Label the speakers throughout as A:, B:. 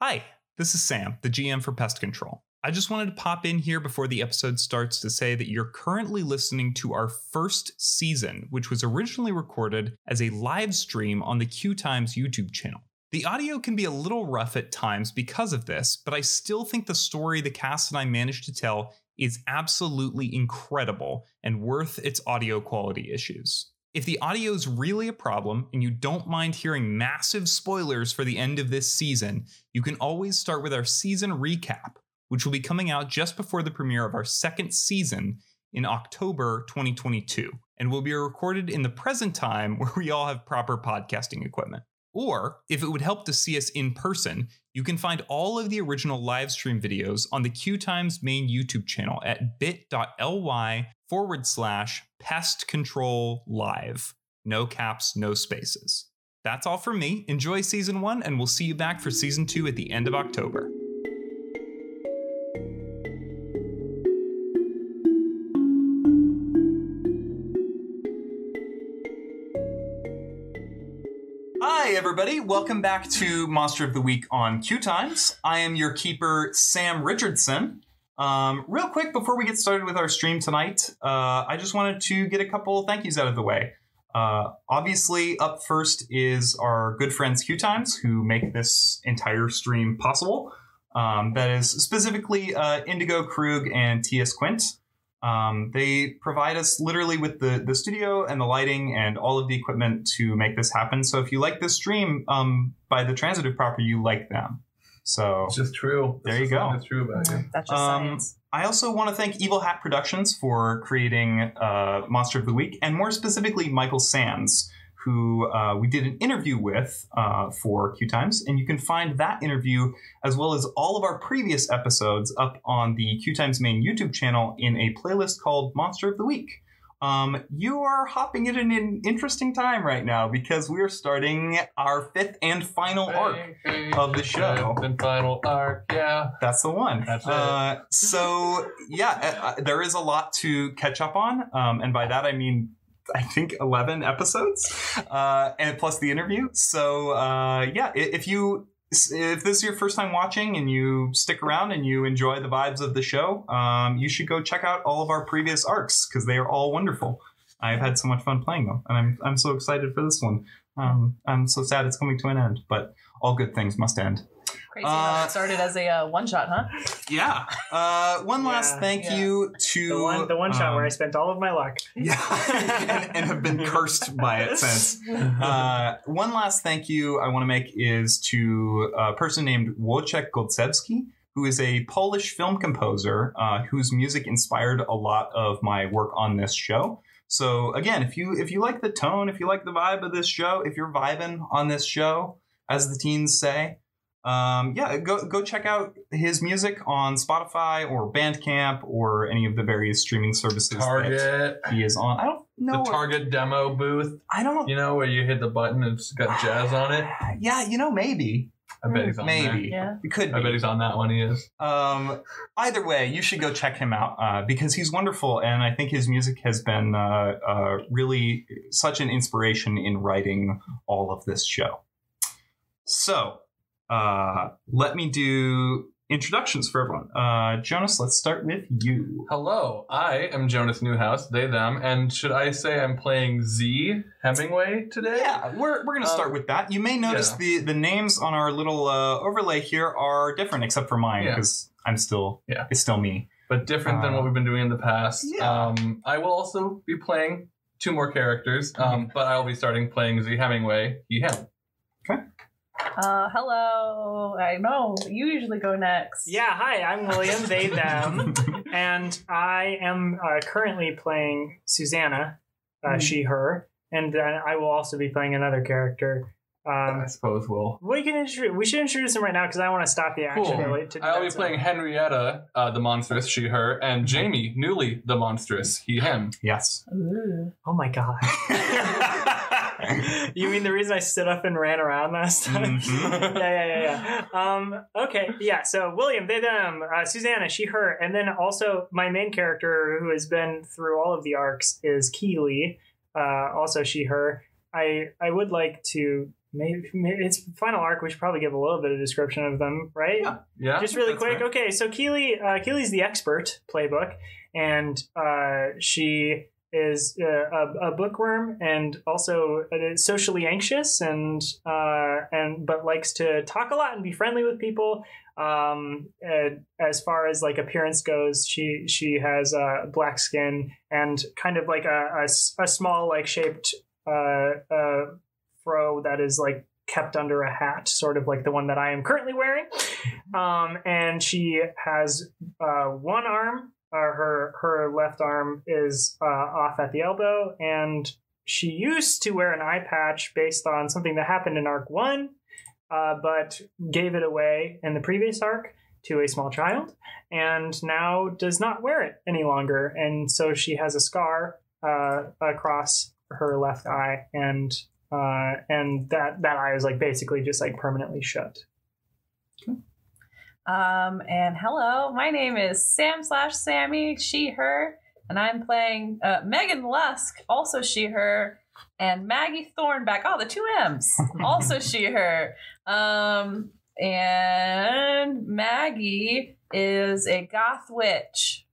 A: Hi, this is Sam, the GM for Pest Control. I just wanted to pop in here before the episode starts to say that you're currently listening to our first season, which was originally recorded as a live stream on the Q Times YouTube channel. The audio can be a little rough at times because of this, but I still think the story the cast and I managed to tell is absolutely incredible and worth its audio quality issues. If the audio is really a problem and you don't mind hearing massive spoilers for the end of this season, you can always start with our season recap, which will be coming out just before the premiere of our second season in October 2022, and will be recorded in the present time where we all have proper podcasting equipment. Or, if it would help to see us in person, you can find all of the original live stream videos on the Q Times main YouTube channel at bit.ly forward slash pest control live. No caps, no spaces. That's all from me. Enjoy season one, and we'll see you back for season two at the end of October. Hi, everybody. Welcome back to Monster of the Week on Q Times. I am your keeper, Sam Richardson. Um, real quick, before we get started with our stream tonight, uh, I just wanted to get a couple thank yous out of the way. Uh, obviously, up first is our good friends Q Times, who make this entire stream possible. Um, that is specifically uh, Indigo Krug and T.S. Quint. Um, they provide us literally with the the studio and the lighting and all of the equipment to make this happen. So if you like this stream, um, by the transitive property, you like them. So
B: It's just true.
A: There
B: It's
A: you
B: just
A: go.
B: kinda true about you.
C: That's just
A: Um,
C: science.
A: I also want to thank Evil Hat Productions for creating uh, Monster of the Week, and more specifically, Michael Sands, who uh, we did an interview with uh, for Q Times. And you can find that interview, as well as all of our previous episodes, up on the Q Times main YouTube channel in a playlist called Monster of the Week. Um, you are hopping in at an interesting time right now because we are starting our fifth and final arc. of the show.
B: Fifth and final arc. Yeah.
A: That's the one.
B: That's it.
A: Uh, so yeah, uh, there is a lot to catch up on, um, and by that I mean I think eleven episodes, uh, and plus the interview. So uh, yeah, i- if you if this is your first time watching and you stick around and you enjoy the vibes of the show, um, you should go check out all of our previous arcs because they are all wonderful. I've had so much fun playing them, and I'm I'm so excited for this one. Um, I'm so sad it's coming to an end, but all good things must end.
C: Crazy how
A: uh,
C: it started as a uh, one shot, huh?
A: Yeah. Uh, one last
D: Yeah,
A: thank
C: yeah.
A: you to
D: The one, the one shot
A: um,
D: where I spent all of my luck.
A: yeah, and, and have been cursed by it since. Uh, one last thank you I want to make is to a person named Wojciech Goldsewski, who is a Polish film composer uh, whose music inspired a lot of my work on this show. So again, if you if you like the tone, if you like the vibe of this show, if you're vibing on this show, as the teens say, um, yeah, go go check out his music on Spotify or Bandcamp or any of the various streaming services that
B: Target.
A: he is on. I don't know.
B: The
A: where-
B: Target demo booth.
A: I don't.
B: You know where you hit the button and it's got jazz on it.
A: Yeah, you know, maybe,
B: I bet he's on
A: maybe
C: Yeah.
A: it could
B: there. I bet
A: be.
B: he's on that one. He is.
A: Um, either way, you should go check him out uh, because he's wonderful, and I think his music has been uh, uh, really such an inspiration in writing all of this show. So, uh, let me do introductions for everyone. Uh, Jonas, let's start with you.
B: Hello, I am Jonas Newhouse. They them. And should I say I'm playing Z Hemingway today?
A: Yeah, we're, we're going to
B: Um,
A: start with that. You may notice the,
B: yeah.
A: the names on our little uh, overlay here are different, except for mine
B: Yeah.
A: because I'm still
B: Yeah.
A: it's still me.
B: But different than
A: Uh,
B: what we've been doing in the past.
A: yeah.
B: Um, I will also be playing two more characters,
A: Mm-hmm.
B: um, but I'll be starting playing Z Hemingway. He him.
C: Uh, hello. I know you usually go next.
D: Yeah, hi, I'm William, they, them, and I am uh, currently playing Susanna, uh,
C: Mm.
D: she, her, and uh, I will also be playing another character. Um,
B: I suppose will.
D: we can introduce, we should introduce him right now because I want to stop the action.
B: Cool.
D: really, to do
B: I'll
D: that,
B: be
D: so-
B: playing Henrietta, uh, the monstrous, she, her, and Jamie, newly the monstrous, he, him.
A: Yes.
C: Ooh.
D: Oh my god! you mean the reason I stood up and ran around last time?
A: Mhm.
D: yeah, yeah, yeah, yeah. Um, okay, yeah. So William, they, them, uh, Susanna, she, her, and then also my main character who has been through all of the arcs is Keeley. Uh, also she, her. I I would like to Maybe, maybe it's final arc. We should probably give a little bit of description of them, right?
B: Yeah. Yeah.
D: Just really
B: that's
D: quick.
B: fair.
D: Okay, so Keely, uh, Keely's the expert playbook, and uh, she is uh, a, a bookworm and also uh, socially anxious, and uh, and but likes to talk a lot and be friendly with people. Um, uh, as far as like appearance goes, she she has uh, black skin and kind of like a, a s- a small like shaped uh, uh, fro that is like kept under a hat, sort of like the one that I am currently wearing. Um, and she has uh, one arm, uh, her her left arm is uh, off at the elbow, and she used to wear an eye patch based on something that happened in arc one, uh, but gave it away in the previous arc to a small child, and now does not wear it any longer, and so she has a scar uh, across her left eye and uh, and that that eye is like basically just like permanently shut.
C: Um, and hello, my name is Sam slash Sammy, she, her, and I'm playing uh, Megan Lusk, also she, her, and Maggie Thornback. Oh, the two M's, also she, her. Um, and Maggie is a goth witch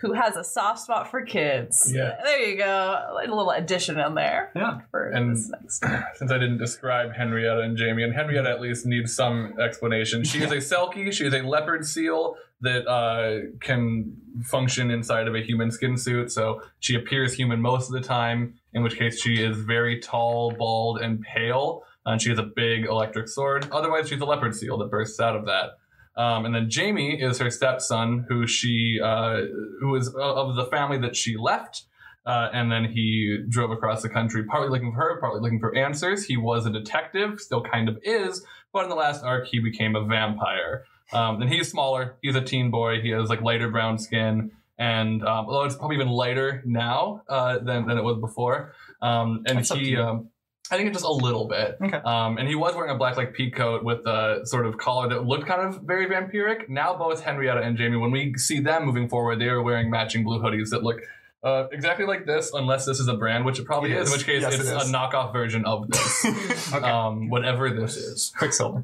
C: who has a soft spot for kids.
B: Yeah.
C: There you go. A little addition in there
B: Yeah.
C: for
B: And-
C: this next.
B: Since I didn't describe Henrietta and Jamie, and Henrietta at least needs some explanation. She is a Selkie. She is a leopard seal that uh, can function inside of a human skin suit. So she appears human most of the time, in which case she is very tall, bald, and pale. Uh, And she has a big electric sword. Otherwise, she's a leopard seal that bursts out of that. Um, and then Jamie is her stepson, who she uh, who is of the family that she left. Uh, and then he drove across the country, partly looking for her, partly looking for answers. He was a detective, still kind of is, but in the last arc, he became a vampire. Um, and he's smaller. He's a teen boy. He has like lighter brown skin, and um, although it's probably even lighter now uh, than than it was before. Um, and
E: That's up to
B: he,
E: you.
B: um, I think it's just a little bit.
E: Okay.
B: Um, and he was wearing a black like pea coat with a sort of collar that looked kind of very vampiric. Now both Henrietta and Jamie, when we see them moving forward, they are wearing matching blue hoodies that look uh, exactly like this, unless this is a brand, which it probably
E: It
B: is,
E: is.
B: in which case
E: Yes,
B: it's
E: it is.
B: a knockoff version of this.
E: okay.
B: um, whatever this is.
E: Quicksilver.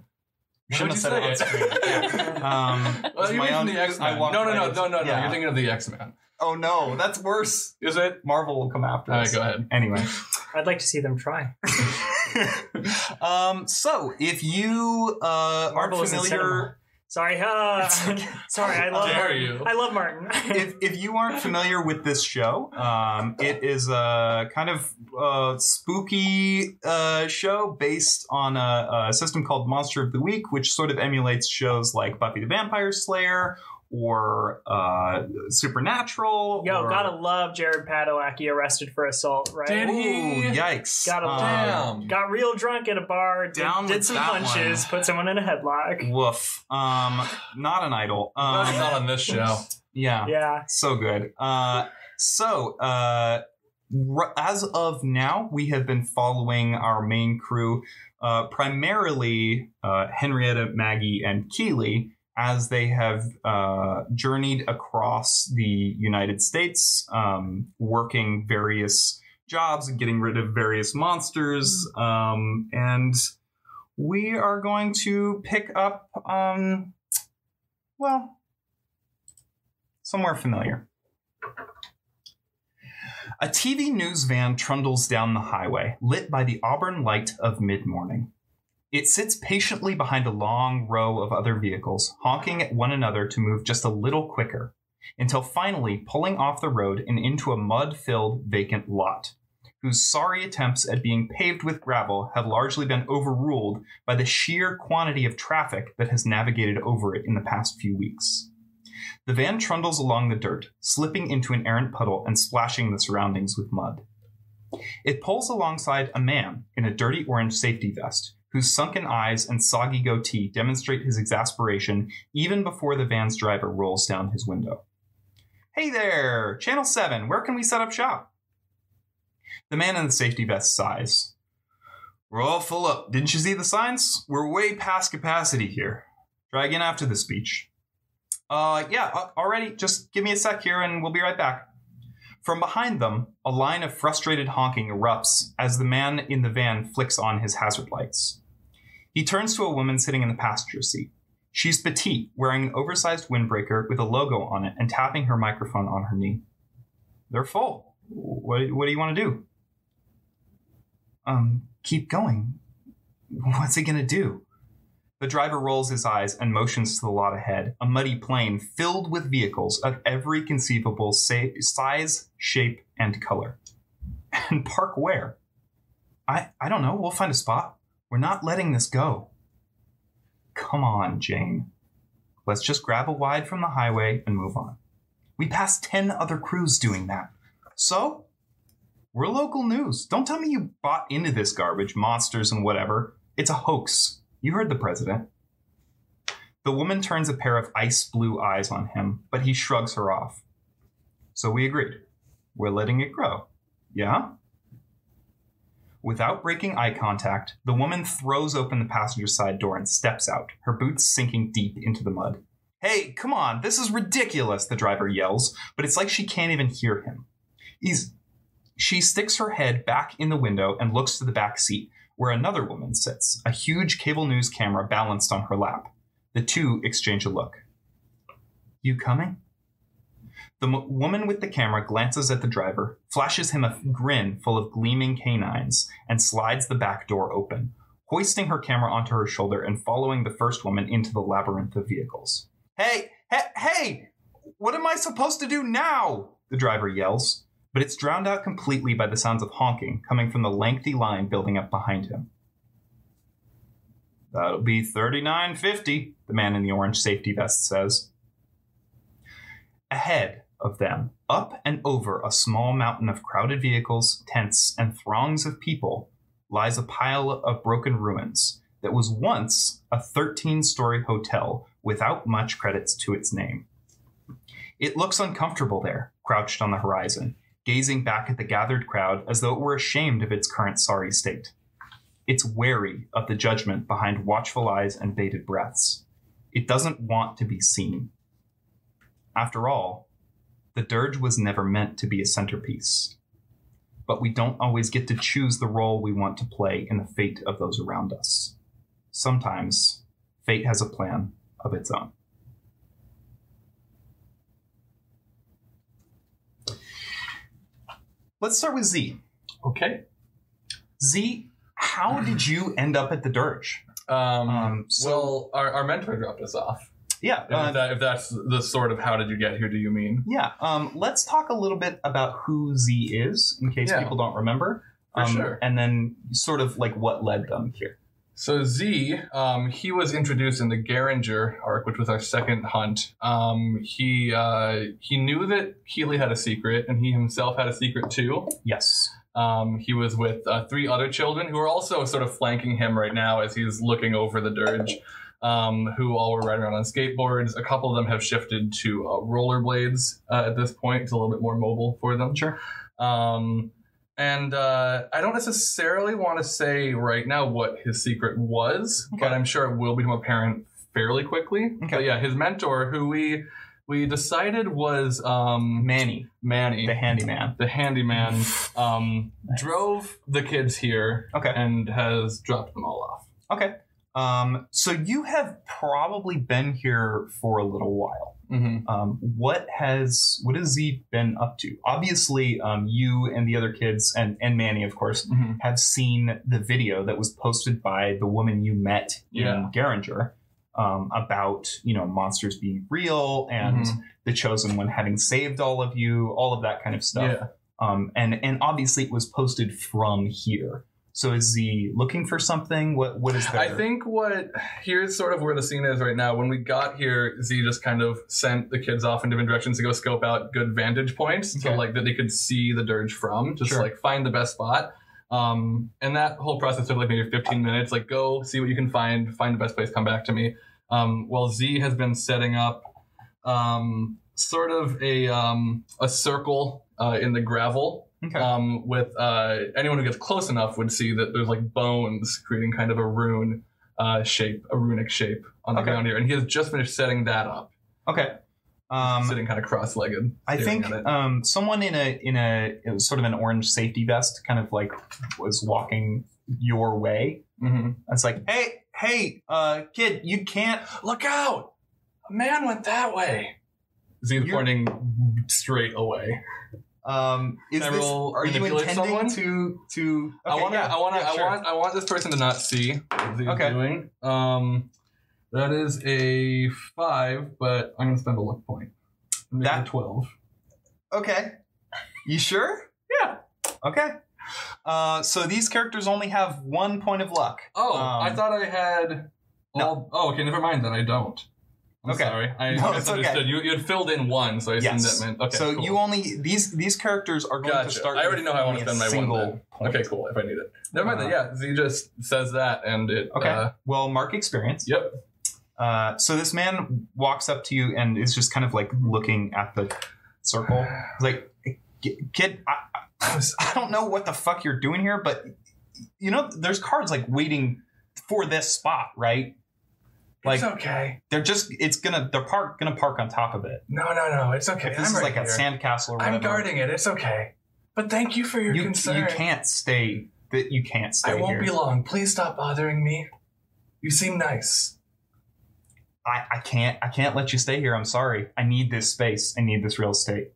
B: Why
A: Shouldn't have said
B: would
A: it
B: you
A: on
B: say
A: screen. Um, it was
B: Well, you
A: my
B: mentioned
A: own-
B: the X-Men.
A: I walked
B: no, no, no,
A: right
B: no, no, no.
A: into- Yeah.
B: You're thinking of the X-Men.
A: Oh no, that's worse.
B: Is it?
A: Marvel will come after
B: All right,
A: us.
B: go ahead.
A: Anyway.
D: I'd like to see them try.
A: um, so if you uh, aren't
D: Marvel is in
A: familiar,
D: cinema. Sorry, uh, sorry. I love
B: How dare
D: Martin.
B: you.
D: I love Martin.
A: if, if you aren't familiar with this show, um, it is a kind of uh, spooky uh, show based on a, a system called Monster of the Week, which sort of emulates shows like Buffy the Vampire Slayer or uh, Supernatural.
D: Yo,
A: or-
D: gotta love Jared Padalecki arrested for assault, right?
B: Did
A: Ooh,
B: he?
A: yikes!
D: Gotta
A: Um,
B: Damn.
D: Got real drunk at a bar, did,
A: Down
D: did
A: with
D: some
A: that
D: punches,
A: one.
D: put someone in a headlock.
A: Woof. Um, not an idol.
B: No, it's not
A: Um,
B: on this show.
A: yeah.
D: Yeah.
A: So good. Uh, so, uh, r- as of now, we have been following our main crew, uh, primarily uh, Henrietta, Maggie, and Keeley, as they have uh, journeyed across the United States, um, working various jobs and getting rid of various monsters. Um, and we are going to pick up, um, well, somewhere familiar. A TV news van trundles down the highway, lit by the auburn light of mid morning. It sits patiently behind a long row of other vehicles, honking at one another to move just a little quicker, until finally pulling off the road and into a mud filled vacant lot, whose sorry attempts at being paved with gravel have largely been overruled by the sheer quantity of traffic that has navigated over it in the past few weeks. The van trundles along the dirt, slipping into an errant puddle and splashing the surroundings with mud. It pulls alongside a man in a dirty orange safety vest, whose sunken eyes and soggy goatee demonstrate his exasperation even before the van's driver rolls down his window. Hey there! Channel 7, where can we set up shop? The man in the safety vest sighs. We're all full up. Didn't you see the signs? We're way past capacity here. Try again after the speech. Uh, yeah, uh, already. Just give me a sec here and we'll be right back. From behind them, a line of frustrated honking erupts as the man in the van flicks on his hazard lights. He turns to a woman sitting in the passenger seat. She's petite, wearing an oversized windbreaker with a logo on it and tapping her microphone on her knee. They're full. What, what do you want to do? Um, keep going. What's he going to do? The driver rolls his eyes and motions to the lot ahead, a muddy plain filled with vehicles of every conceivable sa- size, shape, and color. And park where? I, I don't know. We'll find a spot. We're not letting this go. Come on, Jane. Let's just grab a wide from the highway and move on. We passed 10 other crews doing that. So, we're local news. Don't tell me you bought into this garbage, monsters, and whatever. It's a hoax. You heard the president. The woman turns a pair of ice blue eyes on him, but he shrugs her off. So we agreed. We're letting it grow. Yeah? Without breaking eye contact, the woman throws open the passenger side door and steps out, her boots sinking deep into the mud. Hey, come on, this is ridiculous, the driver yells, but it's like she can't even hear him. He's she sticks her head back in the window and looks to the back seat, where another woman sits, a huge cable news camera balanced on her lap. The two exchange a look. You coming? The m- woman with the camera glances at the driver, flashes him a grin full of gleaming canines, and slides the back door open, hoisting her camera onto her shoulder and following the first woman into the labyrinth of vehicles. Hey, hey, hey! What am I supposed to do now? The driver yells but it's drowned out completely by the sounds of honking coming from the lengthy line building up behind him. That'll be 3950, the man in the orange safety vest says. Ahead of them, up and over a small mountain of crowded vehicles, tents, and throngs of people, lies a pile of broken ruins that was once a 13 story hotel without much credits to its name. It looks uncomfortable there, crouched on the horizon, gazing back at the gathered crowd as though it were ashamed of its current sorry state. It's wary of the judgment behind watchful eyes and bated breaths. It doesn't want to be seen. After all, the dirge was never meant to be a centerpiece. But we don't always get to choose the role we want to play in the fate of those around us. Sometimes, fate has a plan of its own. Let's start with Z.
B: Okay.
A: Z, how did you end up at the dirge?
B: Um,
A: Um, so-
B: well, our, our mentor dropped us off.
A: Yeah,
B: If,
A: uh,
B: that, if that's the sort of how did you get here, do you mean?
A: yeah. Um, let's talk a little bit about who Z is, in case
B: Yeah.
A: people don't remember.
B: For
A: um,
B: sure.
A: And then sort of like what led them here.
B: So Z, um, he was introduced in the Garinger arc, which was our second hunt. Um, he uh, he knew that Keeley had a secret, and he himself had a secret too.
A: Yes.
B: Um, he was with uh, three other children who are also sort of flanking him right now as he's looking over the dirge. Um, who all were riding around on skateboards. A couple of them have shifted to uh, rollerblades uh, at this point. It's a little bit more mobile for them.
A: Sure.
B: Um, and uh, I don't necessarily want to say right now what his secret was,
A: Okay.
B: but I'm sure it will become apparent fairly quickly.
A: Okay.
B: But yeah, his mentor, who we we decided was um,
A: Manny,
B: Manny,
A: the handyman.
B: the handyman, um, drove the kids here
A: Okay.
B: and has dropped them all off.
A: Okay. Um, so you have probably been here for a little while.
B: Mm-hmm.
A: Um, what has what has Z been up to? Obviously, um, you and the other kids, and and Manny, of course,
B: Mm-hmm.
A: have seen the video that was posted by the woman you met
B: Yeah.
A: in Garinger um, about you know monsters being real and
B: Mhm.
A: the chosen one having saved all of you, all of that kind of stuff.
B: Yeah.
A: Um, and and obviously it was posted from here. So is he looking for something? What what is there?
B: I think what here's sort of where the scene is right now. When we got here, Z just kind of sent the kids off in different directions to go scope out good vantage points, so
A: Okay.
B: like that they could see the dirge from, just
A: Sure.
B: like find the best spot. Um, and that whole process took like maybe 15 minutes. Like go see what you can find, find the best place, come back to me. Um, well, Z has been setting up um, sort of a um, a circle uh, in the gravel
A: Okay.
B: um, with uh, anyone who gets close enough would see that there's like bones creating kind of a rune uh, shape, a runic shape on the
A: Okay.
B: ground here. And he has just finished setting that up.
A: okay. Um,
B: sitting kind of cross-legged.
A: I
B: staring
A: think
B: at it.
A: um, someone in a in a it was sort of an orange safety vest, kind of like was walking your way.
B: Mhm.
A: It's like, hey, hey, uh, kid, you can't.
B: Look out! A man went that way. Zene's
A: You're-
B: pointing straight away.
A: Um, is
B: Can I
A: this,
B: roll
A: are you
B: manipulate
A: intending
B: someone?
A: to to?
B: I
A: okay,
B: want to.
A: yeah,
B: I want to.
A: yeah,
B: I
A: sure.
B: want. I want this person to not see what Zene's
A: Okay.
B: doing. Um, that is a five, but I'm gonna spend a luck point. Make it
A: That-
B: twelve.
A: Okay. You sure?
B: Yeah.
A: Okay. Uh, so these characters only have one point of luck.
B: Oh,
A: Um,
B: I thought I had.
A: No.
B: All, oh, okay. Never mind. Then I don't. I'm
A: Okay.
B: sorry. I
A: No, it's okay.
B: misunderstood. You you had filled in one, so I assumed
A: Yes.
B: that meant. Okay.
A: so
B: cool.
A: you only these these characters are going
B: Gotcha.
A: to start.
B: I already
A: with
B: know how I want
A: only
B: to
A: a
B: spend my
A: single
B: one. Then.
A: point.
B: Okay, cool. If I need it, never mind. that. yeah, Z just says that, and it.
A: Uh, Okay.
B: Uh,
A: well, mark experience.
B: yep.
A: Uh, so this man walks up to you and is just kind of like looking at the circle. He's like, "Ki- kid, I, I I don't know what the fuck you're doing here, but you know, there's cards like waiting for this spot, right? Like
B: it's okay.
A: they're just, it's gonna, they're park, gonna park on top of it.
B: No, no, no. It's okay.
A: If this
B: I'm
A: is
B: right
A: like
B: here.
A: a sandcastle or whatever,
B: I'm guarding it. It's okay. But thank you for your
A: you,
B: concern.
A: you can't stay. That you can't stay
B: I won't
A: here.
B: be long. Please stop bothering me. You seem nice.
A: I, I can't I can't let you stay here. I'm sorry. I need this space. I need this real estate.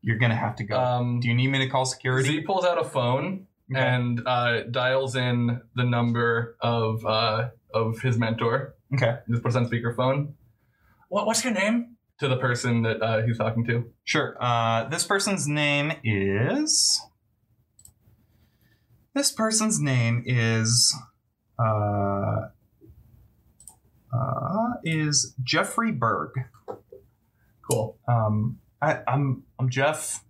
A: You're gonna have to go.
B: Um,
A: Do you need me to call
B: Z
A: security?
B: pulls out a phone
A: Okay.
B: and uh, dials in the number of uh, of his mentor.
A: Okay.
B: Just puts on speakerphone. What, what's your name? To the person that uh, he's talking to.
A: Sure. Uh, this person's name is. This person's name is. Uh, uh, is Jeffrey Berg.
B: Cool.
A: Um, I, I'm I'm Jeff.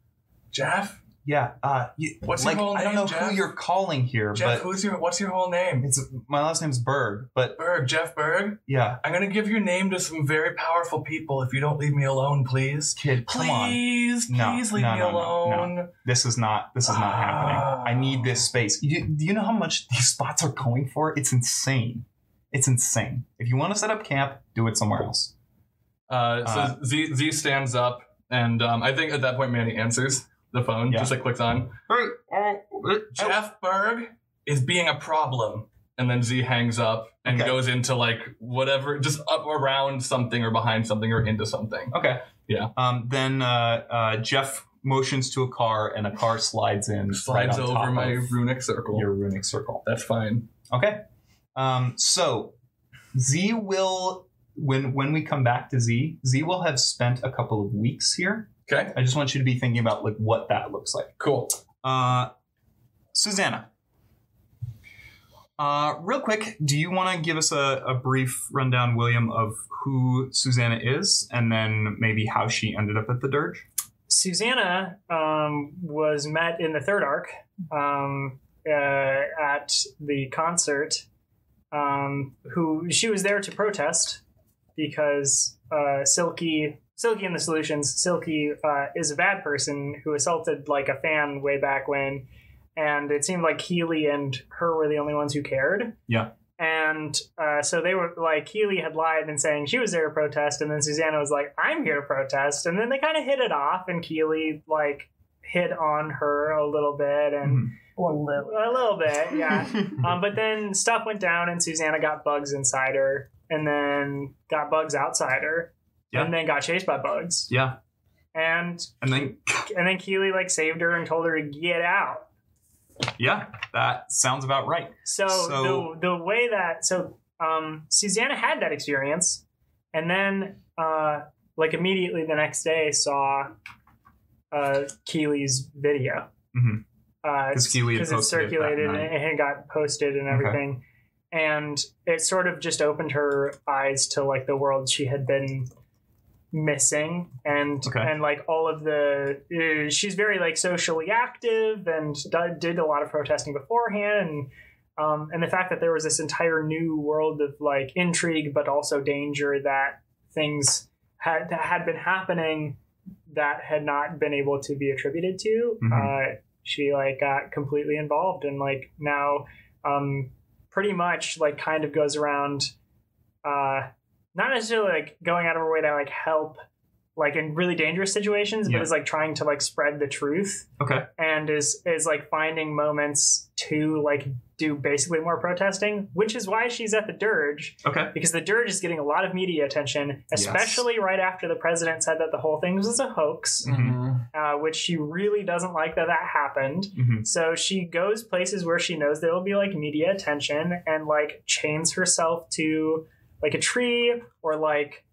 B: Jeff.
A: Yeah. Uh, you,
B: What's your
A: like
B: whole
A: I don't
B: name,
A: know
B: Jeff?
A: who you're calling here,
B: Jeff.
A: but
B: who's your? What's your whole name?
A: it's my last name's Berg. But
B: Berg. Jeff Berg.
A: yeah,
B: I'm gonna give your name to some very powerful people if you don't leave me alone, please.
A: kid, come on.
B: Please,
A: No,
B: please leave
A: no,
B: me
A: no, no, no.
B: alone.
A: This is not. This is not happening. I need
B: Oh.
A: this space. You, do you know how much these spots are going for? It's insane. It's insane. If you want to set up camp, do it somewhere else.
B: Uh, so
A: Uh,
B: Z Z stands up, and um, I think at that point Manny answers the phone,
A: Yeah.
B: just like clicks on.
A: Hey, oh, eh, oh.
B: Jeff Berg is being a problem, and then Z hangs up and
A: Okay.
B: goes into like whatever, just up around something or behind something or into something.
A: Okay.
B: Yeah.
A: Um, then uh, uh, Jeff motions to a car, and a car slides in. right
B: Slides
A: on top
B: over my
A: of
B: runic circle.
A: Your runic circle.
B: That's fine.
A: Okay. Um, so Z will when when we come back to Z, Z will have spent a couple of weeks here.
B: Okay.
A: I just want you to be thinking about like what that looks like.
B: Cool.
A: Uh, Susanna. Uh, real quick, do you want to give us a, a brief rundown, William, of who Susanna is, and then maybe how she ended up at the dirge?
D: Susanna um, was met in the third arc um, uh, at the concert. Um, who she was there to protest because uh, Silky, Silky and the Solutions, Silky uh, is a bad person who assaulted like a fan way back when, and it seemed like Healy and her were the only ones who cared.
A: Yeah.
D: And uh, so they were like Healy had lied and saying she was there to protest, and then Susanna was like, "I'm here to protest," and then they kind of hit it off, and Keeley like hit on her a little bit, and
C: Well, Lil.
A: Hmm.
D: a little bit, yeah. um, but then stuff went down, and Susanna got bugs inside her, and then got bugs outside her,
A: Yeah.
D: and then got chased by bugs,
A: Yeah,
D: and
A: and then
D: and then Keeley like saved her and told her to get out.
A: yeah, that sounds about right.
D: So,
A: So-
D: the the way that so um, Susanna had that experience, and then uh, like immediately the next day saw uh, Keeley's video Uh,
A: Mhm.
D: because
A: 'Cause Keeley had
D: it
A: posted it that
D: circulated and
A: night.
D: it had got posted and
A: Okay.
D: everything, and it sort of just opened her eyes to like the world she had been missing and
A: Okay.
D: and like all of the uh, she's very like socially active and d- did a lot of protesting beforehand and um, and the fact that there was this entire new world of like intrigue but also danger that things had that had been happening that had not been able to be attributed to uh, she like got completely involved and like now um, pretty much like kind of goes around uh, not necessarily like going out of her way to like help like in really dangerous situations,
A: Yeah.
D: but is like trying to like spread the truth
A: Okay.
D: and is is like finding moments to like do basically more protesting, which is why she's at the dirge
A: Okay.
D: because the dirge is getting a lot of media attention,
A: Yes.
D: especially right after the president said that the whole thing was a hoax, uh, which she really doesn't like that that happened.
A: Mm-hmm.
D: So she goes places where she knows there will be like media attention and like chains herself to like a tree or like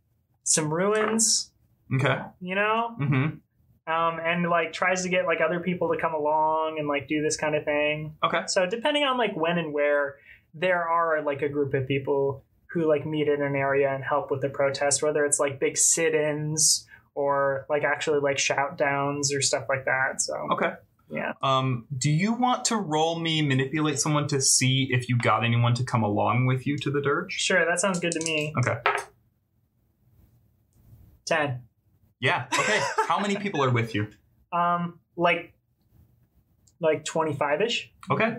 D: some ruins,
A: Okay.
D: you know?
A: Mm-hmm.
D: Um, and like tries to get like other people to come along and like do this kind of thing.
A: Okay.
D: So depending on like when and where, there are like a group of people who like meet in an area and help with the protest, whether it's like big sit-ins or like actually like shout downs or stuff like that. So
A: Okay.
D: Yeah.
A: Um, do you want to roll me manipulate someone to see if you got anyone to come along with you to the dirge?
D: Sure, that sounds good to me.
A: Okay.
D: Ten.
A: Yeah. Okay. How many people are with you?
D: Um, like, like twenty-five ish.
A: Okay.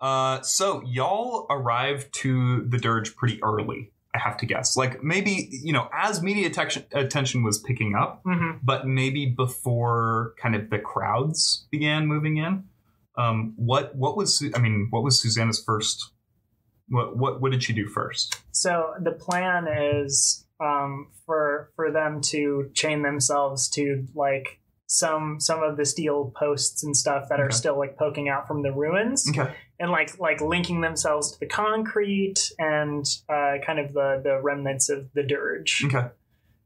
A: Uh, so y'all arrive to the dirge pretty early. I have to guess. Like maybe you know, as media attention attention was picking up,
D: Mm-hmm.
A: but maybe before kind of the crowds began moving in. Um, what what was Su- I mean? What was Susanna's first? What what what did she do first?
D: So the plan is um, for for them to chain themselves to like some some of the steel posts and stuff that are
A: Okay.
D: still like poking out from the ruins.
A: Okay.
D: and like like linking themselves to the concrete and uh, kind of the the remnants of the dirge.
A: Okay.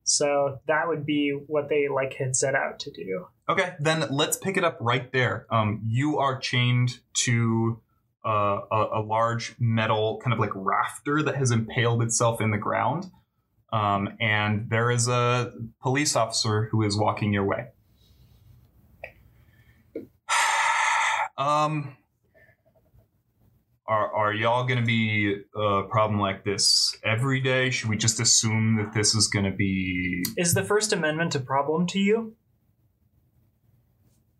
D: So that would be what they like had set out to do.
A: Okay. Then let's pick it up right there. Um, you are chained to uh, a, a large metal kind of like rafter that has impaled itself in the ground, um, and there is a police officer who is walking your way. um. Are, are y'all going to be uh, a problem like this every day? Should we just assume that this is going to be.
D: Is the First Amendment a problem to you?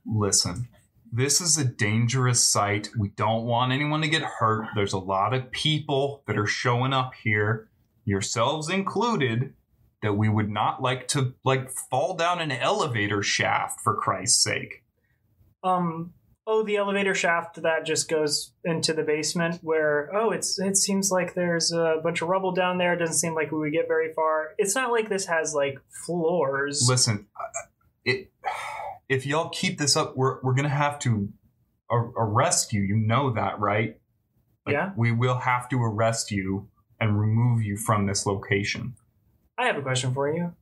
A: listen, this is a dangerous site. We don't want anyone to get hurt. There's a lot of people that are showing up here, yourselves included, that we would not like to like fall down an elevator shaft for Christ's sake.
D: Um. Oh, the elevator shaft that just goes into the basement. Where oh, it's it seems like there's a bunch of rubble down there. It doesn't seem like we would get very far. It's not like this has like floors.
A: Listen, I- I- it if y'all keep this up, we're we're going to have to ar- arrest you. You know that, right?
D: Yeah.
A: We will have to arrest you and remove you from this location.
D: I have a question for you.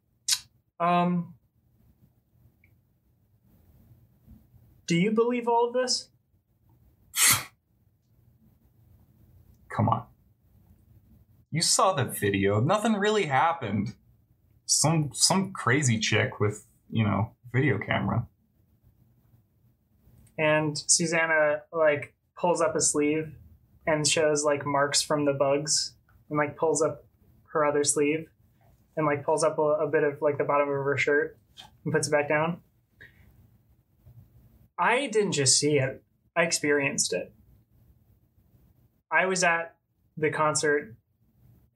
D: Um, do you believe all of this?
A: Come on. You saw the video. Nothing really happened. Some some crazy chick with, you know, video camera.
D: And Susanna like pulls up a sleeve and shows like marks from the bugs, and like pulls up her other sleeve, and like pulls up a, a bit of like the bottom of her shirt and puts it back down. I didn't just see it; I experienced it. I was at the concert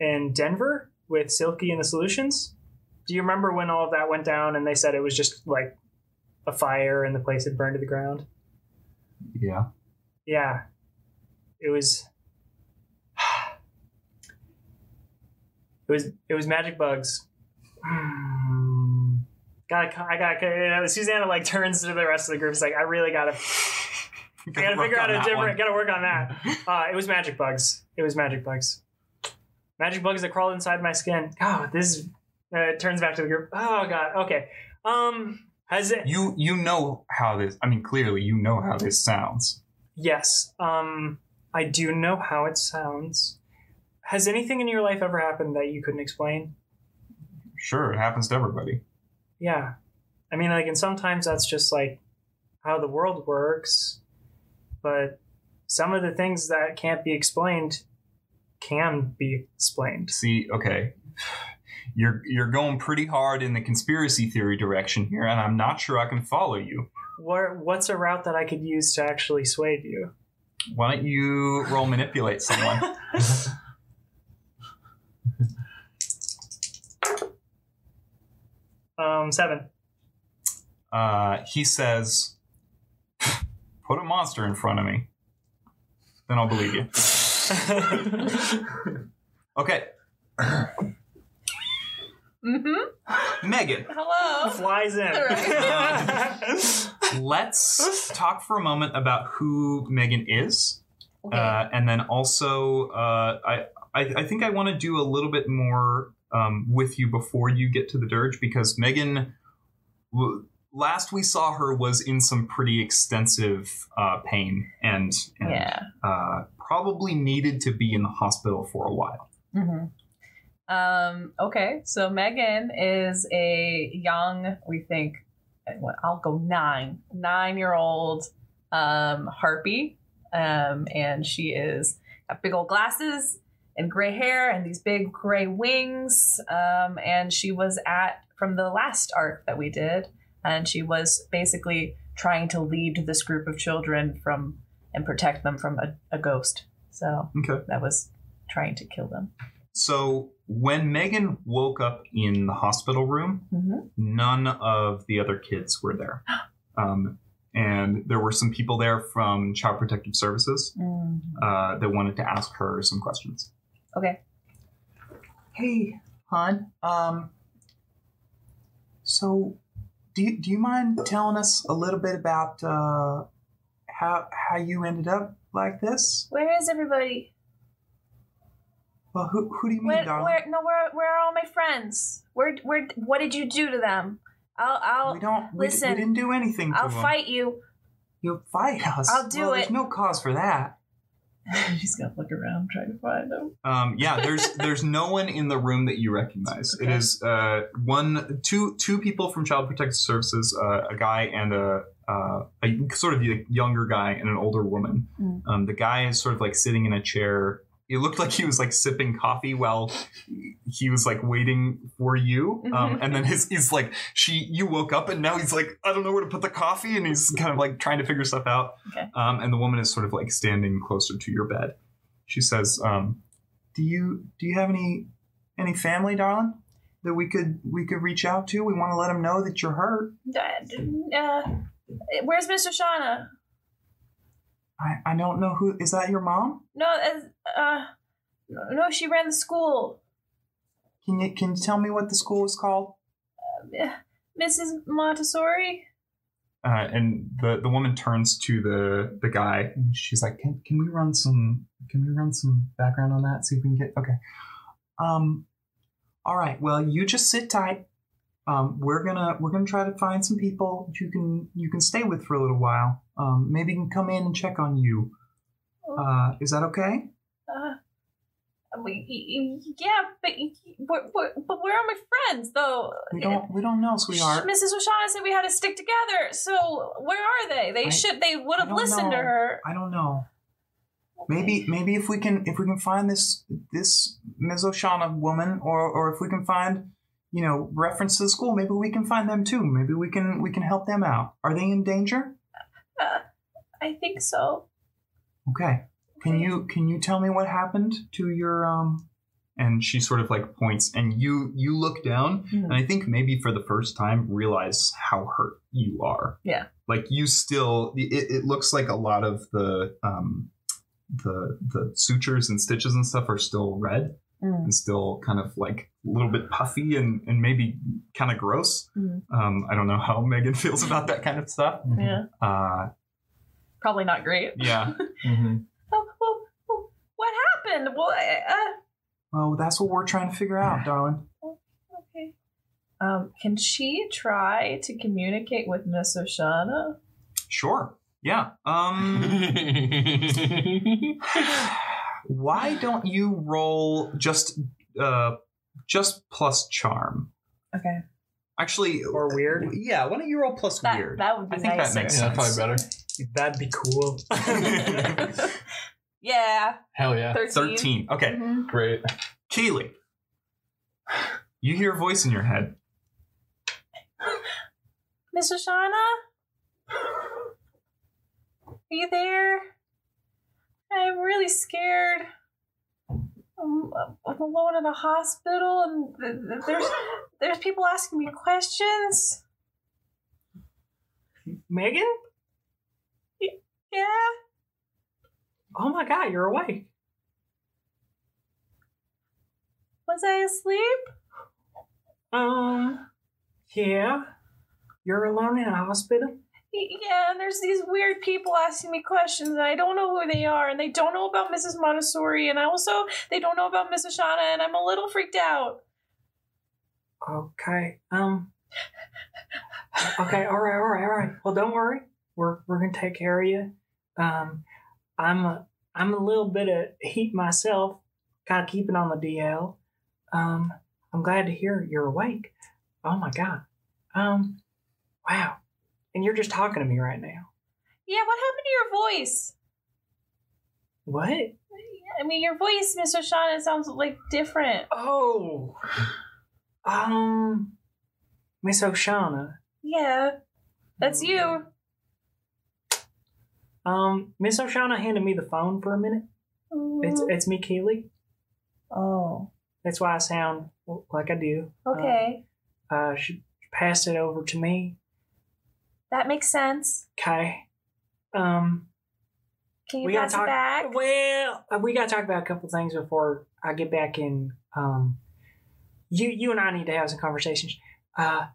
D: in Denver with Silky and the Solutions. Do you remember when all of that went down and they said it was just like a fire and the place had burned to the ground?
A: Yeah.
D: yeah, it was. It was it was magic bugs. Got I got Susanna like turns to the rest of the group. She's like, I really gotta I gotta figure out a different. Gotta work on that. Uh, it was magic bugs. It was magic bugs. Magic bugs that crawled inside my skin. Oh, this is- uh, it turns back to the group. Oh God. Okay. Um. Has it?
A: You you know how this I mean clearly you know how this sounds.
D: Yes. Um, I do know how it sounds. Has anything in your life ever happened that you couldn't explain?
A: Sure, it happens to everybody.
D: Yeah. I mean, like, and sometimes that's just like how the world works, but some of the things that can't be explained can be explained.
A: See, okay. You're you're going pretty hard in the conspiracy theory direction here, and I'm not sure I can follow you.
D: Where, what's a route that I could use to actually sway you?
A: Why don't you roll manipulate someone?
D: Um, seven.
A: Uh, he says, "Put a monster in front of me, then I'll believe you." okay,
C: Mm-hmm.
A: Megan.
C: Hello.
D: Flies in.
A: Let's talk for a moment about who Megan is,
C: Okay.
A: uh, and then also uh, I, I I think I want to do a little bit more um, with you before you get to the dirge because Megan. w- Last we saw her was in some pretty extensive uh, pain and, and
C: yeah.
A: uh, probably needed to be in the hospital for a while.
C: hmm Um, okay, so Megan is a young, we think, what, I'll go nine, nine year old um, harpy. Um, and she is got big old glasses and gray hair and these big gray wings. Um, and she was at, from the last arc that we did, and she was basically trying to lead this group of children from and protect them from a, a ghost. So
A: Okay.
C: that was trying to kill them.
A: So when Megan woke up in the hospital room,
C: Mhm.
A: none of the other kids were there. Um, and there were some people there from Child Protective Services
C: Mm-hmm.
A: uh, that wanted to ask her some questions.
C: Okay.
A: Hey, hon. Um, so, do you, do you mind telling us a little bit about uh, how how you ended up like this?
C: Where is everybody?
A: Well, who, who do you mean,
C: Where,
A: darling?
C: where? No, where? Where are all my friends? Where? Where? What did you do to them? I'll.
A: we
C: I'll.
A: don't. We,
C: listen,
A: we didn't do anything. To
C: I'll
A: him.
C: fight you.
A: You'll fight us.
C: I'll do
A: Well, There's
C: it.
A: no cause for that.
C: She's gonna look around, trying to find them.
A: Um, yeah, there's there's no one in the room that you recognize. It
C: Okay.
A: is uh, one, two, two people from Child Protective Services, uh, a guy and a, uh, a sort of a younger guy and an older woman.
C: Mm.
A: Um, the guy is sort of like sitting in a chair. It looked like he was like sipping coffee while he was like waiting for you. Um, and then his he's like she you woke up and now he's like I don't know where to put the coffee and he's kind of like trying to figure stuff out.
C: Okay.
A: Um, and the woman is sort of like standing closer to your bed. She says, um, "Do you do you have any any family, darling, that we could we could reach out to? We want to let them know that you're hurt.
C: Uh, uh, where's Mr. Shauna?
A: I I don't know who is that. Your mom?
C: No, uh, uh, no, she ran the school.
A: Can you can you tell me what the school is called?"
C: Mrs. Montessori.
A: Uh, and the, the woman turns to the the guy and she's like, can, can we run some can we run some background on that? See if we can get okay. Um all right, well you just sit tight. Um, we're gonna we're gonna try to find some people you can you can stay with for a little while. Um, maybe can come in and check on you. Uh, is that okay?
C: Uh, we- y- y- yeah, but, y- y- where- where- but where are my friends though?
A: We don't we don't know, sweetheart.
C: Mrs. O'Shaughnessy said we had to stick together. So where are they? They
A: I-
C: should. They would
A: I
C: have
A: don't
C: listened to
A: know.
C: her.
A: I don't know. Maybe maybe if we can if we can find this this Ms. Oshana woman or or if we can find you know reference to the school, maybe we can find them too. Maybe we can we can help them out. Are they in danger?
C: I think so.
A: Okay. Can you can you tell me what happened to your um and she sort of like points and you you look down
C: Mhm.
A: and I think maybe for the first time realize how hurt you are.
C: Yeah.
A: Like you still it, it looks like a lot of the um the the sutures and stitches and stuff are still red
C: Hmm,
A: and still kind of like a little bit puffy and and maybe kind of gross.
C: Mhm.
A: Um I don't know how Megan feels about that kind of stuff.
B: Mm-hmm.
C: Yeah,
A: Uh
C: probably not great.
A: yeah.
B: Mhm.
C: Oh, well, well, what happened? Well, uh,
A: Well, that's what we're trying to figure out, darling.
C: okay. Um, can she try to communicate with Miss O'Shana?
A: Sure. Yeah. Um why don't you roll just uh just plus charm?
C: Okay,
A: Actually
D: Or weird.
A: Yeah, why don't you roll plus
C: that
A: weird?
C: that would be
A: I think
C: nice.
A: that makes
B: Yeah, probably
A: sense.
B: better.
D: That'd be cool.
C: yeah,
B: Hell yeah.
C: 13
A: 13. Okay.
C: Mhm.
B: Great.
A: Keely. You hear a voice in your head.
C: Miss O'Shana? Are you there? I'm really scared. uh, I'm, I'm alone in a hospital, and th- th- there's There's people asking me questions.
D: Megan?
C: Yeah.
D: Oh my god, you're awake.
C: Was I asleep?
D: Um, yeah. You're alone in a hospital?
C: Y- Yeah, and there's these weird people asking me questions, and I don't know who they are, and they don't know about Mrs. Montessori, and I also they don't know about Mrs. Shauna, and I'm a little freaked out.
D: Okay. Um. Okay. All right. All right. All right. Well, don't worry. We're we're gonna take care of you. Um, I'm a, I'm a little bit of heat myself. Kind of keep it on the DL. Um, I'm glad to hear you're awake. Oh my god. Um, wow. And you're just talking to me right now.
C: Yeah, what happened to your voice?
D: What?
C: I mean, your voice, Mr. Shauna, sounds like different.
D: Oh. Um, Miss Oshana.
C: Yeah, that's you.
D: Um, Miss Oshana handed me the phone for a minute. It's
C: Mm-hmm.
D: it's me, Keely.
C: oh,
D: That's why I sound like I do.
C: okay,
D: Uh, uh, she passed it over to me.
C: that makes sense.
D: Okay. Um,
C: Can you
D: we gotta
C: pass
D: talk.
C: it back?
D: Well, uh, we gotta talk about a couple things before I get back in. Um, you you and I need to have some conversations. Uh,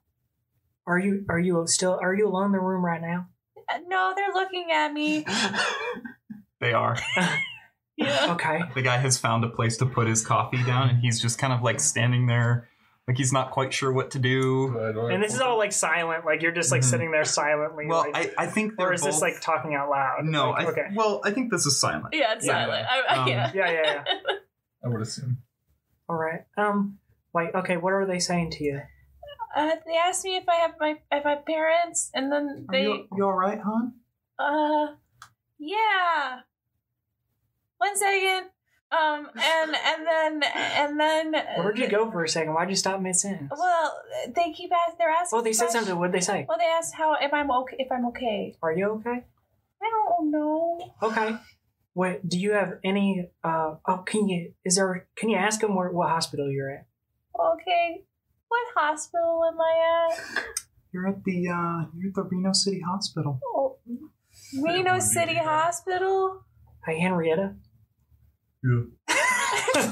D: are you are you still are you alone in the room right now?
C: Uh, No, they're looking at me.
A: they are.
C: Yeah.
D: Okay.
A: The guy has found a place to put his coffee down, and he's just kind of like standing there, like he's not quite sure what to do.
D: And this is all like silent. Like you're just like
A: Mhm.
D: sitting there silently.
A: Well,
D: like,
A: I, I think they're
D: or is this
A: both-
D: like talking out loud?
A: no?
D: Like,
A: I,
D: okay.
A: Well, I think this is silent.
C: Yeah, it's
A: Yeah.
C: silent. I, I,
A: Um,
C: yeah.
D: Yeah, yeah, yeah.
B: I would assume.
D: All right. Um. Like, okay. What are they saying to you?
C: Uh, they asked me if I have my if I have parents, and then
A: Are
C: they
A: you, you all right, hon?
C: uh yeah. One second. Um and and then and then
D: Where did you go for a second? Why'd you stop mid sentence?
C: Well, they keep asking. They're asking.
D: Oh, they said
C: questions.
D: something. What'd they say?
C: Well, they asked how if I'm okay. If I'm okay.
D: Are you okay?
C: I don't oh, know.
D: Okay. What do you have any? Uh, oh, can you? Is there? Can you ask them where, what hospital you're at?
C: Okay. What hospital am I at?
A: You're at the uh, you're at the Reno City Hospital.
C: Oh, Reno
B: would be
C: City
B: Reno.
C: Hospital.
D: Hey, Henrietta.
B: Yeah.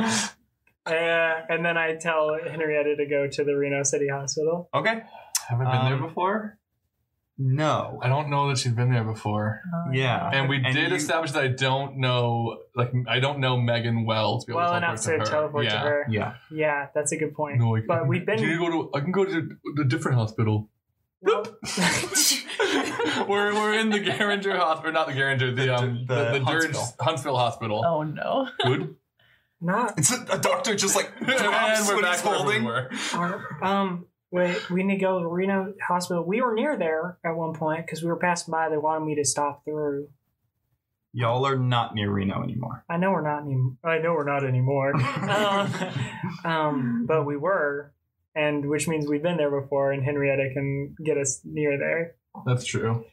D: Uh, and then I tell Henrietta to go to the Reno City Hospital.
A: Okay.
B: Haven't been
A: Um,
B: there before.
A: No.
B: I don't know that she's been there before.
C: Oh,
A: Yeah.
B: And we
A: And
B: did
A: you-
B: establish that I don't know, like I don't know Megan well to be able
D: Well
B: to
D: enough
B: teleport
D: to
B: to her.
D: teleport
B: yeah.
D: to her.
A: Yeah.
D: Yeah, that's a good point.
B: No, I
D: But
B: can-
D: we've been-
B: Do you go to? I can go to a different hospital. we're we're in the Garinger hospital, not the Garinger, the um
A: The-
B: the,
A: the
B: the, Dirge
A: Huntsville.
B: Huntsville hospital.
C: Oh no.
B: Good.
D: Not.
A: It's a, a doctor just like
B: and
A: drops
B: we're
A: what
B: back
A: he's
B: where we
A: holding.
B: were.
D: Our, um, wait, we need to go to Reno Hospital. We were near there at one point because we were passing by. They wanted me to stop through.
A: Y'all are not near Reno anymore.
D: I know we're not anymore. I know we're not anymore. um, um, but we were, and which means we've been there before, and Henrietta can get us near there.
B: That's true.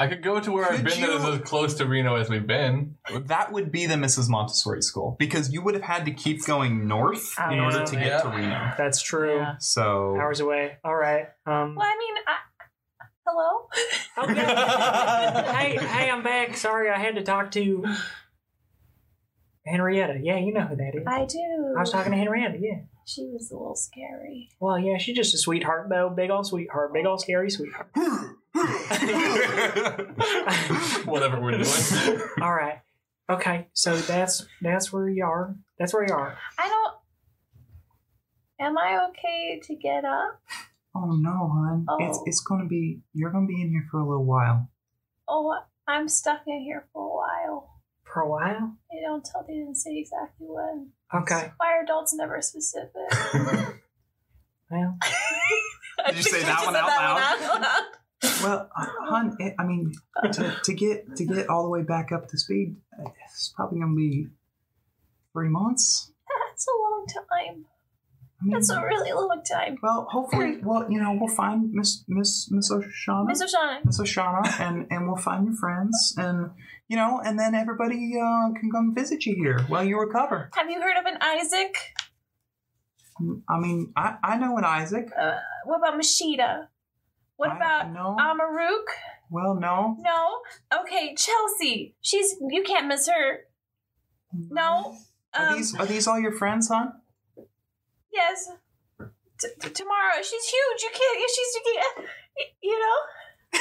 B: I could go to where I've
A: Could
B: been that is
A: you-
B: as close to Reno as we've been.
A: That would be the Mrs. Montessori school because you would have had to keep going north
D: Oh,
A: in
D: yeah.
A: order to get to
B: Yeah.
A: Reno.
D: That's true.
C: Yeah.
A: So
D: Hours away. All right. Um,
C: Well, I mean, I, hello.
D: okay. hey, hey, I'm back. Sorry, I had to talk to Henrietta. Yeah, you know who that is.
C: I do.
D: I was talking to Henrietta. Yeah.
C: She was a little scary.
D: Well, yeah, she's just a sweetheart though. Big old sweetheart. Big old scary sweetheart.
A: Oh,
B: Whatever we're doing.
D: All right. Okay. So that's that's where you are. That's where you are.
C: I don't. Am I okay to get up?
A: Oh no, hon. It's
C: Oh.
A: it's gonna be you're gonna be in here for a little while.
C: Oh, I'm stuck in here for a while.
D: For a while.
C: They don't tell. They didn't say exactly when.
D: Okay.
C: Why are adults never specific?
D: Well,
C: I
A: Did you
C: think
A: say
C: she
A: that
C: just
A: one
C: said
A: out
C: one out loud.
A: Well, uh, hon, it, I mean, to, to get to get all the way back up to speed, it's probably gonna be three months.
C: That's a long time. That's a really long time.
A: Well, hopefully, well, you know, we'll find Miss Miss Miss O'Shaughnessy.
C: Miss O'Shaughnessy.
A: Miss Oshana, and and we'll find your friends, and you know, and then everybody uh, can come visit you here while you recover.
C: Have you heard of an Isaac?
A: I mean, I I know an Isaac.
C: What about Mashida? What
A: I-
C: about um,
A: no?
C: Amaruk?
A: well, no,
C: No. Okay, Chelsea. She's you can't miss her. No.
A: Are
C: Um,
A: these are these all your friends, huh?
C: yes. T- t- tomorrow. She's huge. You can't. if She's you, can't, you know.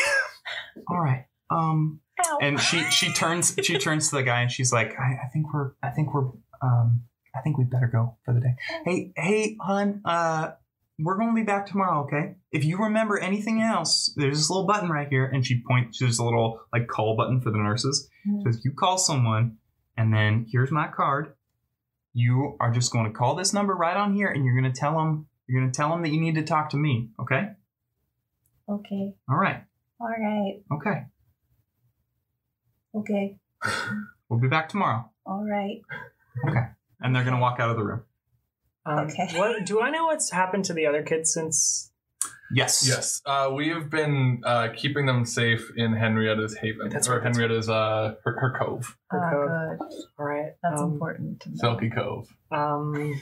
A: All right. Um,
C: Ow.
A: and she she turns she turns to the guy and she's like, I, I think we're I think we're um I think we better go for the day. Hey hey, hon, uh. We're going to be back tomorrow, okay? If you remember anything else, there's this little button right here, and she points. There's a little like call button for the nurses. says you call someone and then here's my card you are just going to call this number right on here and you're going to tell them you're going to tell them that you need to talk to me okay
C: okay.
A: all right
C: All right.
A: okay
C: Okay.
A: we'll be back tomorrow
C: All right.
A: and they're going to walk out of the room
D: Um,
C: Okay.
D: What do I know? What's happened to the other kids since?
A: yes
B: Yes, uh, we have been uh, keeping them safe in Henrietta's haven
D: That's
B: or
D: right, that's
B: Henrietta's uh, her, her cove,
D: Her
C: Ah, good.
D: All right. um,
C: important. To
B: Selkie Cove.
D: Um,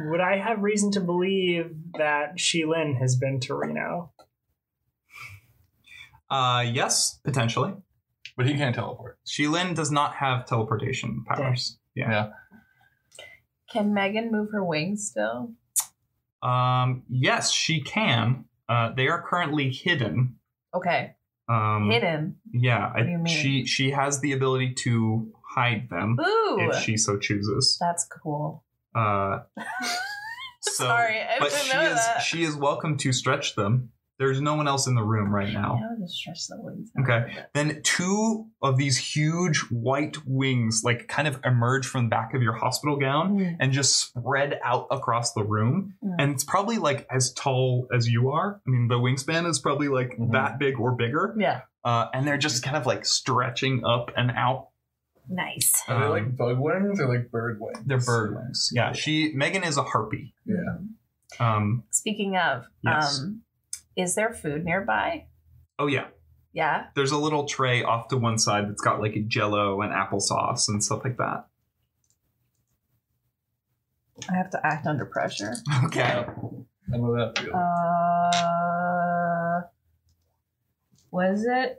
D: would I have reason to believe that Shi Lin has been to Reno?
A: uh yes potentially
B: But he can't teleport.
A: Sheilin does not have teleportation powers yeah
C: Can Megan move her wings still?
A: um yes she can uh they are currently hidden
C: Okay.
A: um
C: Hidden.
A: yeah
C: do you mean?
A: she she has the ability to hide them
C: Ooh.
A: if she so chooses
C: That's cool.
A: Uh, so,
C: Sorry, I
A: but
C: didn't
A: she
C: know
A: is
C: that.
A: she is welcome to stretch them. There's no one else in the room right now.
C: Now just stretch the wings.
A: Okay. Then two of these huge white wings like kind of emerge from the back of your hospital gown
C: Mm.
A: and just spread out across the room.
C: Mm.
A: And it's probably like as tall as you are. I mean, the wingspan is probably like
B: Mhm.
A: that big or bigger.
C: Yeah.
A: Uh, and they're just kind of like stretching up and out
C: Nice.
B: Are they
A: Um,
B: like bug wings or like bird wings?
A: They're bird wings. Yeah, she Megan is a harpy.
B: Yeah.
A: Um,
C: Speaking of,
A: Yes.
C: um, is there food nearby?
A: oh yeah,
C: Yeah.
A: there's a little tray off to one side that's got like a jello and applesauce and stuff like that.
C: I have to act under pressure.
A: Okay.
B: I know that feels.
C: Uh, what is it?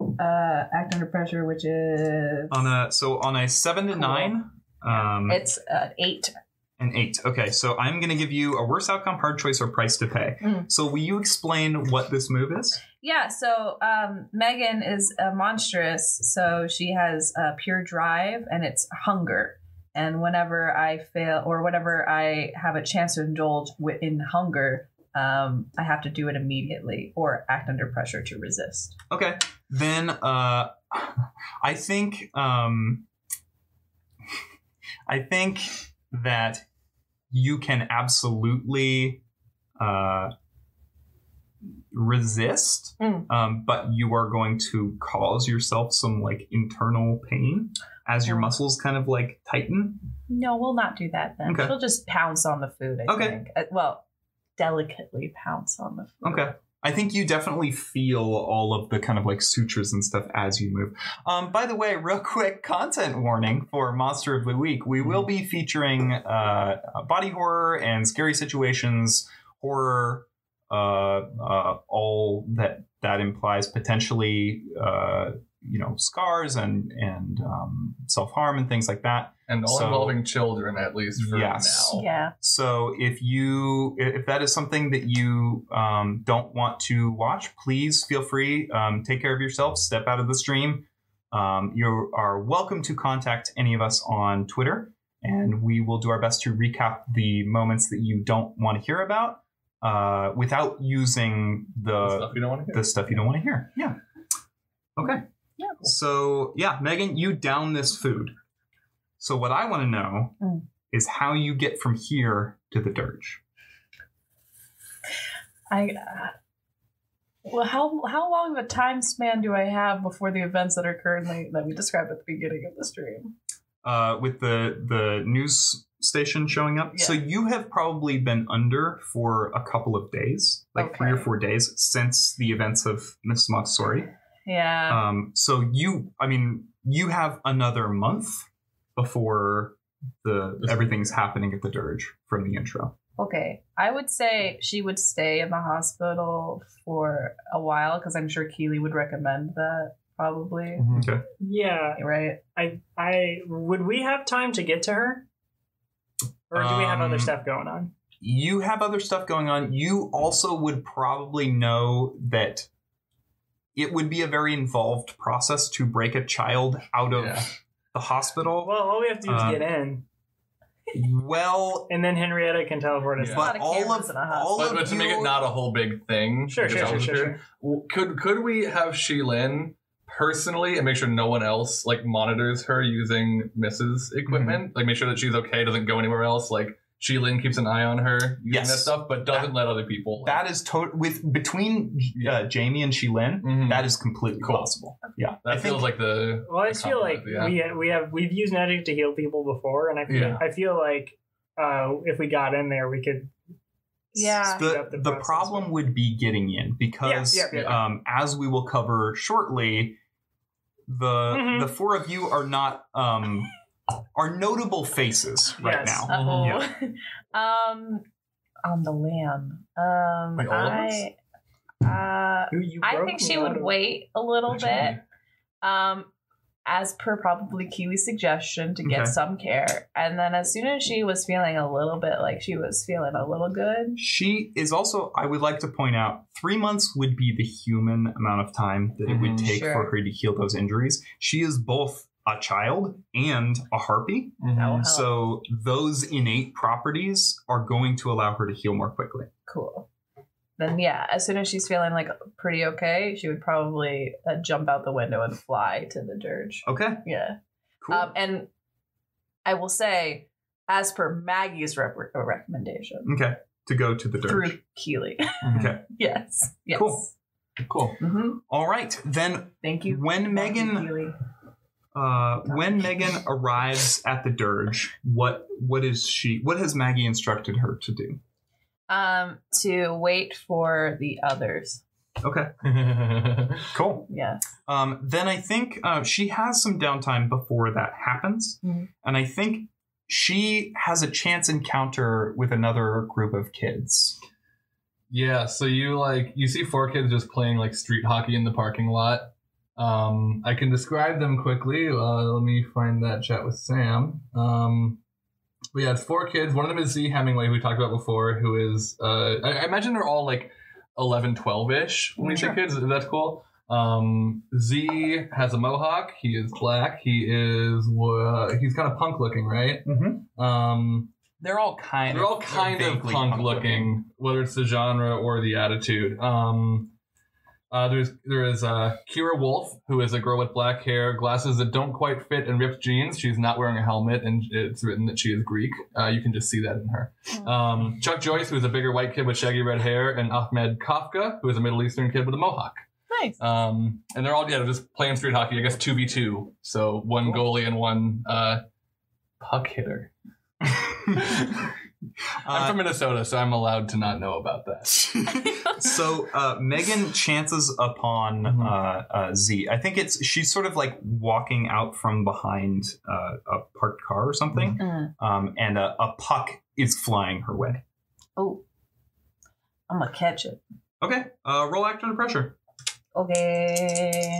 C: Uh, act under pressure, which is
A: On a so on a seven to
C: Cool.
A: nine, um,
C: it's uh, eight.
A: and eight. Okay, so I'm gonna give you a worse outcome, hard choice, or price to pay.
C: Mm.
A: So will you explain what this move is?
C: Yeah. So um, Megan is a monstrous, so she has uh, pure drive, and it's hunger. And whenever I fail, or whenever I have a chance to indulge wi- in hunger, um, I have to do it immediately or act under pressure to resist.
A: Okay, then uh, I think um, I think that you can absolutely uh, resist,
C: Mm.
A: um, but you are going to cause yourself some like internal pain as your
C: Mm.
A: muscles kind of like tighten.
C: No, we'll not do that then.
A: Okay.
C: She'll just pounce on the food. I
A: Okay.
C: think. Uh, well, delicately pounce on the food.
A: Okay. I think you definitely feel all of the kind of like sutures and stuff as you move. Um, by the way, real quick content warning for Monster of the Week. We will be featuring uh, body horror and scary situations, horror, uh, uh, all that that implies potentially, uh, you know, scars and and um, self harm and things like that.
B: And all
A: So-
B: involving children, at least for
A: Yes.
B: now.
C: Yeah.
A: So if you if that is something that you um, don't want to watch, please feel free. Um, take care of yourself. Step out of the stream. Um, you are welcome to contact any of us on Twitter, and we will do our best to recap the moments that you don't want to hear about uh, without using the
B: Stuff you don't want to hear.
A: Uh, the stuff you don't want to hear. Yeah. Okay.
C: Yeah.
A: So yeah, Megan, you down this food. So what I want to know
C: Mm.
A: is how you get from here to the dirge.
C: I. Uh, well, how how long of a time span do I have before the events that are currently that we described at the beginning of the stream?
A: Uh, with the the news station showing up.
C: Yeah.
A: So you have probably been under for a couple of days, like three or
C: Okay.
A: four days since the events of Miss Montessori.
B: Uh.
C: Yeah.
A: Um, so you, I mean, you have another month before the everything's happening at the dirge from the intro.
C: Okay. I would say she would stay in the hospital for a while because I'm sure Keely would recommend that probably.
D: Yeah,
B: Mm-hmm.
C: Right?
D: I I would we have time to get to her? Or do we have other
A: Um,
D: stuff going on?
A: You have other stuff going on. You also would probably know that it would be a very involved process to break a child out of
B: Yeah.
A: the hospital.
D: Well, all we have to do is
A: uh,
D: get in,
A: well
D: and then Henrietta can teleport us.
B: Yeah.
D: out.
C: lot
A: but
C: of
A: all
C: cameras
A: of
C: in a hospital.
A: all
B: But,
A: of
B: but to make it
A: you-
B: not a whole big thing.
D: Sure,
B: because
D: sure,
B: that
D: sure,
B: was
D: sure,
B: weird.
D: sure.
B: Well, Could could we have Sheilin personally and make sure no one else like monitors her using Mrs. equipment?
D: Mm-hmm.
B: Like make sure that she's okay, doesn't go anywhere else. Like Sheilin keeps an eye on her using
A: Yes.
B: that stuff, but doesn't let other people. like-
A: that is to- with between uh, Jamie and Shilin,
B: Mhm.
A: that is completely
B: Cool.
A: possible. Yeah,
B: That
A: I think-
B: feels like the
D: Well, I just feel like
B: Yeah.
D: we we have we've used magic to heal people before, and I feel,
B: Yeah.
D: I feel like uh, if we got in there, we could.
C: Yeah.
D: speed
A: the,
D: up
A: the,
D: process.
A: problem would be getting in because
D: Yeah, yeah,
B: yeah.
A: Um, as we will cover shortly the
D: Mhm.
A: the four of you are not um are notable faces right
D: Yes.
A: now
C: Oh.
B: Mm-hmm,
C: um, on the lamb. Um,
B: Wait, all of
C: I. Uh,
D: You- you
C: I
D: broke
C: think
D: me
C: she
D: out
C: would
D: of-
C: wait a little
B: Good
C: bit, um, as per probably Keely's suggestion to get
A: Okay.
C: some care. And then as soon as she was feeling a little bit like she was feeling a little good,
A: she is also i would like to point out three months would be the human amount of time that it would
B: Mhm.
A: take for
C: Sure.
A: her to heal those injuries she is both a child and a harpy
C: that
B: mm-hmm.
D: Oh.
C: will help.
A: so those innate properties are going to allow her to heal more quickly
C: cool. Then yeah, as soon as she's feeling like pretty okay, she would probably uh, jump out the window and fly to the dirge.
A: okay
C: Yeah.
A: Oh, cool
C: Um, and I will say, as per Maggie's rep- uh, recommendation
A: okay to go to the dirt
C: through Keely.
A: Okay.
C: yes. Yes.
A: Cool. Cool.
C: Mhm.
A: All right. Then
C: Thank you.
A: when
C: Thank you,
A: Megan
C: Keely.
A: uh, when Megan arrives at the dirge, what what is she what has Maggie instructed her to do?
C: um to wait for the others
A: Okay. Cool.
C: yes
A: Um, then I think uh, she has some downtime before that happens,
C: Mhm.
A: and I think she has a chance encounter with another group of kids.
B: Yeah, so you like you see four kids just playing like street hockey in the parking lot. Um, I can describe them quickly. Uh, let me find that chat with Sam. Um, but yeah, it's four kids. One of them is Z Hemingway, who we talked about before, who is uh, I, I imagine they're all like 11, 12 ish when we
A: Sure.
B: say kids. That's cool. Um, Z has a mohawk. He is black. He is uh, he's kind of punk looking, right?
A: Mhm.
B: Um,
A: They're all kind.
B: they're all kind of
A: vaguely
B: punk looking, whether it's the genre or the attitude. Um, uh, there's there is uh, Kira Wolf, who is a girl with black hair, glasses that don't quite fit, and ripped jeans. She's not wearing a helmet, and it's written that she is Greek. Uh, you can just see that in her. Um, Chuck Joyce, who is a bigger white kid with shaggy red hair, and Ahmed Kafka, who is a Middle Eastern kid with a mohawk.
C: nice
B: Um, and they're all yeah, they're just playing street hockey. I guess two v two, so one goalie and one uh, puck hitter. I'm
A: Uh,
B: from Minnesota, so I'm allowed to not know about that.
A: so uh, Megan chances upon uh, uh, Z. I think it's she's sort of like walking out from behind uh, a parked car or something,
C: Mm.
A: um, and a, a puck is flying her way.
C: oh i'm gonna catch it
A: Okay, uh, roll act under pressure.
C: okay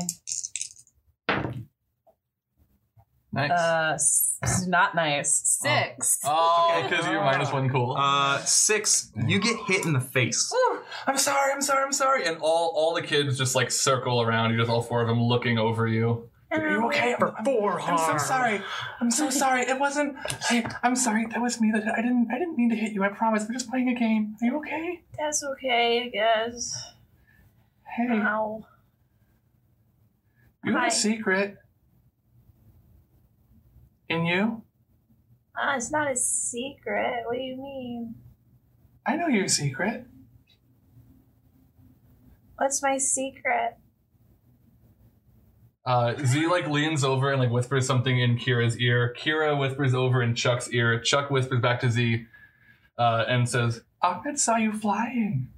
B: Nice.
C: uh s- s- not nice six
B: oh, because you're minus one cool.
A: Uh, six, you get hit in the face.
B: Whew. I'm sorry. I'm sorry. I'm sorry. And all all the kids just like circle around you, just all four of them looking over you. Are you okay? I'm,
D: For four
B: I'm so
D: harm.
B: sorry. I'm so sorry. It wasn't. I, I'm sorry. That was me. That I didn't. I didn't mean to hit you. I promise. We're just playing a game. Are you okay?
C: that's okay i guess
B: Hey,
C: ow
B: you have
C: Uh, Hi.
B: a secret. In you,
C: uh, it's not a secret what do you mean
B: I know your secret.
C: what's my secret
B: Uh, Z like leans over and like whispers something in Kira's ear. Kira whispers over in Chuck's ear. Chuck whispers back to Z uh, and says, Ahmed saw you flying.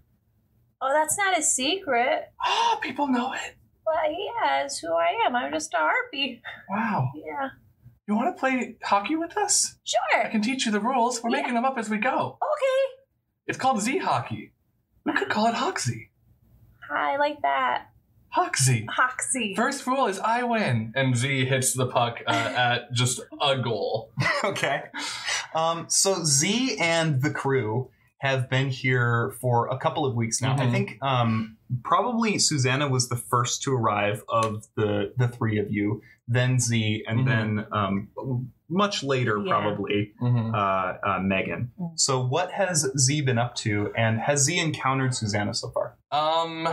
C: Oh, that's not a secret.
B: Ah, people know it.
C: Well, yeah, it's who I am. I'm just a harpy.
B: Wow.
C: Yeah.
B: You want to play hockey with us? I
C: Sure.
B: can teach you the rules. We're making them up as we go.
C: Okay.
B: It's called Z hockey. We could call it Hoxie.
C: I like that.
B: Hoxie.
C: Hoxie.
B: First rule is I win. And Z hits the puck uh, at just a goal.
A: okay. Um, so Z and the crew have been here for a couple of weeks now. I
B: Mhm.
A: think um, probably Susanna was the first to arrive of the the three of you, then Z, and
B: Mhm.
A: then um, much later
C: Yeah.
A: probably
B: Mm-hmm.
A: uh, uh, Megan.
C: Mm.
A: So what has Z been up to, and has Z encountered Susanna so far?
B: Um,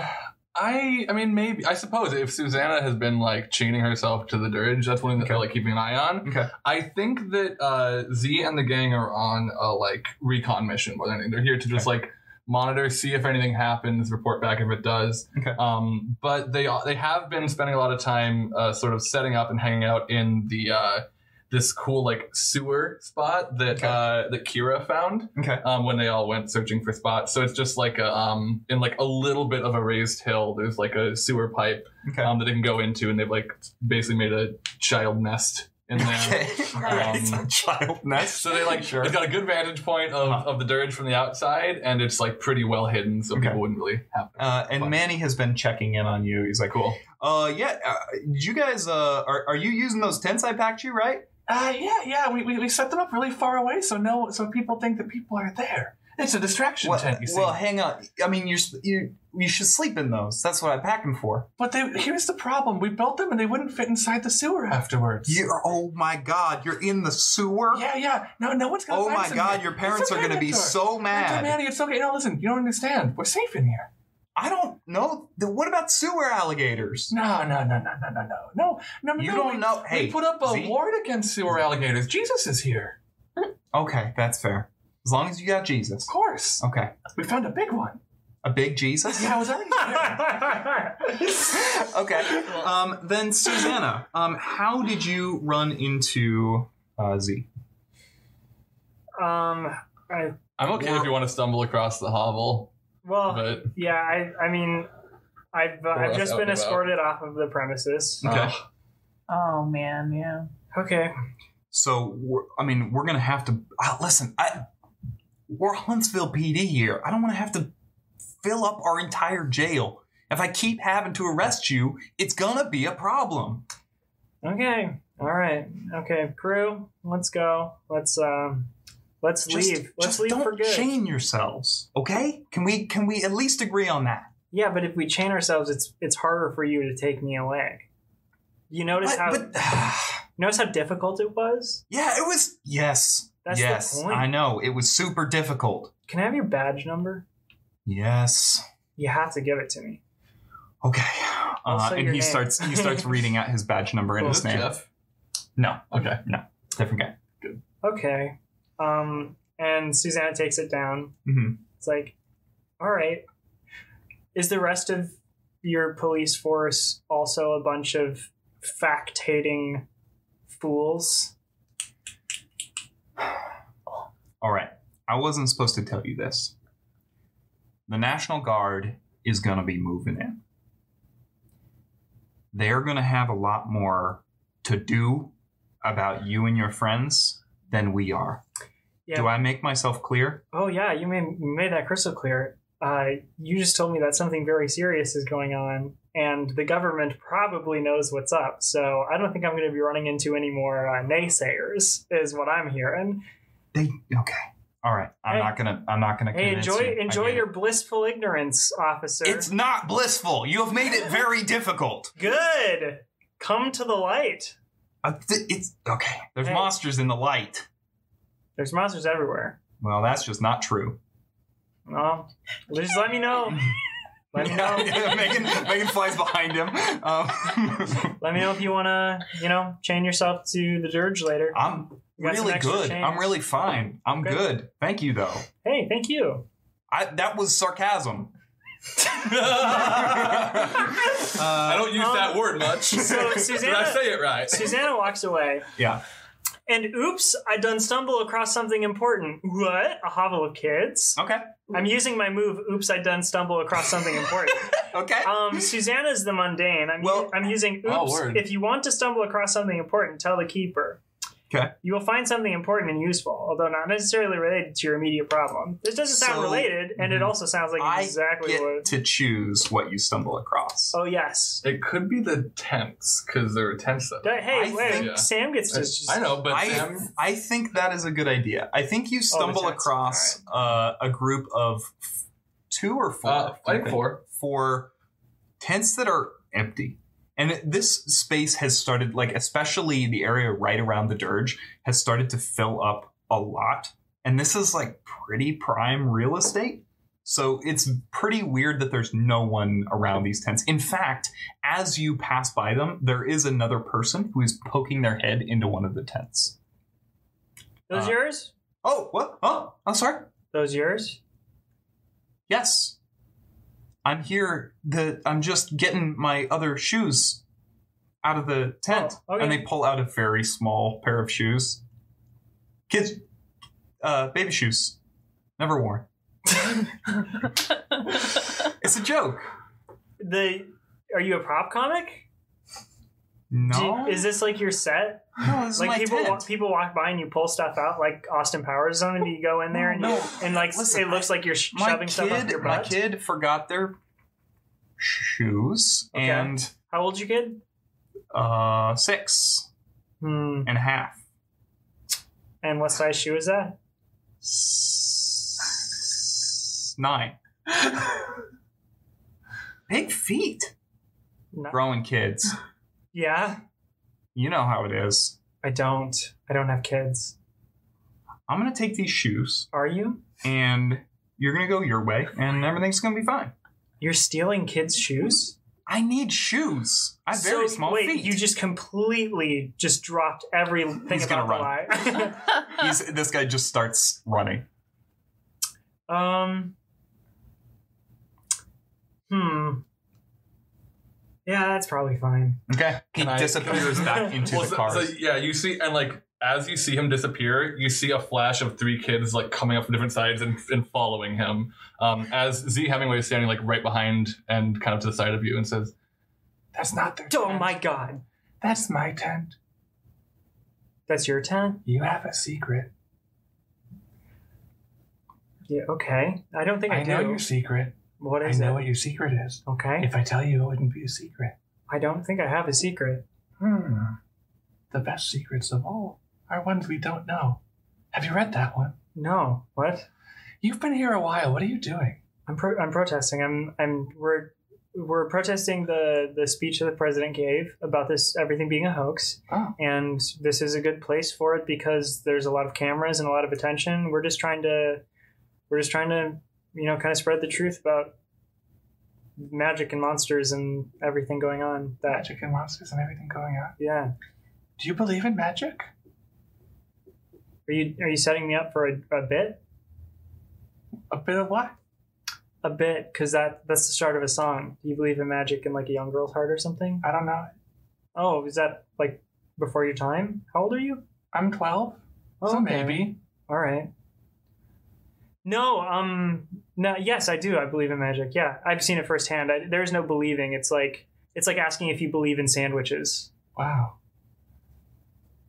B: I I mean maybe I suppose if Susanna has been like chaining herself to the dirge, that's one thing that they're like keeping an eye on.
A: Okay.
B: I think that uh, Z and the gang are on a like recon mission more than anything. They're here to just like monitor, see if anything happens, report back if it does.
A: Okay.
B: Um, but they they have been spending a lot of time uh, sort of setting up and hanging out in the uh, this cool like sewer spot that
A: Okay.
B: uh, that Kira found
A: Okay.
B: um, when they all went searching for spots. So it's just like a um, in like a little bit of a raised hill. There's like a sewer pipe
A: Okay.
B: um, that they can go into, and they've like basically made a child nest in there.
A: Okay. All right. It's a
B: Um,
A: child nest.
B: So they like
A: Sure.
B: it's got a good vantage point of,
A: Uh-huh.
B: of the dirge from the outside, and it's like pretty well hidden, so
A: Okay.
B: people wouldn't really have.
A: Uh, and
B: Fun.
A: Manny has been checking in on you. He's like,
B: Cool.
A: Uh, yeah. Uh, you guys, uh, are, are you using those tents I packed you, right?
B: Uh, yeah, yeah. We, we, we set them up really far away, so no, so people think that people are there. It's a distraction
A: Well, well, hang on. I mean, you're sp- you you should sleep in those. That's what I packed them for.
B: But they, here's the problem: we built them, and they wouldn't fit inside the sewer afterwards.
A: You're, oh my God, you're in the sewer.
B: Yeah, yeah. No, no one's gonna.
A: oh
B: find
A: my
B: us in
A: God,
B: here.
A: your parents
B: It's
A: are
B: okay,
A: going to be
B: Mentor.
A: so
B: Mentor
A: mad.
B: Manny, it's okay. No, listen, you don't understand. We're safe in here.
A: I don't know. Th- What about sewer alligators?
B: No, no, no, no, no, no, no, no, no. no,
A: You
B: no,
A: don't
B: we,
A: know. Hey,
B: we put up a
A: Z?
B: ward against sewer alligators. Jesus is here,
A: okay, that's fair. As long as you got Jesus.
B: of course.
A: Okay,
B: We found a big one.
A: a big Jesus.
B: Yeah, I was already there.
A: okay. Um, then Susanna, um, how did you run into uh, Z?
D: um, I
B: I'm
A: okay if you
B: want to stumble across the hovel, Oh.
D: well, yeah, I I mean, I've uh, I've
B: us
D: just
B: out
D: been
B: and about.
D: escorted off of the premises.
B: uh,
A: Okay.
C: Oh man, yeah.
D: Okay,
A: So we're, I mean, we're gonna have to uh, listen. I, we're Huntsville PD here. I don't want to have to fill up our entire jail. If I keep having to arrest you, it's gonna be a problem.
D: okay, all right, okay, crew, let's go. Let's um, let's
A: Just-
D: leave. Let's
A: just
D: leave
A: don't
D: for good.
A: chain yourselves, okay? Can we can we at least agree on that?
D: Yeah, but if we chain ourselves, it's it's harder for you to take me away. You notice
A: But,
D: how
A: but-
D: notice how difficult it was.
A: yeah, it was yes,
D: That's the
A: yes.
D: point.
A: I know it was super difficult.
D: Can I have your badge number?
A: Yes.
D: You have to give it to me.
A: Okay. Uh,
D: Also
A: and
D: your
A: he
D: name.
A: starts he starts reading out his badge number and his name.
B: oh, Jeff.
A: No,
B: Okay.
A: different guy.
D: Okay. Um, and Susanna takes it down.
A: hmm
D: It's like, all right. Is the rest of your police force also a bunch of fact hating fools?
A: All right. I wasn't supposed to tell you this. The National Guard is going to be moving in. They're going to have a lot more to do about you and your friends than we are.
D: Yeah.
A: Do I make myself clear?
D: oh yeah, you made made that crystal clear. Uh, you just told me that something very serious is going on, and the government probably knows what's up. So I don't think I'm going to be running into any more uh, naysayers, is what I'm hearing.
A: They okay. All right. I'm
D: Hey.
A: not going to I'm not going to
D: Hey, enjoy enjoy your blissful ignorance, officer.
A: It's not blissful. You have made it very difficult.
D: Good. Come to the light.
A: Uh, th- it's okay. There's
D: Hey.
A: monsters in the light.
D: There's monsters everywhere.
A: Well, that's just not true.
D: Well, just let me know. Let me know.
A: Megan, Megan flies behind him. Um,
D: Let me know if you wanna, you know, chain yourself to the dirge later.
A: I'm
D: You got some
A: really
D: extra
A: good.
D: change?
A: I'm really fine. I'm
D: Okay.
A: good. Thank you, though.
D: Hey, thank you.
A: I, that was sarcasm.
B: I
A: Uh,
B: don't use that word much.
D: Um, so
B: Did I
D: Susanna-
B: say it right?
D: Susanna walks away.
A: yeah.
D: And oops, I done stumble across something important. What? A hovel of kids?
A: Okay.
D: I'm using my move. Oops, I done stumble across something important.
A: Okay.
D: um, Susanna's the mundane. I'm,
A: Well-
D: I'm using oops.
B: Oh, word.
D: if you want to stumble across something important, tell the keeper.
A: Okay.
D: You will find something important and useful, although not necessarily related to your immediate problem. This doesn't sound
A: So-
D: related,
B: mm-hmm.
D: and it also sounds like
A: I
D: exactly
A: Get
D: what.
A: to choose what you stumble across.
D: Oh yes.
B: It could be the tents because there are tents. Though.
D: That- hey,
A: I
D: wait.
B: think- Yeah.
D: Sam gets to.
B: I know, but
A: I,
B: Sam,
A: I think that is a good idea. I think
D: Oh,
A: you stumble
D: that's-
A: across uh, a group of f- two or four.
B: uh, I think
A: Okay.
B: four.
A: for tents that are empty. And it- this space has started, like, especially the area right around the Dirge, has started to fill up a lot. And this is, like, pretty prime real estate. So it's pretty weird that there's no one around these tents. In fact, as you pass by them, there is another person who is poking their head into one of the tents.
D: Those
A: Uh,
D: yours?
A: Oh, what? Oh, I'm sorry.
D: Those yours?
A: Yes. I'm here. The I'm just getting my other shoes out of the tent.
D: Oh, okay.
A: And they pull out a very small pair of shoes. Kids uh baby shoes. Never worn. It's a joke.
D: The are you a prop comic? Do you-
A: No.
D: is this like your set?
A: no, this is
D: like
A: my
D: people
A: tent.
D: wa- people walk by and you pull stuff out like Austin Powers on and you go in there and you,
A: No.
D: and like
A: Listen,
D: it looks like you're sh-
A: my
D: shoving stuff up
A: kid
D: your
A: my
D: butt.
A: kid forgot their shoes
D: Okay.
A: and
D: How old's your kid?
A: uh six
D: Hmm.
A: and a half.
D: And what size shoe is that?
A: S- Nine. Big feet.
D: No.
A: Growing kids.
D: Yeah,
A: You know how it is.
D: I don't. I don't have kids.
A: I'm going to take these shoes
D: Are you?
A: and you're going to go your way and everything's going to be fine.
D: You're stealing kids' shoes?
A: I need shoes. I have
D: So,
A: very small
D: wait,
A: feet.
D: You just completely just dropped everything
A: He's
D: about
A: gonna
D: the lie.
A: He's, this guy just starts running.
D: Um. Hmm. Yeah, that's probably fine.
A: Okay. He
B: Can I-
A: disappears back into
B: Well,
A: the
B: so-
A: cars.
B: so, yeah, you see, and like as you see him disappear, you see a flash of three kids like coming up from different sides and, and following him. Um, as Z Hemingway is standing like right behind and kind of to the side of you and says, "That's not their.
D: Oh
B: tent.
D: my god,
B: That's my tent.
D: that's your ten.
B: You have a secret.
D: Yeah. Okay. I don't think I, do.
B: secret.
D: What is it?
B: your secret is.
D: okay.
B: I tell you, it wouldn't be a secret.
D: I don't think I have a secret.
B: Hmm. The best secrets of all are ones we don't know. Have you read that one?
D: No. What?
B: You've been here a while. What are you doing?
D: I'm pro- I'm protesting. I'm I'm we're we're protesting the the speech that the president gave about this everything being a hoax.
B: Oh.
D: And this is a good place for it because there's a lot of cameras and a lot of attention. We're just trying to we're just trying to you know kind of spread the truth about magic and monsters and everything going on. That
B: Magic and monsters and everything going on.
D: yeah.
B: Do you believe in magic?
D: Are you are you setting me up for a, a bit?
B: A bit of what?
D: A bit because that that's the start of a song. Do you believe in magic in like a young girl's heart or something?
B: I don't know.
D: Oh, is that like before your time? How old are you?
B: I'm 12,
D: Oh,
B: so
D: okay.
B: maybe.
D: All right. No, um, no. Yes, I do. I believe in magic. Yeah, I've seen it firsthand. I, there's no believing. It's like it's like asking if you believe in sandwiches.
B: Wow.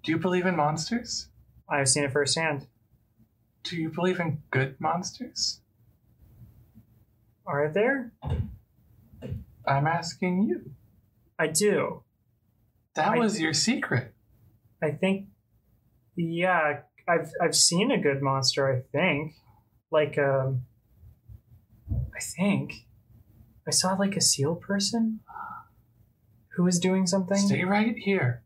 B: Do you believe in monsters?
D: I've seen it firsthand.
B: Do you believe in good monsters?
D: Are there?
B: I'm asking you.
D: I do.
B: That
D: I-
B: was your secret.
D: I think. Yeah, I've I've seen a good monster. I think, like um. I think, I saw like a seal person. Who was doing something?
B: Stay right here.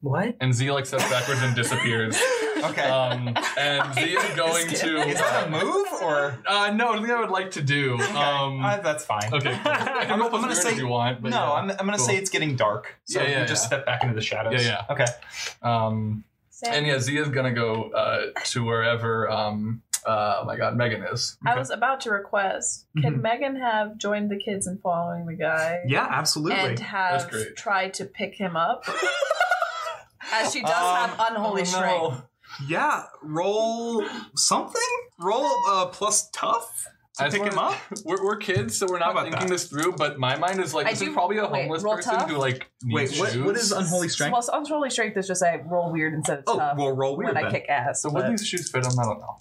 D: What?
B: And Z like steps backwards and disappears.
A: okay.
B: Um, and Z is going to.
A: is that a move or?
B: Uh, no, I think I would like to do. Um,
A: Uh, that's fine.
B: okay. I
A: I'm
B: can roll plus
A: gonna
B: weird
A: say-
B: if you want. but
A: No,
B: yeah.
A: I'm, I'm going to
B: Cool.
A: say it's getting dark. So
B: Yeah, yeah,
A: you just
B: yeah.
A: step back into the shadows.
B: Yeah,
A: yeah. Okay.
B: Um,
C: Sam,
B: and yeah, Z is gonna go uh, to wherever um, Uh, oh my God, Megan is.
C: I was about to request can
A: Mhm.
C: Megan have joined the kids in following the guy?
A: Yeah, absolutely.
C: And have
B: great.
C: tried to pick him up as she does
A: Um,
B: Oh,
C: have unholy strength.
A: yeah, roll something. Roll uh, plus tough to
B: I just
A: pick him up.
B: wanna- We're, we're kids, so we're
A: How
B: not
A: about
B: thinking
A: that?
B: this through. But my mind is like,
C: I
B: this
C: do-
B: is probably a
C: wait,
B: homeless
C: roll
B: person
C: tough?
B: who like needs
A: Wait, what, what
B: shoes.
A: is unholy strength?
C: Well, so unholy strength is just I roll weird instead of
A: oh,
C: tough
A: well, roll weird
C: when I
A: then.
C: kick ass.
B: So
C: but-
B: what do these shoes fit on? I don't know.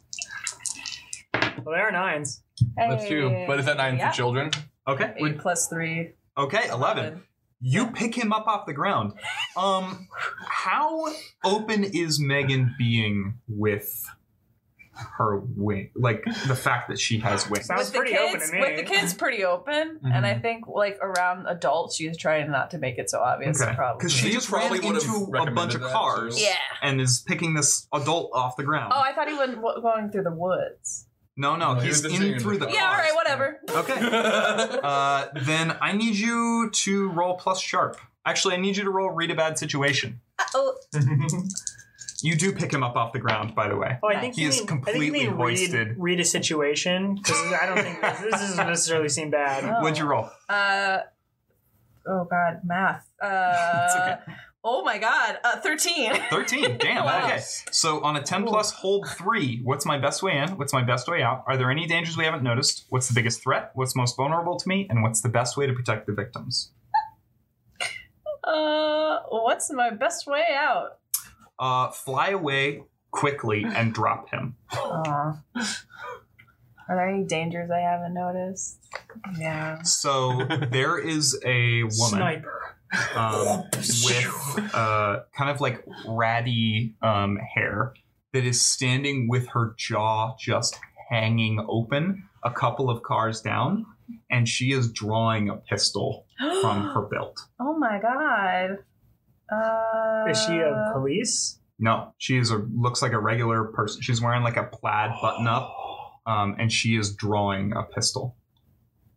D: Well, there are nines.
B: That's true. But is that nine
C: Yeah.
B: for children?
A: Okay,
C: Eight plus three.
A: okay, eleven. You pick him up off the ground. Um, how open is Megan being with her wing? Like the fact that she has wings.
D: Sounds
C: with the
D: pretty
C: kids,
D: open to me.
C: with the kids, pretty open, and
B: Mm-hmm.
C: I think like around adults, she's trying not to make it so obvious.
A: Okay.
C: Probably.
A: Because she
B: You
A: just ran
B: probably would've
A: into a
B: recommended
A: bunch of
B: that,
A: cars
B: too.
C: yeah.
A: and is picking this adult off the ground.
C: Oh, I thought he was w- going through the woods.
A: no, no,
B: No, he
A: he's
B: was just
A: in
B: in
A: through the
B: the
C: Yeah. All
A: cars.
C: right. Whatever.
A: Okay. Uh, then I need you to roll plus sharp. Actually, I need you to roll read a bad situation.
C: Oh,
A: you do pick him up off the ground, by the way.
D: Oh, I think
A: He
D: you
A: is
D: mean, I
A: completely
D: think you mean
A: hoisted.
D: Read, read a situation because I don't think this, this doesn't necessarily seem bad.
C: Oh.
A: What'd you roll?
C: uh, oh God, math. Uh,
A: It's
C: oh my God, uh, thirteen.
A: 13. Damn.
C: Wow.
A: Okay. So on a 10 plus hold three, what's my best way in? What's my best way out? Are there any dangers we haven't noticed? What's the biggest threat? What's most vulnerable to me? And what's the best way to protect the victims?
C: Uh, what's my best way out?
A: Uh, fly away quickly and drop him.
C: Aw. Are there any dangers I haven't noticed? Yeah.
A: So there is a woman.
D: Sniper.
A: um, with uh, kind of like ratty um, hair that is standing with her jaw just hanging open a couple of cars down, and she is drawing a pistol from her belt.
C: Oh my god. Uh,
D: Is she a police?
A: No, she is a looks like a regular person. She's wearing like a plaid button up, um, and she is drawing a pistol.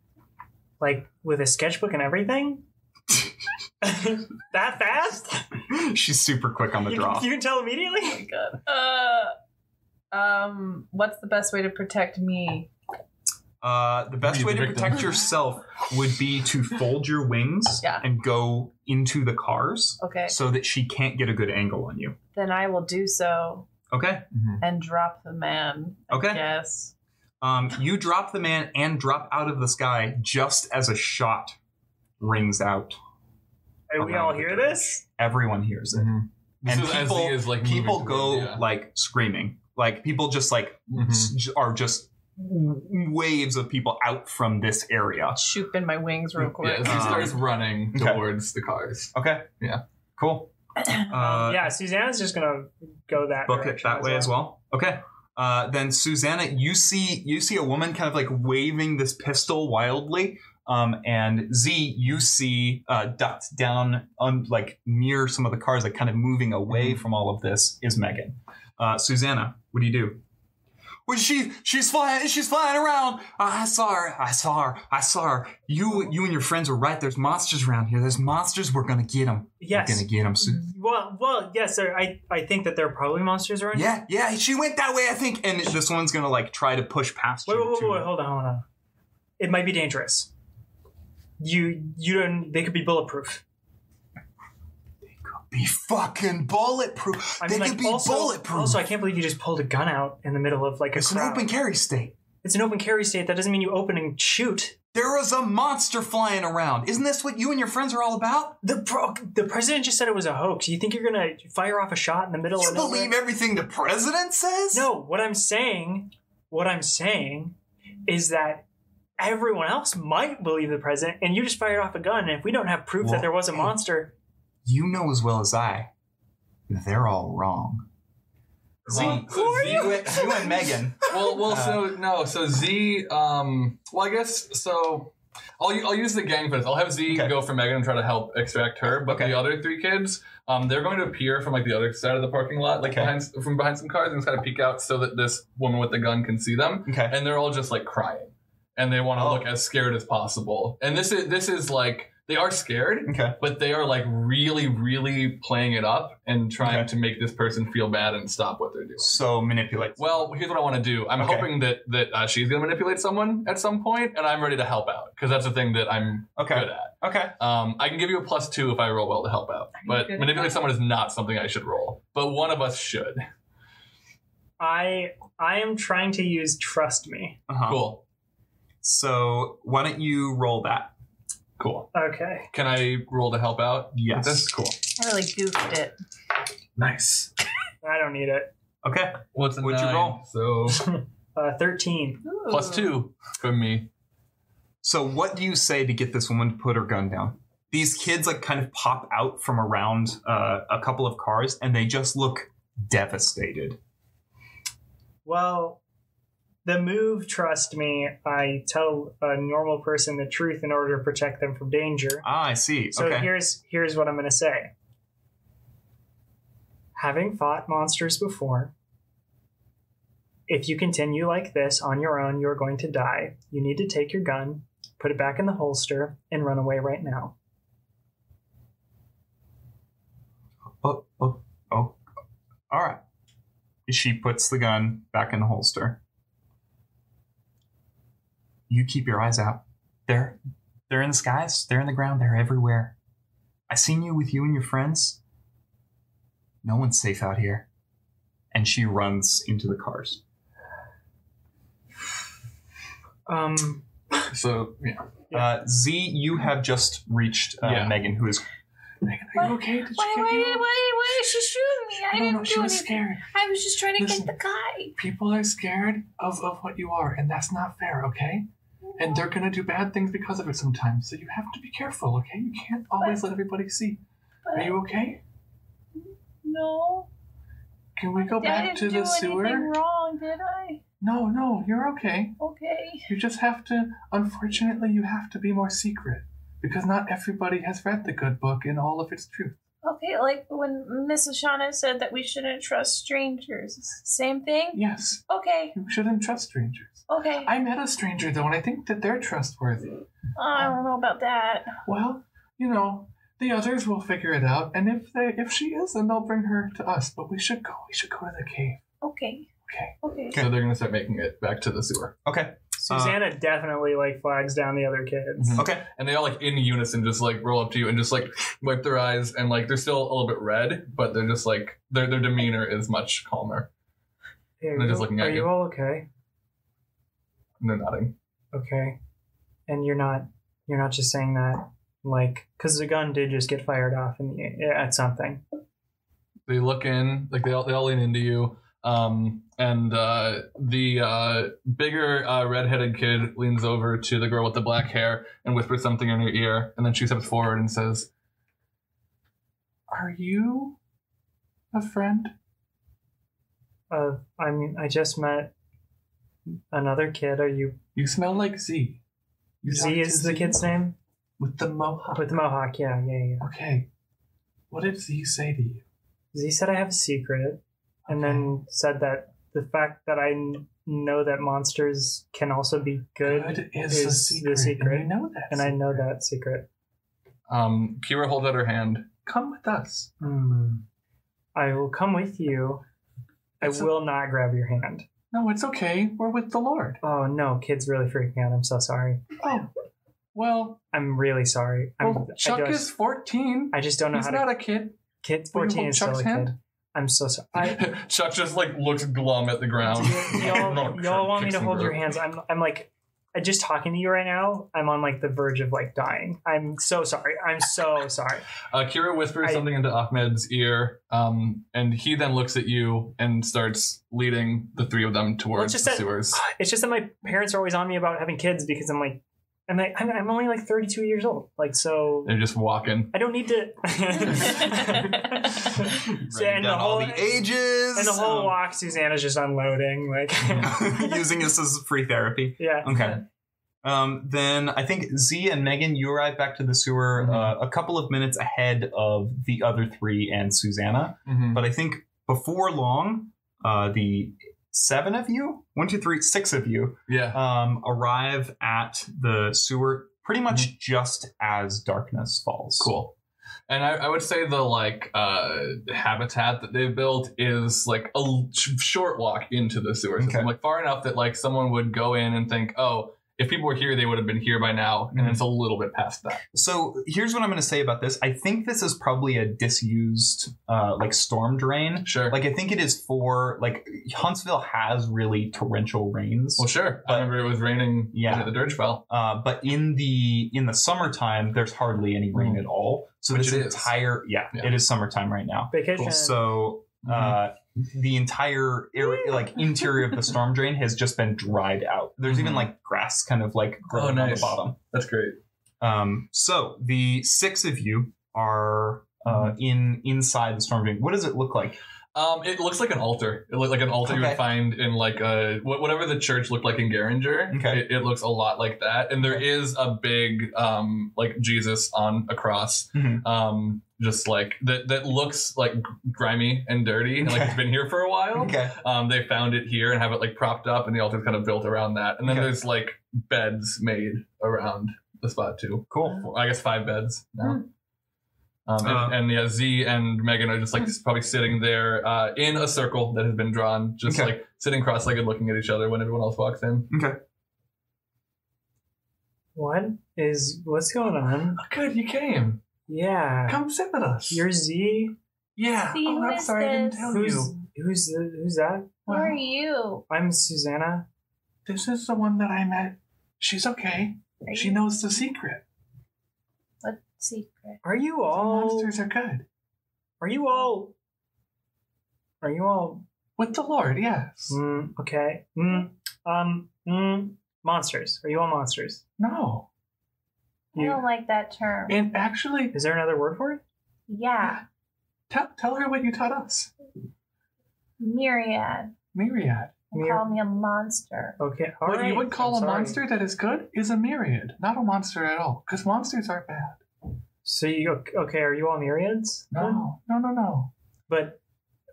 D: Like with a sketchbook and everything? that fast?
A: She's super quick on the
D: You
A: draw.
D: can, you can tell immediately.
C: Uh, um, what's the best way to protect me?
A: Uh, the best
B: Be
A: way
B: the
A: to
B: victim.
A: protect yourself would be to fold your wings
C: Yeah.
A: and go into the cars
C: Okay,
A: so that she can't get a good angle on you.
C: then I will do so
A: Okay.
C: and drop the man.
A: Okay.
C: Yes.
A: Um, you drop the man and drop out of the sky just as a shot rings out.
D: Are we all hear this?
A: Everyone hears it.
B: This
A: Mm-hmm. And
B: is as
A: people-
B: he is like moving
A: People
B: toward-
A: go
B: yeah. Mm-hmm.
A: like Mm-hmm. screaming. Like people just like s- j- are just waves of people out from this area.
C: Shoot in my wings real
B: Yeah,
C: quick.
B: as he
A: Um,
B: starts running
A: okay.
B: towards the cars.
A: Okay.
B: Yeah.
A: Cool. Uh,
D: Um, yeah, Susanna's just gonna go that
A: book it
D: direction
A: that way as well. Okay. Uh, then Susanna, you see you see a woman kind of like waving this pistol wildly. Um, and Z, you see uh, ducked down on like near some of the cars, like kind of moving away from all of this is Megan. Uh, Susanna, what do you do? Well, she she's flying she's flying around. I saw her. I saw her. I saw her. You you and your friends were right. There's monsters around here. There's monsters. We're gonna get them. We're
D: Yes.
A: gonna get them. Su-
D: Well, well, yes, sir. I, I think that there are probably monsters around.
A: Yeah, yeah, she went that way, I think. And this one's gonna like try to push past
D: Wait,
A: you.
D: wait, wait,
A: to-
D: wait, hold on, hold on. It might be dangerous. You, you don't. They could be bulletproof.
A: Be fucking bulletproof.
D: I
A: they
D: mean,
A: could
D: like,
A: be
D: also,
A: bulletproof.
D: Also, I can't believe you just pulled a gun out in the middle of like a
A: it's an
D: crowd.
A: open carry state.
D: it's an open carry state. That doesn't mean you open and shoot.
A: There is a monster flying around. Isn't this what you and your friends are all about?
D: The pro- the president just said it was a hoax. You think you're gonna fire off a shot in the middle
A: You
D: of nowhere?
A: believe everything the president says?
D: Oh, No, what I'm saying, what I'm saying, is that everyone else might believe the president, and you just fired off a gun. And if we don't have proof
A: Well,
D: that there was a monster,
A: You know as well as I. They're all wrong. Z,
B: Um, so Z-
A: you and- you and Megan.
B: well,
A: Uh,
B: well, so no, so Z. Um, well, I guess so. I'll, u- I'll use the gang for this. I'll have Z
A: Okay.
B: go for Megan and try to help extract her. But
A: Okay.
B: the other three kids, um, they're going to appear from like the other side of the parking lot, like
A: Okay.
B: behind s- from behind some cars, and just kind of peek out so that this woman with the gun can see them.
A: Okay.
B: And they're all just like crying, and they want to
A: Oh.
B: look as scared as possible. And this is this is like. They are scared,
A: Okay.
B: but they are like really, really playing it up and trying
A: Okay.
B: to make this person feel bad and stop what they're doing.
A: So manipulate.
B: Well, here's what I want to do. I'm
A: Okay.
B: hoping that that uh, she's gonna manipulate someone at some point, and I'm ready to help out because that's the thing that I'm
A: Okay.
B: good at.
A: Okay.
B: Um, I can give you a plus two if I roll well to help out,
C: you
B: but
C: good at
B: manipulate
C: that?
B: someone is not something I should roll. But one of us should.
D: I I am trying to use trust me.
A: Uh-huh.
B: Cool,
A: So why don't you roll that?
B: cool.
D: Okay.
B: Can I roll to help out?
A: Yes.
B: That's cool.
C: I really goofed it.
B: Nice.
D: I don't need it.
A: Okay.
B: What's a
A: What'd you
B: nine?
A: roll?
B: So
D: Uh, Thirteen.
C: Ooh.
B: plus two from me.
A: So what do you say to get this woman to put her gun down? These kids like kind of pop out from around uh, a couple of cars and they just look devastated.
D: Well, the move trust me. I tell a normal person the truth in order to protect them from danger.
A: Ah, I see.
D: So
A: okay.
D: here's here's what I'm going to say. Having fought monsters before, if you continue like this on your own, you're going to die. You need to take your gun, put it back in the holster, and run away right now.
A: oh, oh, oh. All right. She puts the gun back in the holster. You keep your eyes out. They're they're in the skies, they're in the ground, they're everywhere. I seen you with you and your friends. No one's safe out here. And she runs into the cars.
D: Um,
B: So yeah.
A: Uh, Z, you have just reached uh,
B: Yeah.
A: Megan, who is
C: What?
B: okay? Did
C: Wait, wait, wait, wait, wait! She shooting me. I didn't do anything.
B: scared.
C: I was just trying to
B: Listen.
C: get the guy.
B: People are scared of, of what you are, and that's not fair, okay? And they're gonna do bad things because of it sometimes, so you have to be careful, okay? You can't always let everybody see.
C: But
B: Are you okay?
C: no,
B: Can we go
C: I
B: back
C: didn't
B: to
C: do
B: the sewer?
C: anything wrong, did I?
B: No, no, you're okay.
C: Okay.
B: You just have to, unfortunately, you have to be more secret. Because not everybody has read the good book in all of its truth.
C: Okay, like when Mrs. Shauna said that we shouldn't trust strangers. Same thing?
B: Yes,
C: Okay,
B: you shouldn't trust strangers.
C: okay.
B: I met a stranger, though, and I think that they're trustworthy.
C: I don't know about that.
B: Well, you know, the others will figure it out, and if they if she is, then they'll bring her to us. But we should go. We should go to the cave.
C: Okay,
B: Okay.
C: okay.
A: Okay.
B: So they're gonna start making it back to the sewer,
A: Okay.
D: Susanna definitely like flags down the other kids.
B: Mhm.
A: Okay.
B: and they all like in unison just like roll up to you and just like wipe their eyes, and like they're still a little bit red, but they're just like their their demeanor is much calmer.
D: Hey, are
B: They're just
D: you-
B: looking at
D: are
B: you.
D: you all okay?
B: And they're nodding.
D: Okay. And you're not you're not just saying that like because the gun did just get fired off in the, at something.
B: They look in, like they all they all lean into you. Um, and uh, the uh, bigger uh, redheaded kid leans over to the girl with the black hair and whispers something in her ear, and then she steps forward and says, "Are you a friend?"
D: Uh, I mean, I just met another kid. Are you
B: You smell like Z. You talk
D: Z
B: to
D: is the kid's name
B: with the mohawk.
D: with the mohawk? Yeah, yeah, yeah.
B: Okay. What did Z say to you?
D: Z said I have a secret, and
B: Okay.
D: then said that the fact that I kn- know that monsters can also be good,
B: is, the
D: is
B: secret.
D: the secret,
B: And you know that.
D: and I know that secret.
B: Um, Kira holds out her hand. Come with us.
D: Hmm. I will come with you. I
B: It's a-
D: will not grab your hand.
B: No, it's okay. We're with the Lord.
D: Oh no, kid's really freaking out. I'm so sorry.
B: Oh, well,
D: I'm really sorry. I'm,
B: well
D: I
B: Chuck
D: just,
B: is 14.
D: I just don't know
B: He's
D: how
B: not
D: to.
B: a kid.
D: Kid
B: Will you
D: 14
B: hold
D: is still
B: Chuck's
D: a
B: hand?
D: kid. I'm so sorry. I,
B: Chuck just like looks glum at the ground.
D: y'all, y'all want me to hold your hands? I'm, I'm like, I just talking to you right now. I'm on like the verge of like dying. I'm so sorry. I'm so sorry.
B: Uh, Kira whispers
D: I-
B: something into Ahmed's ear, um, and he then looks at you and starts leading the three of them towards
D: just
B: the
D: that-
B: sewers.
D: It's just that my parents are always on me about having kids because I'm like, I'm like, I'm, I'm only like 32 years old. Like so,
B: They're just walking.
D: I don't need to. So,
A: Writing
D: and the Oh.
A: down all
D: whole-
A: the ages.
D: and the whole walk, Susanna's just unloading. Like,
A: using this as free therapy.
D: yeah.
A: Okay. Um, then I think Z and Megan, you arrive back to the sewer
B: Mhm.
A: uh, a couple of minutes ahead of the other three and Susanna.
D: Mm-hmm.
B: Mhm.
A: But I think before long, uh, the seven of you, one, two, three, six of you,
B: Yeah.
A: um, arrive at the sewer pretty much just as darkness falls.
B: Mm-hmm. Cool. And I, I would say the like uh, habitat that they've built is like a l- sh- short walk into the sewer system,
A: Okay.
B: like far enough that like someone would go in and think, oh, if people were here, they would have been here by now,
D: Mm-hmm.
B: and it's a little bit past that.
A: So here's what I'm going to say about this. I think this is probably a disused uh, like storm drain.
B: Sure.
A: Like I think it is for like Huntsville has really torrential rains.
B: well, sure. I
A: But-
B: remember it was raining.
A: Yeah.
B: when the dirge fell.
A: Uh, but in the in the summertime, there's hardly any rain at all. So
B: Hmm. Which
A: this
B: it is.
A: entire yeah,
B: Yeah. Mm-hmm.
A: it is summertime right now.
D: Vacation.
A: So uh, the entire area, like interior of the storm drain, has just been dried out. There's even
B: Mhm.
A: like grass kind of like growing on the
B: Oh, nice.
A: bottom.
B: That's great.
A: Um, so the six of you are uh, in inside the storm drain. What does it look like?
B: Um, it looks like an altar. It looked like an altar you
A: Okay.
B: would find in like a wh- whatever the church looked like in Garinger.
A: Okay.
B: It, it looks a lot like that, and there is a big um like Jesus on a cross,
A: Mhm.
B: um just like that that looks like gr- grimy and dirty, and like
A: Okay.
B: it's been here for a while.
A: Okay.
B: Um, they found it here and have it like propped up, and the altar's kind of built around that. And then
A: Okay.
B: there's like beds made around the spot too.
A: Cool.
B: I guess five beds now.
C: Hmm.
B: Um,
A: Uh,
B: and, and yeah, Z and Megan are just like
C: Hmm.
B: probably sitting there uh, in a circle that has been drawn, just
A: Okay.
B: like sitting cross-legged, looking at each other when everyone else walks in.
D: What is what's going on?
B: Oh, good, you came.
D: Yeah,
B: Come sit with us.
D: you're Z.
B: yeah.
C: See,
B: oh,
C: who
B: I'm
C: is
B: sorry, I didn't
C: this?
B: tell
D: Who's
B: you.
D: who's the, who's that?
C: Who are you?
D: I'm Susanna.
B: This is the one that I met. She's okay.
C: Are
B: She
C: you-
B: knows the secret.
C: What secret?
D: Are you
B: Oh.
D: all?
B: Monsters are good.
D: Are you all? Are you all?
B: With the Lord, yes.
D: Mm, okay. Mm, um. Mm, monsters. Are you all monsters?
B: No.
C: I
D: You,
C: don't like that term.
B: And actually,
D: is there another word for it?
C: yeah,
B: tell, tell her what you taught us.
C: myriad.
B: Myriad.
C: They
D: Myr-
C: call me a monster.
D: Okay. All
B: What
D: right.
B: you would call
D: I'm
B: a
D: sorry.
B: monster that is good is a myriad, not a monster at all, because monsters aren't bad.
D: So you okay? Are you all myriads? then?
B: No, no, no, no.
D: But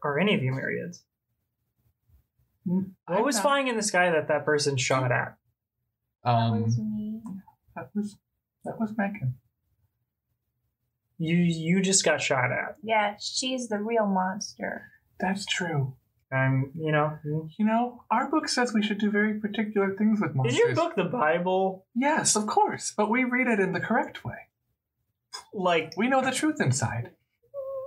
D: are any of you myriads? What
B: I'm
D: was
B: not-
D: flying in the sky that that person shot at?
C: That was
B: Um,
C: me.
B: that was that was Megan.
D: You you just got shot at.
C: Yeah, she's the real monster.
B: That's true.
D: Um, you know.
B: You know, our book says we should do very particular things with
D: Is
B: monsters.
D: your book the Bible?
B: Yes, of course, but we read it in the correct way.
D: Like
B: We know the truth inside.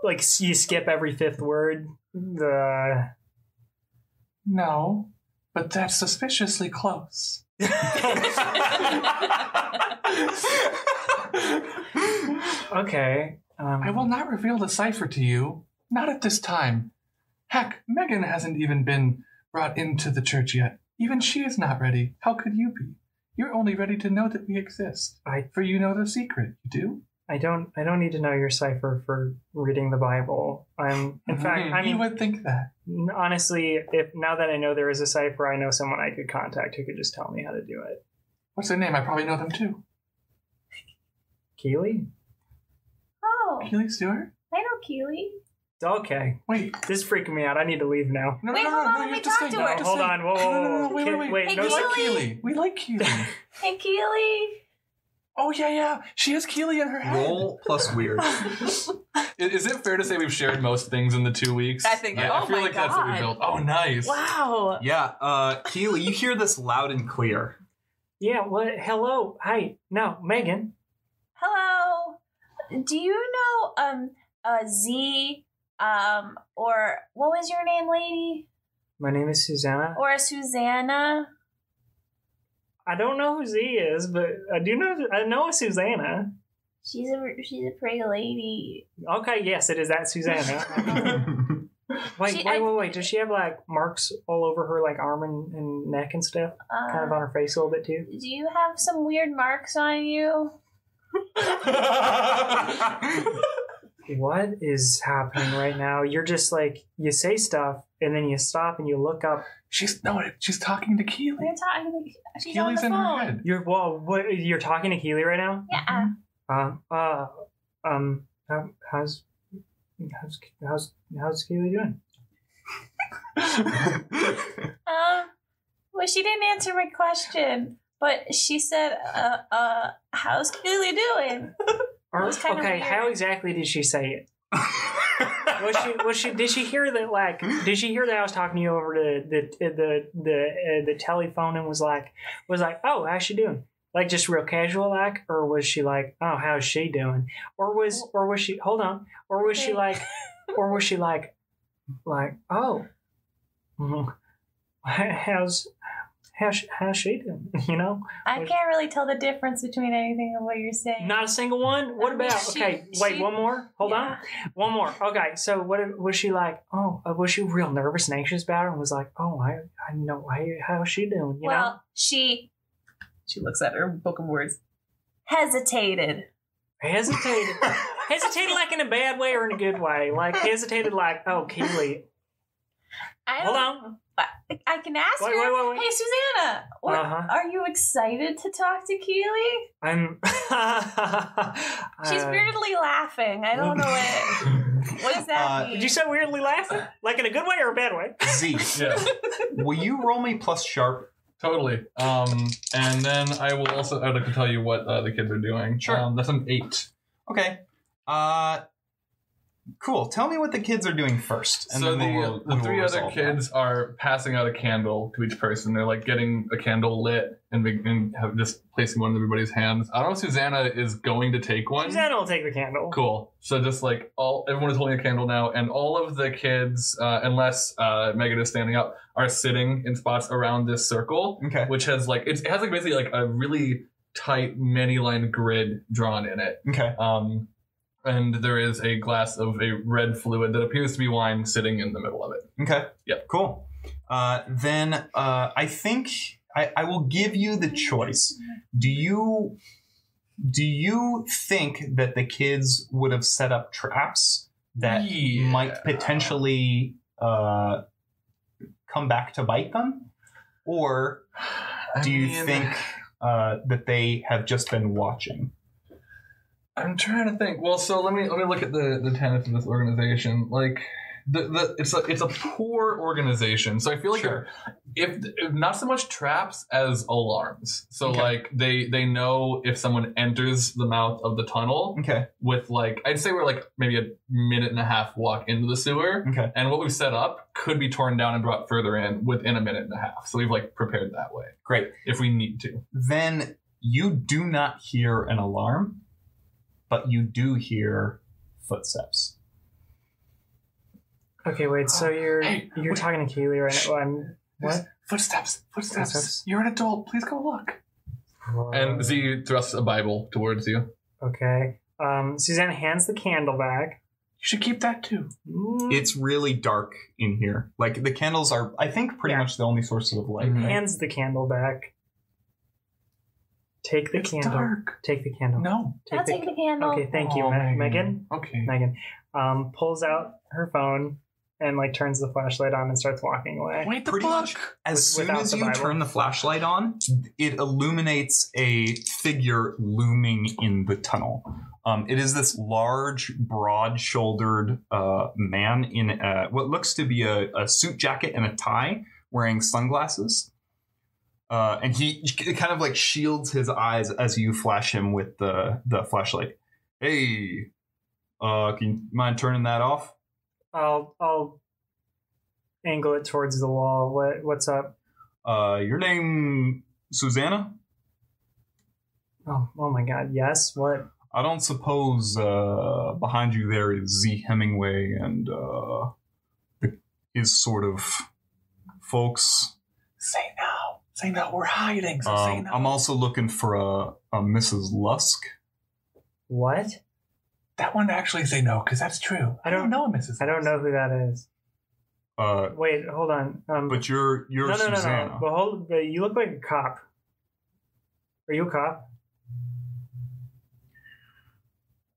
D: like s- you skip every fifth word. The
B: No, but that's suspiciously close.
C: Oh,
D: okay. Um,
B: I will not reveal the cipher to you. Not at this time. Heck, Megan hasn't even been brought into the church yet. Even she is not ready. How could you be? You're only ready to know that we exist.
D: I-
B: for you know the secret. You do?
D: I don't. I don't need to know your cipher for reading the Bible. I'm. In fact,
B: Mhm.
D: I
B: you
D: mean,
B: would think that.
D: honestly, if now that I know there is a cipher, I know someone I could contact who could just tell me how to do it.
B: What's their name? I probably know them too.
D: Keely.
C: Oh,
B: Keely Stewart?
C: I know Keely.
D: Okay.
B: Wait.
D: This is freaking me out. I need to leave now.
B: No,
C: Wait,
B: no, no,
C: hold
B: no,
C: on,
B: no,
C: let
B: you
C: me
B: have to
C: talk
B: stay.
C: to her.
D: Hold on, whoa,
B: No, no,
D: whoa,
B: no, no,
D: whoa.
B: wait,
D: Ke-
B: wait,
D: wait,
B: wait.
C: Hey,
B: no,
D: no,
B: we like
C: Keely.
B: Keely. We like Keely.
C: Hey, Keely.
B: oh, yeah, yeah. She has Keely in her head.
A: Roll plus weird.
B: Is, is it fair to say we've shared most things in the two weeks?
C: I think-
B: Yeah, I
C: oh
B: feel
C: my
B: like that's what we
C: God.
B: built. Oh, nice.
C: Wow.
A: Yeah, uh, Keely, you hear this loud and clear.
D: Yeah. What? Hello. Hi. No, Megan.
C: Hello. Do you know um uh Z um or what was your name, lady?
D: My name is Susanna.
C: Or a Susanna?
D: I don't know who Z is, but I do know. I know a Susanna.
C: She's a she's a pretty lady.
D: Okay. Yes, it is that Susanna. Wait,
C: She-
D: wait,
C: I-
D: wait, wait. Does she have like marks all over her like arm and, and neck and stuff?
C: Uh,
D: Kind of on her face a little bit too.
C: do you have some weird marks on you?
D: What is happening right now? You're just like you say stuff and then you stop and you look up.
B: She's no, she's talking to Keely.
C: We're talking. She's on
B: Keely's
C: the
B: in
C: phone.
B: her head.
D: You're well. What you're talking to Keely right now?
C: Yeah.
D: Uh, uh, um, how, how's how's how's how's Keely doing?
C: Um. Well, she didn't answer my question. But she said, uh, uh, how's Keely doing?
D: Or,
C: That's kinda
D: okay,
C: weird.
D: how exactly did she say it? Was she? Was she? Did she hear that? Like, did she hear that I was talking to you over the the the the, uh, the telephone and was like, was like, oh, how's she doing? Like, just real casual, like, or was she like, oh, how's she doing? Or was, or was she? Hold on. Or was she
C: Okay.
D: like, or was she like, like, oh, mhm, how's how's she, how's she doing? You know.
C: I can't really tell the difference between anything of what you're saying.
D: Not a single one. What
C: I mean,
D: about?
C: she-
D: okay, wait,
C: she-
D: one more. Hold on, one more. Okay, so what was she like? Oh, uh, was she real nervous and anxious about it? And was like, oh, I, I know, I, how's she doing? You
C: well,
D: know,
C: she she looks at her book of words. Hesitated.
D: hesitated, hesitated like in a bad way or in a good way. Like hesitated, like, oh, Keely,
C: I
D: hold
C: don't-
D: on.
C: I can ask
D: Wait,
C: her.
D: wait, wait, wait.
C: Hey, Susanna, what-
D: Uh-huh.
C: are you excited to talk to Keely?
D: I'm.
C: She's
D: Uh,
C: weirdly laughing. I don't know what. What does that
A: Uh,
C: mean?
D: Did you say weirdly laughing? Like in a good way or a bad way?
A: Z,
B: Yeah.
A: will you roll me plus sharp?
B: Totally. Um, and then I will also I'd like to tell you what uh, the kids are doing.
A: Sure.
B: Um, that's an eight.
A: Okay. Uh, cool. Tell me what the kids are doing first.
B: so the, uh,
A: then we'll-
B: the
A: we'll
B: three other
A: resolve that.
B: kids are passing out a candle to each person. They're like getting a candle lit and, be- and have just placing one in everybody's hands. I don't know if Susanna is going to take one.
D: Susanna will take the candle.
B: Cool. So just like all everyone is holding a candle now, and all of the kids, uh, unless uh, Megan is standing up, are sitting in spots around this circle.
A: Okay.
B: which has like it's, it has like basically like a really tight many line grid drawn in it
A: Okay.
B: um and there is a glass of a red fluid that appears to be wine sitting in the middle of it
A: Okay.
B: Yep.
A: Cool. Uh, then uh, I think I, I will give you the choice. Do you do you think that the kids would have set up traps that
B: Yeah.
A: might potentially uh, come back to bite them, or
B: I
A: do you
B: mean,
A: think uh, that they have just been watching?
B: i'm trying to think well so let me let me look at the the tenets of this organization like the, the it's a it's a poor organization so i feel like
A: Sure.
B: if, if not so much traps as alarms so
A: Okay.
B: like they they know if someone enters the mouth of the tunnel
A: Okay.
B: with like I'd say we're like maybe a minute and a half walk into the sewer,
A: Okay.
B: and what we've set up could be torn down and brought further in within a minute and a half. So we've like prepared that way
A: Great.
B: if we need to.
A: then you do not hear an alarm, but you do hear footsteps.
D: Okay, wait. So you're
B: Hey,
D: you're
B: wait.
D: talking to Keely right now. I'm what?
B: Footsteps, footsteps.
D: Footsteps.
B: You're an adult. Please go look. And
D: Uh,
B: Z thrusts a Bible towards you. You
D: Okay. Um, Susanna hands the candle back.
B: should keep that too.
D: Mm,
A: It's really dark in here. Like the candles are, I think, pretty
D: Yeah.
A: much the only sources of light.
B: Mhm.
A: right?
D: hands the candle back. Take the
B: It's
D: candle.
B: dark.
D: Take the candle.
B: No.
C: I'll take the candle.
D: Okay, thank you,
B: Oh,
D: Me-
B: Megan.
D: Megan.
B: Okay.
D: Megan um, pulls out her phone and like turns the flashlight on and starts walking away.
B: Wait
A: Pretty much as
D: With-
A: soon
D: without
A: as
D: the
A: you
D: Bible.
A: turn the flashlight on, it illuminates a figure looming in the tunnel. Um, it is this large, broad-shouldered uh, man in uh what looks to be a, a suit jacket and a tie, wearing sunglasses. Uh, and he k- kind of like shields his eyes as you flash him with the, the flashlight. Hey, uh, can you mind turning that off?
D: I'll I'll angle it towards the wall. What what's up?
A: Uh, your name, Susanna?
D: Oh oh my God! Yes. What?
A: I don't suppose uh, behind you there is Z Hemingway and uh, the- his sort of folks.
B: Say no. Say no. We're hiding. So say
A: Um,
B: no.
A: I'm also looking for a, a Mrs. Lusk.
D: What?
B: that one actually say no because that's true.
D: I don't-
B: know, Mrs.
D: I don't know who that is.
A: Uh,
D: Wait, hold on. Um,
A: but you're you're
D: no, no, no,
A: Susanna.
D: no. But hold, but you look like a cop. Are you a cop?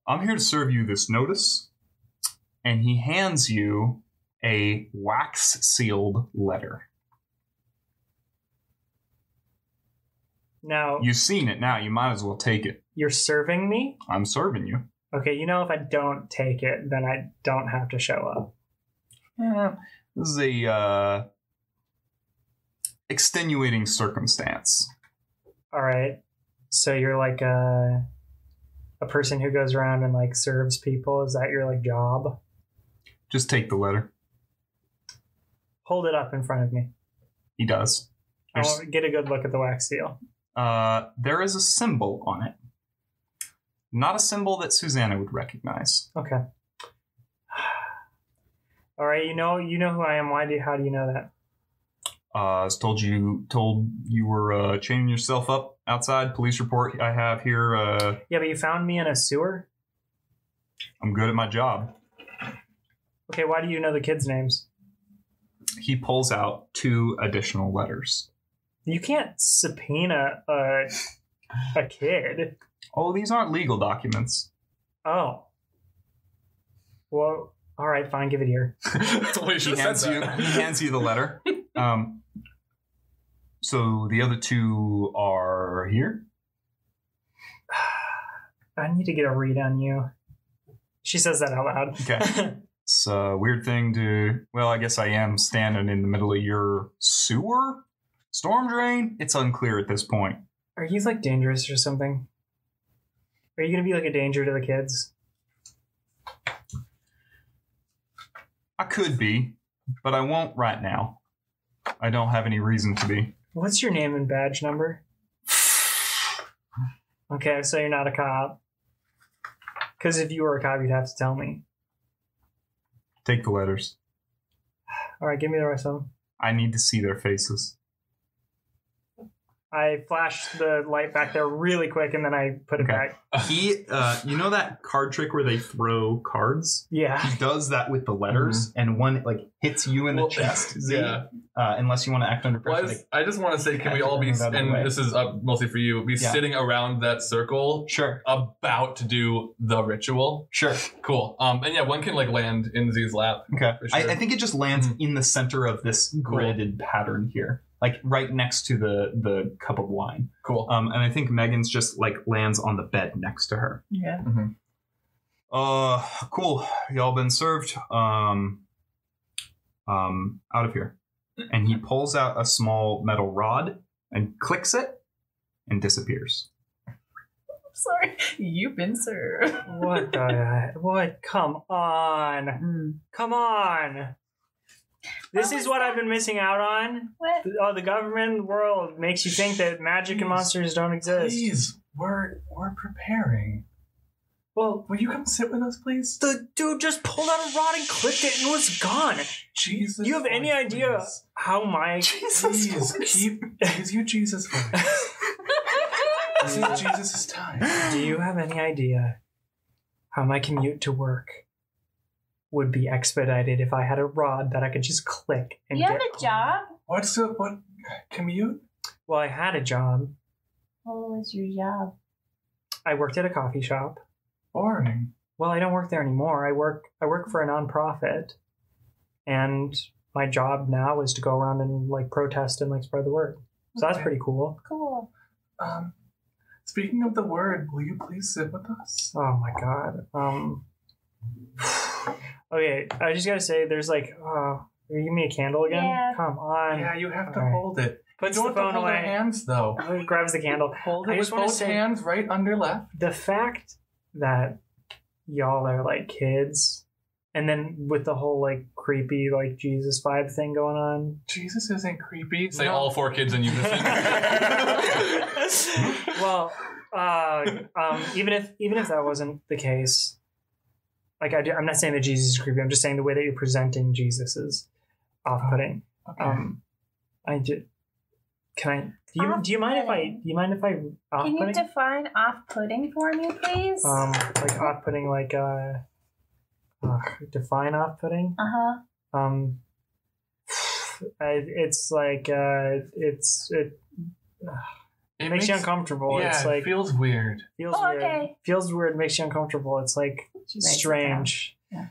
A: I'm here to serve you this notice. And he hands you a wax sealed letter.
D: Now
A: You've seen it now. You might as well take it.
D: you're serving me.
A: I'm serving you.
D: Okay, you know if I don't take it, then I don't have to show up.
A: Yeah, this is a uh, extenuating circumstance.
D: All right. So you're like a a person who goes around and like serves people. Is that your like job?
A: Just take the letter.
D: Hold it up in front of me.
A: He does.
D: I
A: There's-
D: want to get a good look at the wax seal.
A: Uh, there is a symbol on it. Not a symbol that Susanna would recognize.
D: Okay. All right. You know you know who I am. Why do how do you know that?
A: Uh, it's told you told you were uh, chaining yourself up outside. Police report I have here. Uh,
D: Yeah, but you found me in a sewer.
A: I'm good at my job.
D: Okay. Why do you know the kids' names?
A: He pulls out two additional letters.
D: You can't subpoena a a kid.
A: Oh, these aren't legal documents.
D: Oh. Well. All right. Fine. Give it here.
B: That's what you
A: he
B: should have
A: hands you
B: said.
A: he
B: That.
A: hands you the letter. Um, so the other two are here.
D: I need to get a read on you. She says that out loud.
A: Okay. It's a weird thing to. Well, I guess I am standing in the middle of your sewer storm drain. It's unclear at this point.
D: Are you like dangerous or something? Are you gonna be like a danger to the kids?
A: I could be, but I won't right now. I don't have any reason to be.
D: What's your name and badge number? Okay, so you're not a cop. Because if you were a cop, you'd have to tell me.
A: Take the letters.
D: All right, give me the rest of them.
A: I need to see their faces.
D: I flashed the light back there really quick, and then I put it
A: Okay.
D: back.
A: He, uh, you know that card trick where they throw cards
D: Yeah.
A: he does that with the letters, and one like hits you in
B: Well,
A: the chest. Z,
B: yeah.
A: Uh, unless you want to act under
B: Well, I
A: pressure.
B: just- I just want to say, can we
A: Patrick
B: all be,
A: and another way.
B: and this is up mostly for you, be
A: Yeah.
B: sitting around that circle
A: sure,
B: about to do the ritual?
A: sure.
B: Cool. Um, and yeah, one can like land in Z's lap.
A: Okay.
B: For
A: I,
B: sure.
A: I think it just lands in the center of this gridded pattern here, like right next to the the cup of wine.
B: Cool.
A: Um, and I think Megan's just like lands on the bed next to her.
C: Yeah.
A: Uh, cool. Y'all been served. Um, um, out of here. And he pulls out a small metal rod and clicks it and disappears.
C: Sorry. You've been served.
D: What the? What? Come on.
C: Mm.
D: Come on. This is what I've been missing out on.
C: What?
D: Oh, the government in the world makes you think that magic
B: Jeez.
D: and monsters don't exist.
B: Please, we're we're preparing.
D: Well,
B: Will you come sit with us, please?
D: the dude just pulled out a rod and clipped it and it was gone.
B: Jesus.
D: You have any
B: Lord,
D: idea
B: please.
D: how my
B: Jesus, keep. Is you Jesus for me? This is Jesus' time.
D: Do you have any idea how my commute to work would be expedited if I had a rod that I could just click and
C: you have
D: get
C: a
D: home?
C: job?
B: What's the what commute?
D: Well, I had a job.
C: What was your job?
D: I worked at a coffee shop.
B: Boring.
D: well i don't work there anymore i work i work for a nonprofit and my job now is to go around and like protest and like spread the word so that's
B: Okay.
D: pretty cool
C: Cool.
B: Um, speaking of the word, will you please sit with us?
D: oh my god um okay i just gotta say there's like uh will you give me a candle again
C: Yeah.
D: come on
B: Yeah, you have to
D: Alright.
B: hold it. You
D: puts
B: don't
D: the
B: have to
D: phone
B: hold our
D: away
B: hands though.
D: grabs the candle
B: Hold
D: I
B: it
D: just
B: with
D: wanna
B: both
D: say-
B: hands, right under left.
D: the fact that y'all are like kids and then with the whole like creepy like jesus vibe thing going on
B: Jesus isn't creepy.
D: Say No. all
B: four kids in
D: well, uh, um, even if even if that wasn't the case, like I am not saying that Jesus is creepy. I'm just saying the way that you're presenting Jesus is off-putting.
C: Oh,
D: Um, I ju- can I do you do you mind if I do you mind if I
C: Can you
D: off-putting?
C: define off-putting for me, please?
D: um, like off-putting like uh, ugh, define off-putting.
C: uh-huh.
D: Um, I, it's like uh, it's it
B: it
D: makes, you uncomfortable.
B: Yeah,
D: it's
B: it
D: like
B: feels weird.
D: feels
C: Oh,
D: weird.
C: okay.
D: Feels weird. Makes you uncomfortable. It's like
C: She writes it
D: strange.
C: down.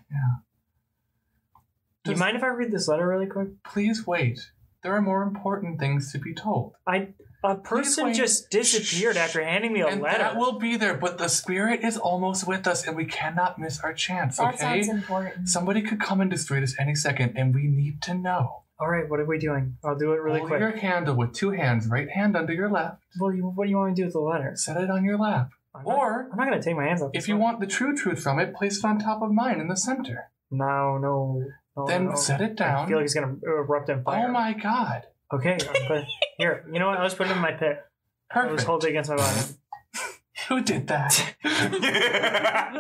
D: Do you
B: Does-
D: mind if I read this letter really quick?
B: Please wait. There are more important things to be told.
D: I a person
B: wait.
D: just disappeared after handing me a
B: and
D: letter.
B: that will be there, but the spirit is almost with us, and we cannot miss our chance.
C: That
B: okay,
C: sounds important.
B: somebody could come and destroy us any second, and we need to know.
D: All right, what are we doing? I'll do it really
B: Hold
D: quick.
B: your candle with two hands, right hand under your left.
D: Well, you, what do you want me to do with the letter?
B: Set it on your lap.
D: I'm not,
B: Or,
D: I'm not going to take my hands off.
B: if
D: this
B: you
D: one.
B: want the true truth from it, place it on top of mine in the center.
D: no, no, no.
B: then
D: Oh, no.
B: set it
D: I
B: down.
D: feel like it's going to erupt in fire.
B: oh my god.
D: Okay, I'm put, here. You know what? I was putting it in my pit. I was
B: Perfect.
D: holding it against my body.
B: Who did that?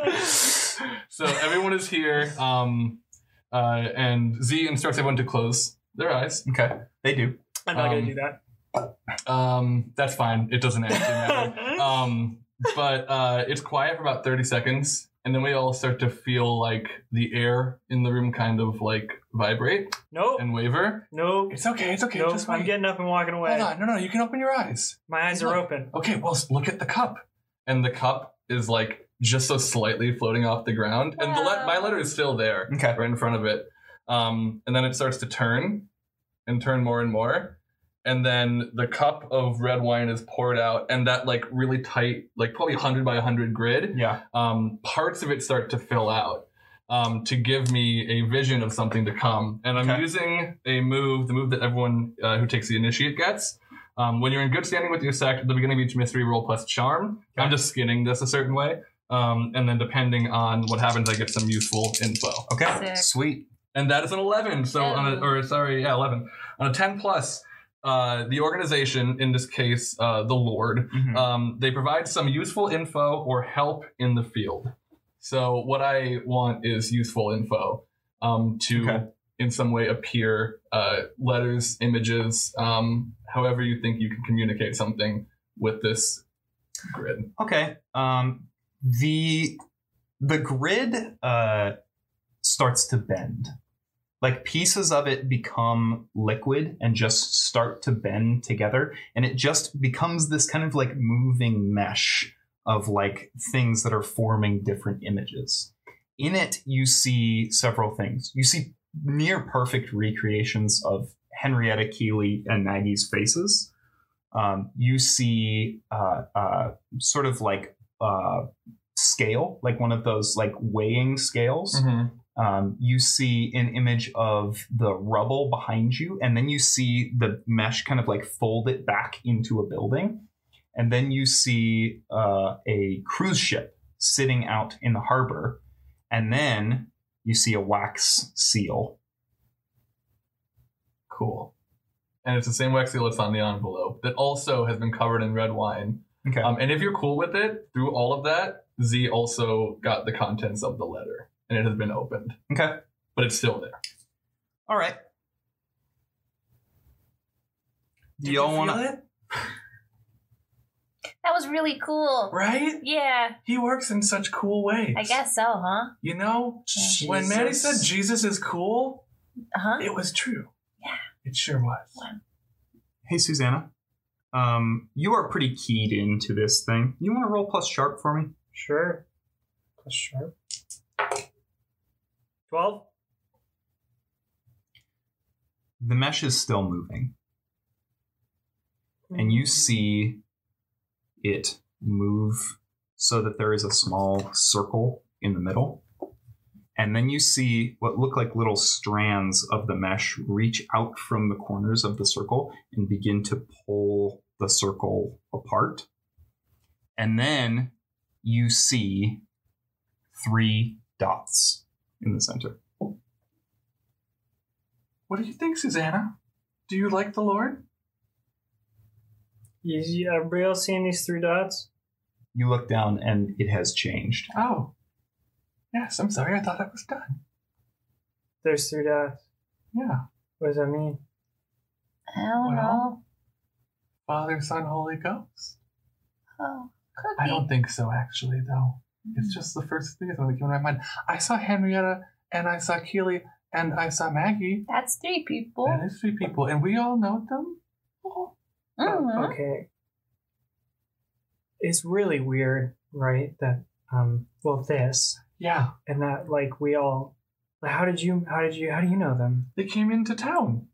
B: so everyone is here, um, uh, and Z instructs everyone to close their eyes.
A: okay, they do.
D: I'm not
B: Um,
D: going to do that.
B: Um, that's fine. It doesn't actually matter. um, but uh, it's quiet for about 30 seconds, and then we all start to feel like the air in the room kind of like vibrate
D: nope.
B: and waver.
D: Nope.
B: It's okay. It's okay.
D: nope.
B: Just
D: I'm
B: wait.
D: getting up and walking away.
B: Hold on. No, no. You can open your eyes.
D: My eyes are
B: Look.
D: open.
B: Okay. Well, s- look at the cup, and the cup is like just so slightly floating off the ground, and the le- my letter is still there.
A: Okay.
B: right in front of it. Um, and then it starts to turn and turn more and more. And then the cup of red wine is poured out, and that like really tight, like probably 100 by 100 grid,
A: Yeah.
B: um, parts of it start to fill out um, to give me a vision of something to come. And I'm
A: Okay.
B: using a move, the move that everyone uh, who takes the initiate gets. Um, when you're in good standing with your sect, at the beginning of each mystery roll plus charm, I'm just skinning this a certain way. Um, and then depending on what happens, I get some useful info.
A: Okay.
C: Sick.
A: Sweet.
B: And that is an 11. So, on a, or sorry, yeah, 11. On a 10 plus, uh, the organization, in this case, uh, the Lord,
A: Mhm.
B: um, they provide some useful info or help in the field. So, what I want is useful info um, to,
A: Okay.
B: in some way, appear uh, letters, images, um, however you think you can communicate something with this grid.
A: Okay. Um, the the grid uh, starts to bend. Like pieces of it become liquid and just start to bend together, and it just becomes this kind of like moving mesh of like things that are forming different images. In it, you see several things. You see near perfect recreations of Henrietta Keeley and Maggie's faces. Um, you see uh, uh, sort of like uh, scale, like one of those like weighing scales. Um, you see an image of the rubble behind you, and then you see the mesh kind of like fold it back into a building, and then you see uh, a cruise ship sitting out in the harbor, and then you see a wax seal.
B: Cool. And it's the same wax seal that's on the envelope that also has been covered in red wine.
A: Okay.
B: Um, and if you're cool with it, through all of that, Z also got the contents of the letter, and it has been opened,
A: okay.
B: but it's still there.
A: All right. Do y'all want to?
C: That was really cool.
B: Right?
C: Yeah,
B: He works in such cool ways.
C: I guess so, huh?
B: You know, when Maddie said Jesus is cool,
C: Uh huh.
B: it was true. Yeah. It sure was.
A: Hey, Susanna. Um, you are pretty keyed into this thing. You want to roll plus sharp for me?
D: Sure. Plus sharp. Twelve.
A: The mesh is still moving,
D: Mm-hmm.
A: and you see it move so that there is a small circle in the middle. And then you see what look like little strands of the mesh reach out from the corners of the circle and begin to pull the circle apart. And then you see three dots in the center.
B: What do you think, Susanna? Do you like the Lord?
D: You, you, everybody else seeing these three dots?
A: You look down and it has changed.
B: Oh. Yes, I'm sorry. I thought I was done.
D: There's three dots.
B: Yeah.
D: What does that mean?
C: I don't know.
B: Well, Father, Son, Holy Ghost.
C: Oh, could
B: I
C: be.
B: don't think so, actually, though. It's
D: Hmm.
B: just the first three that came to my mind. I saw Henrietta, and I saw Keely, and I saw Maggie.
C: That's three
D: Oh.
C: people.
B: That is three people, and we all know them.
C: Mhm.
D: Okay. It's really weird, right? That um, well, this
B: Yeah,
D: and that, like, we all. Like, how did you? How did you? How do you know them?
B: they came into town.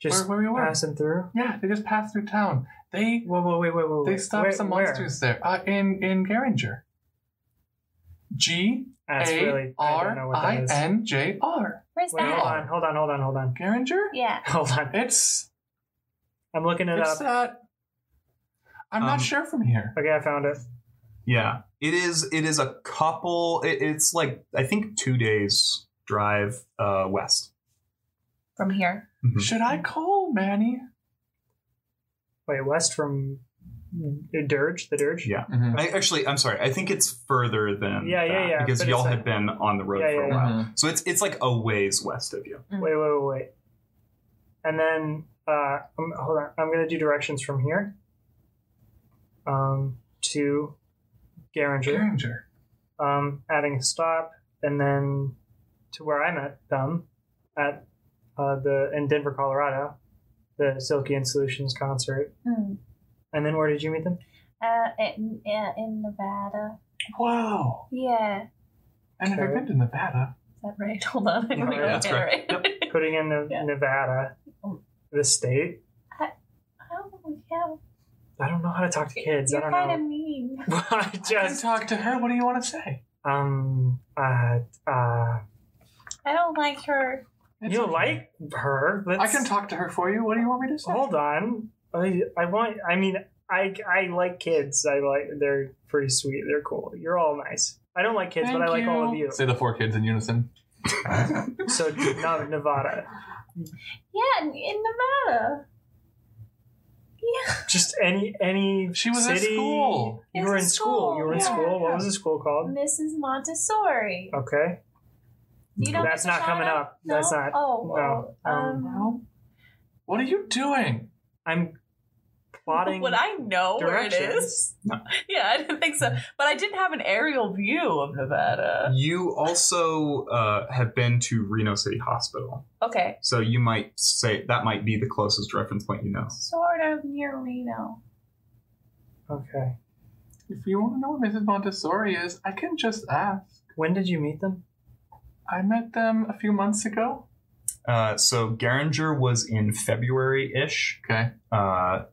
D: Just
B: where, where we were.
D: passing through.
B: Yeah, they just passed through town. They
D: Whoa, whoa, wait, wait, wait.
B: they
D: wait.
B: stopped
D: Where-
B: some
D: where?
B: monsters there. Uh, in in Garinger. G
D: That's really.
B: A
D: I don't know
B: R
D: what that
B: I
D: is.
B: N J R.
F: is
D: Wait,
F: that?
D: hold on, hold on, hold on, hold on.
B: Garinger?
F: Yeah.
D: Hold on.
B: It's
D: I'm looking it
B: it's
D: up.
B: that. I'm
A: Um,
B: not sure from here.
D: Okay, I found it.
A: Yeah, it is. It is a couple. It, it's like I think two days drive uh, west.
C: from here.
B: Should I call Manny?
D: Wait, west from Dirge, the Dirge?
A: Yeah. I, actually, I'm sorry. I think it's further than
D: Yeah, yeah,
A: that,
D: yeah,
A: Because
D: but
A: y'all
D: it's
A: had
D: like-
A: been on the road
D: Yeah,
A: for a
D: yeah,
A: while,
D: yeah.
A: so it's it's like a ways west of you.
D: Wait, wait, wait, wait. And then, uh, um, hold on. I'm going to do directions from here um, to Garinger,
B: Garinger.
D: um, adding a stop, and then to where I met them at uh, the in Denver, Colorado, the Silky and Solutions concert.
C: Mm.
F: Hmm.
D: And then where did you meet them?
F: Uh, in, yeah, in Nevada.
B: Wow.
F: Yeah.
B: I've never
D: Okay.
B: been to Nevada.
C: Is that right? Hold on. I
D: Yeah,
C: wrote
A: that's
C: it down
A: correct.
C: right.
D: Putting in Ne-
C: Yeah.
D: Nevada, the state.
F: I don't know. Yeah.
D: I don't know how to talk to kids. I
F: You're
D: don't
F: kind of
D: know.
F: mean.
D: I
B: Just
D: just
B: talk to her. What do you want to say?
D: um uh uh.
F: I don't like her.
D: you don't like Oh. her. Let's,
B: I can talk to her for you. What do you want me to say?
D: Hold on. I, I want. I mean, I I like kids. I like. They're pretty sweet. They're cool. You're all nice. I don't like kids, but I like all of you.
B: Say the four kids in unison.
D: So not Nevada.
F: Yeah, in, in Nevada.
D: Just any any.
B: She was
D: city.
B: at school.
D: You
F: It's
D: were
F: a
D: in school.
F: school,
D: You were in
F: yeah.
D: school. What was the school called?
F: Mrs. Montessori.
D: Okay.
F: You don't
D: That's
F: like
D: not coming
F: Shoshana?
D: up. That's
F: No?
D: not-
F: Oh,
D: no.
F: well,
D: Um,
F: um,
B: Well, What are you doing?
D: I'm plotting.
C: Would I know where it is?
D: directions.
C: Yeah, I didn't think so. But I didn't have an aerial view of Nevada.
A: You also uh, have been to Reno City Hospital,
C: Okay.
A: so you might say that might be the closest reference point you know.
F: sort of near Reno.
D: Okay.
B: If you want to know what Mrs. Montessori is, I can just ask.
D: When did you meet them?
B: I met them a few months ago.
A: Uh, so Garinger was in February ish.
B: Okay.
A: Uh,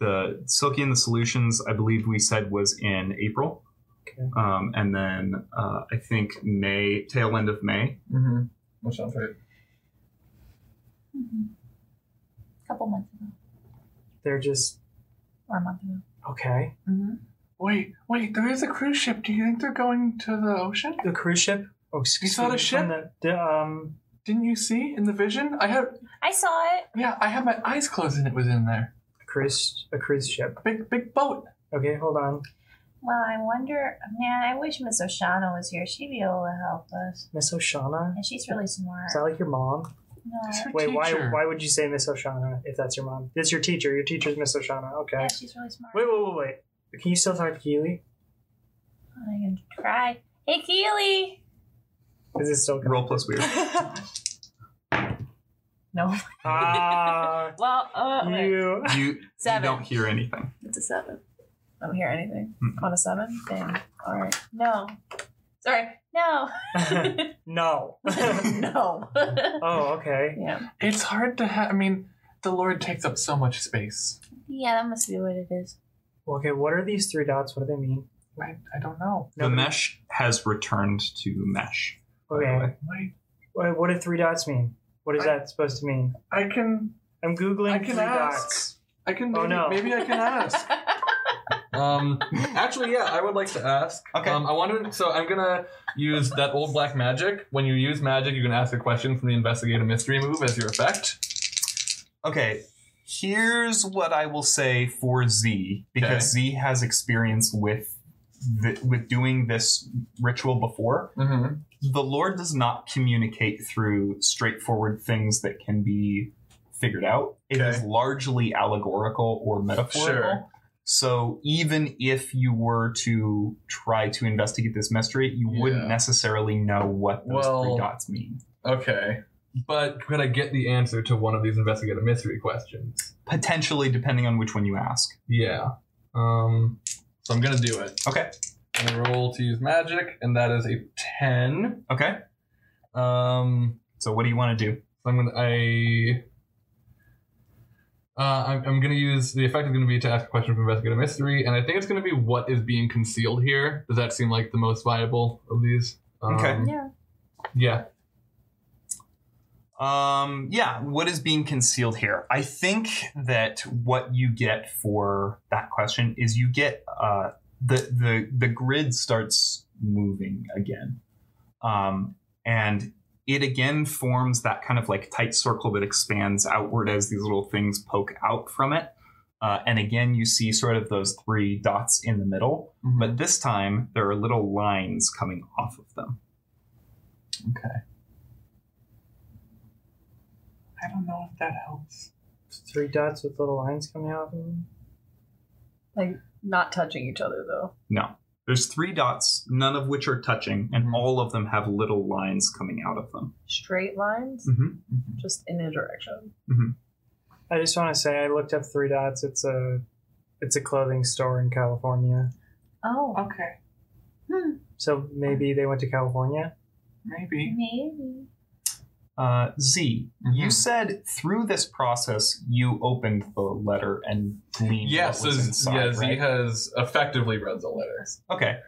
A: the Silky and the Solutions, I believe we said was in April.
D: Okay.
A: Um, and then uh, I think May, tail end of May.
B: Mm-hmm. That sounds right.
F: A Mm-hmm. couple months ago
D: They're just
F: or a month ago.
D: okay.
B: Wait, wait, there is a cruise ship. Do you think they're going to the ocean?
D: The cruise ship. Oh, excuse
B: saw
D: me.
B: the ship?
D: From The, the, um.
B: Didn't you see in the vision? I had,
F: I saw it.
B: yeah, I had my eyes closed and it was in there.
D: Cruise. A cruise ship.
B: Big, big boat.
D: Okay, hold on.
F: Well, I wonder, man, I wish Miss O'Shana was here. She'd be able to help us.
D: Miss Oshana?
F: And she's really smart.
D: Is that like your mom?
B: It's
F: no.
B: her
D: Wait, why
B: teacher.
D: why would you say Miss Oshana if that's your mom? It's your teacher. Your teacher's Miss Oshana. Okay.
F: Yeah, she's really smart.
D: Wait, wait, wait, wait. Can you still talk to Keely?
F: I can cry. Hey, Keely!
D: Is it still
A: Roll plus weird.
C: No.
D: Ah,
C: Well, uh, wait.
D: you.
A: You, you
C: Seven.
A: don't hear anything.
C: It's a seven. I don't hear anything.
A: Mm.
C: On a seven? Damn. All right.
F: No,
C: Sorry.
F: no.
D: no.
C: no.
D: oh, okay.
C: yeah.
B: It's hard to have. I mean, the Lord takes up so much space.
F: Yeah, that must be what it is.
D: Okay, what are these three dots? What do they mean?
B: I, I don't know.
A: The mesh has returned to mesh. by the
D: Okay.
A: way.
B: Like,
D: Wait, What do three dots mean? What is that supposed to mean?
B: I can,
D: I'm
B: I
D: googling
B: can
D: three
B: ask.
D: dots.
B: I can.
D: Oh,
B: Maybe,
D: no.
B: maybe I can ask. um, actually, yeah, I would like to ask.
A: Okay.
B: Um, I want to. So I'm gonna use that old black magic. When you use magic, you can ask a question from the investigate a mystery move as your effect.
A: Okay. Here's what I will say for Z because Z has experience with th- with doing this ritual before.
B: Mm-hmm.
A: The Lord does not communicate through straightforward things that can be figured out. It is
B: Okay.
A: largely allegorical or metaphorical.
B: Sure.
A: So even if you were to try to investigate this mystery, you
B: Yeah.
A: wouldn't necessarily know what those
B: Well-
A: three dots mean.
B: Okay. But could I get the answer to one of these investigate a mystery questions?
A: Potentially, depending on which one you ask.
B: Yeah. Um. So I'm gonna do it.
A: Okay.
B: I roll to use magic, and that is a ten.
A: Okay.
B: Um,
A: So what do you want to do?
B: so I'm gonna I. Uh, I'm, I'm gonna use the effect is gonna be to ask a question from investigate a mystery, and I think it's gonna be what is being concealed here. Does that seem like the most viable of these? Um,
A: Okay.
F: Yeah.
B: Yeah.
A: Um, yeah, what is being concealed here? I think that what you get for that question is you get uh, the the the grid starts moving again, um, and it again forms that kind of like tight circle that expands outward as these little things poke out from it. Uh, and again, you see sort of those three dots in the middle, but this time there are little lines coming off of them. Okay.
D: I don't know if that helps. Three dots with little lines coming out of them.
C: Not touching each other though.
A: No. There's three dots, none of which are touching, and
B: Mhm.
A: all of them have little lines coming out of them.
C: Straight lines,
A: Mm-hmm.
C: just in a direction.
D: I just want to say I looked up Three Dots. It's a it's a clothing store in California.
F: Oh,
D: Okay. So maybe they went to California.
B: Maybe.
F: maybe.
A: Uh, Z, you
B: Mhm.
A: said through this process you opened the letter and gleaned
B: Yes,
A: what was
B: is,
A: inside.
B: yes, he
A: right?
B: has effectively read the letter.
A: Okay,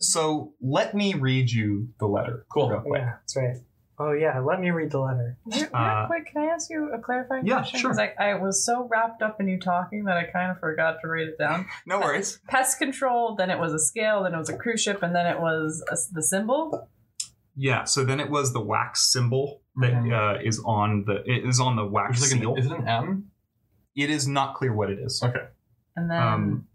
A: so let me read you the letter.
B: Cool.
A: real quick.
D: Yeah, that's right. Oh yeah, let me read the letter.
C: Real, real
A: Uh,
C: quick, can I ask you a clarifying
A: yeah,
C: question?
A: sure.
C: 'Cause I, I was so wrapped up in you talking that I kind of forgot to write it down.
A: No worries.
C: Pest control, then it was a scale, then it was a cruise ship, and then it was a s the symbol.
A: Yeah, so then it was the wax symbol that uh, is on the it is on the wax
B: Which is Mm-hmm. like
A: seal.
B: an, is it an M?
A: it is not clear what it is.
B: Okay.
C: And then
A: Um,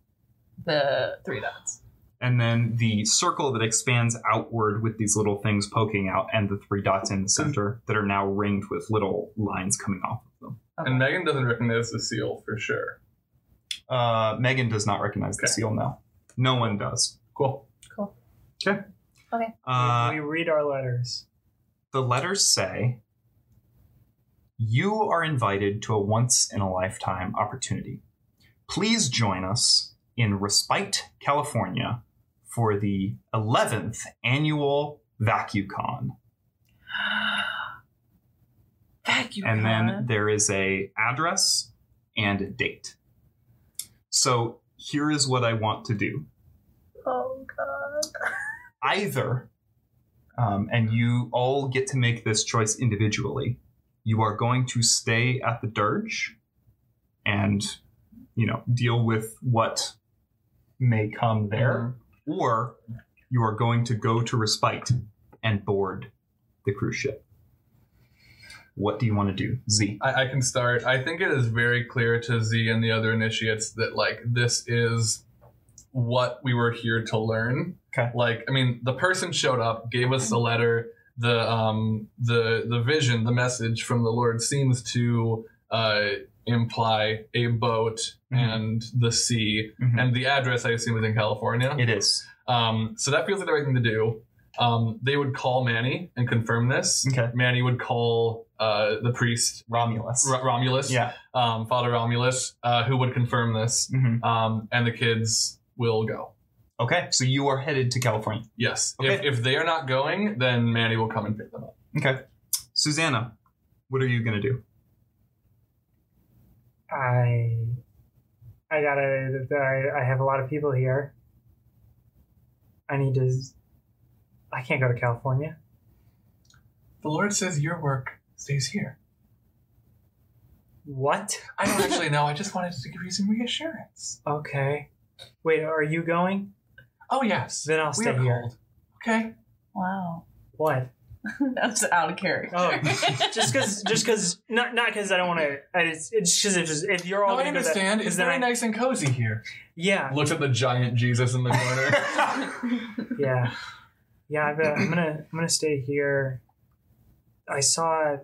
C: the three dots.
A: and then the circle that expands outward with these little things poking out and the three dots in the center that are now ringed with little lines coming off of them.
B: And Megan doesn't recognize the seal for sure.
A: Uh, Megan does not recognize the
B: Okay.
A: seal now. No one does.
B: Cool.
A: Uh,
D: we read our letters.
A: the letters say You are invited to a once in a lifetime opportunity. Please join us in Respite, California for the 11th annual VacuCon.
C: Thank you.
A: and then
C: Connor.
A: there is a address and a date so here is what i want to do
C: oh god.
A: either um, and you all get to make this choice individually you are going to stay at the dirge and you know deal with what may come there or you are going to go to respite and board the cruise ship what do you want to do z
B: I, I can start. I think it is very clear to Z and the other initiates that like this is what we were here to learn.
A: Okay.
B: Like, I mean, the person showed up, gave us the letter, the um the the vision, the message from the Lord seems to uh imply a boat
A: Mhm.
B: and the sea.
A: Mhm.
B: And the address I assume is in California.
A: it is
B: Um, so that feels like the right thing to do. Um, they would call Manny and confirm this.
A: Okay.
B: Manny would call uh, the priest
A: romulus
B: R- Romulus,
A: Yeah.
B: um, Father Romulus, uh, who would confirm this,
A: Mm-hmm.
B: um, and the kids will go.
A: Okay, so you are headed to California.
B: Yes.
A: Okay.
B: If, if they are not going, then Manny will come and pick them up.
A: Susanna, what are you going to do?
D: I I gotta I, I have a lot of people here. I need to I can't go to California.
B: The Lord says your work stays here.
D: What?
B: I don't actually know. I just wanted to give you some reassurance.
D: Okay. Wait, are you going?
B: Oh yes.
D: Then I'll
B: We
D: stay
B: are
D: here.
B: called. Okay.
F: Wow.
D: What?
C: That's out of character.
D: Oh, just because, just because, not not because I don't want to. It's it's just if, if you're all
B: No, I
D: gonna go
B: understand.
D: That,
B: It's
D: then
B: very
D: I-
B: nice and cozy here.
D: Yeah,
B: Looks at the giant Jesus in the corner.
D: yeah, yeah. I bet I'm gonna I'm gonna stay here. I saw.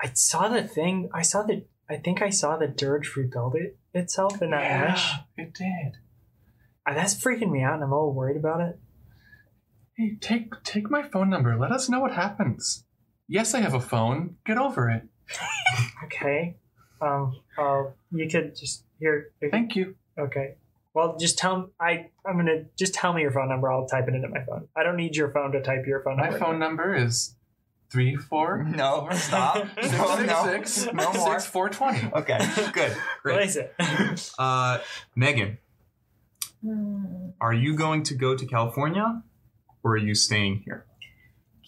D: I saw the thing. I saw the. I think I saw the dirge rebuild it itself in that ash.
B: it did.
D: Uh, That's freaking me out, and I'm all worried about it.
B: Hey, take take my phone number. Let us know what happens. Yes, I have a phone. Get over it.
D: Okay. Um. Uh, you could just here.
B: Thank you.
D: Okay. Well, just tell I. I'm gonna just tell me your phone number. I'll type it into my phone. I don't need your phone to type your phone
B: My
D: number.
B: phone number is three four
A: No,
D: No,
B: six six six
A: no more.
B: six four twenty.
A: Okay, good.
D: What
A: Great.
D: is it?
A: Uh, Megan,
F: Hmm.
C: Hmm.
A: are you going to go to California or are you staying here?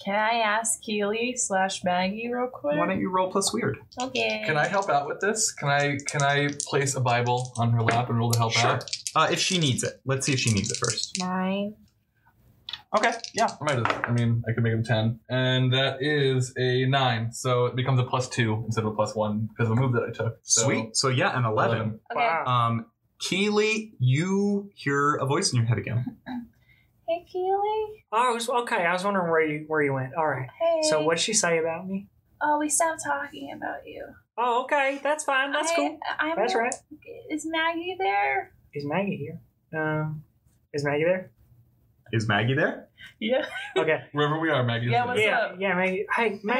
C: Can I ask Keely slash Maggie real quick?
A: Why don't you roll plus weird?
F: Okay.
B: Can I help out with this? Can I can I place a Bible on her lap and roll to help out?
A: Uh, if she needs it, let's see if she needs it first.
F: Nine.
A: Okay. Yeah.
B: I might as- I mean, I could make them 10. And that is a 9. So it becomes a plus 2 instead of a plus 1 because of a move that I took. So
A: Sweet. So yeah, an eleven.
C: Okay.
D: Wow.
A: Um, Keely, you hear a voice in your head again.
F: Hey, Keely.
D: Oh, I was, okay. I was wondering where you where you went. All right.
F: Hey.
D: So what'd she say about me?
F: Oh, we stopped talking about you.
D: Oh, okay. That's fine. That's
F: I,
D: cool.
F: I'm
D: That's right.
F: Is Maggie there?
D: Is Maggie here? Um, is Maggie there?
A: Is Maggie there?
C: Yeah.
D: Okay.
B: Wherever we are, Maggie.
C: Yeah, what's
D: yeah.
C: up?
D: Yeah, Maggie. Hey, Maggie.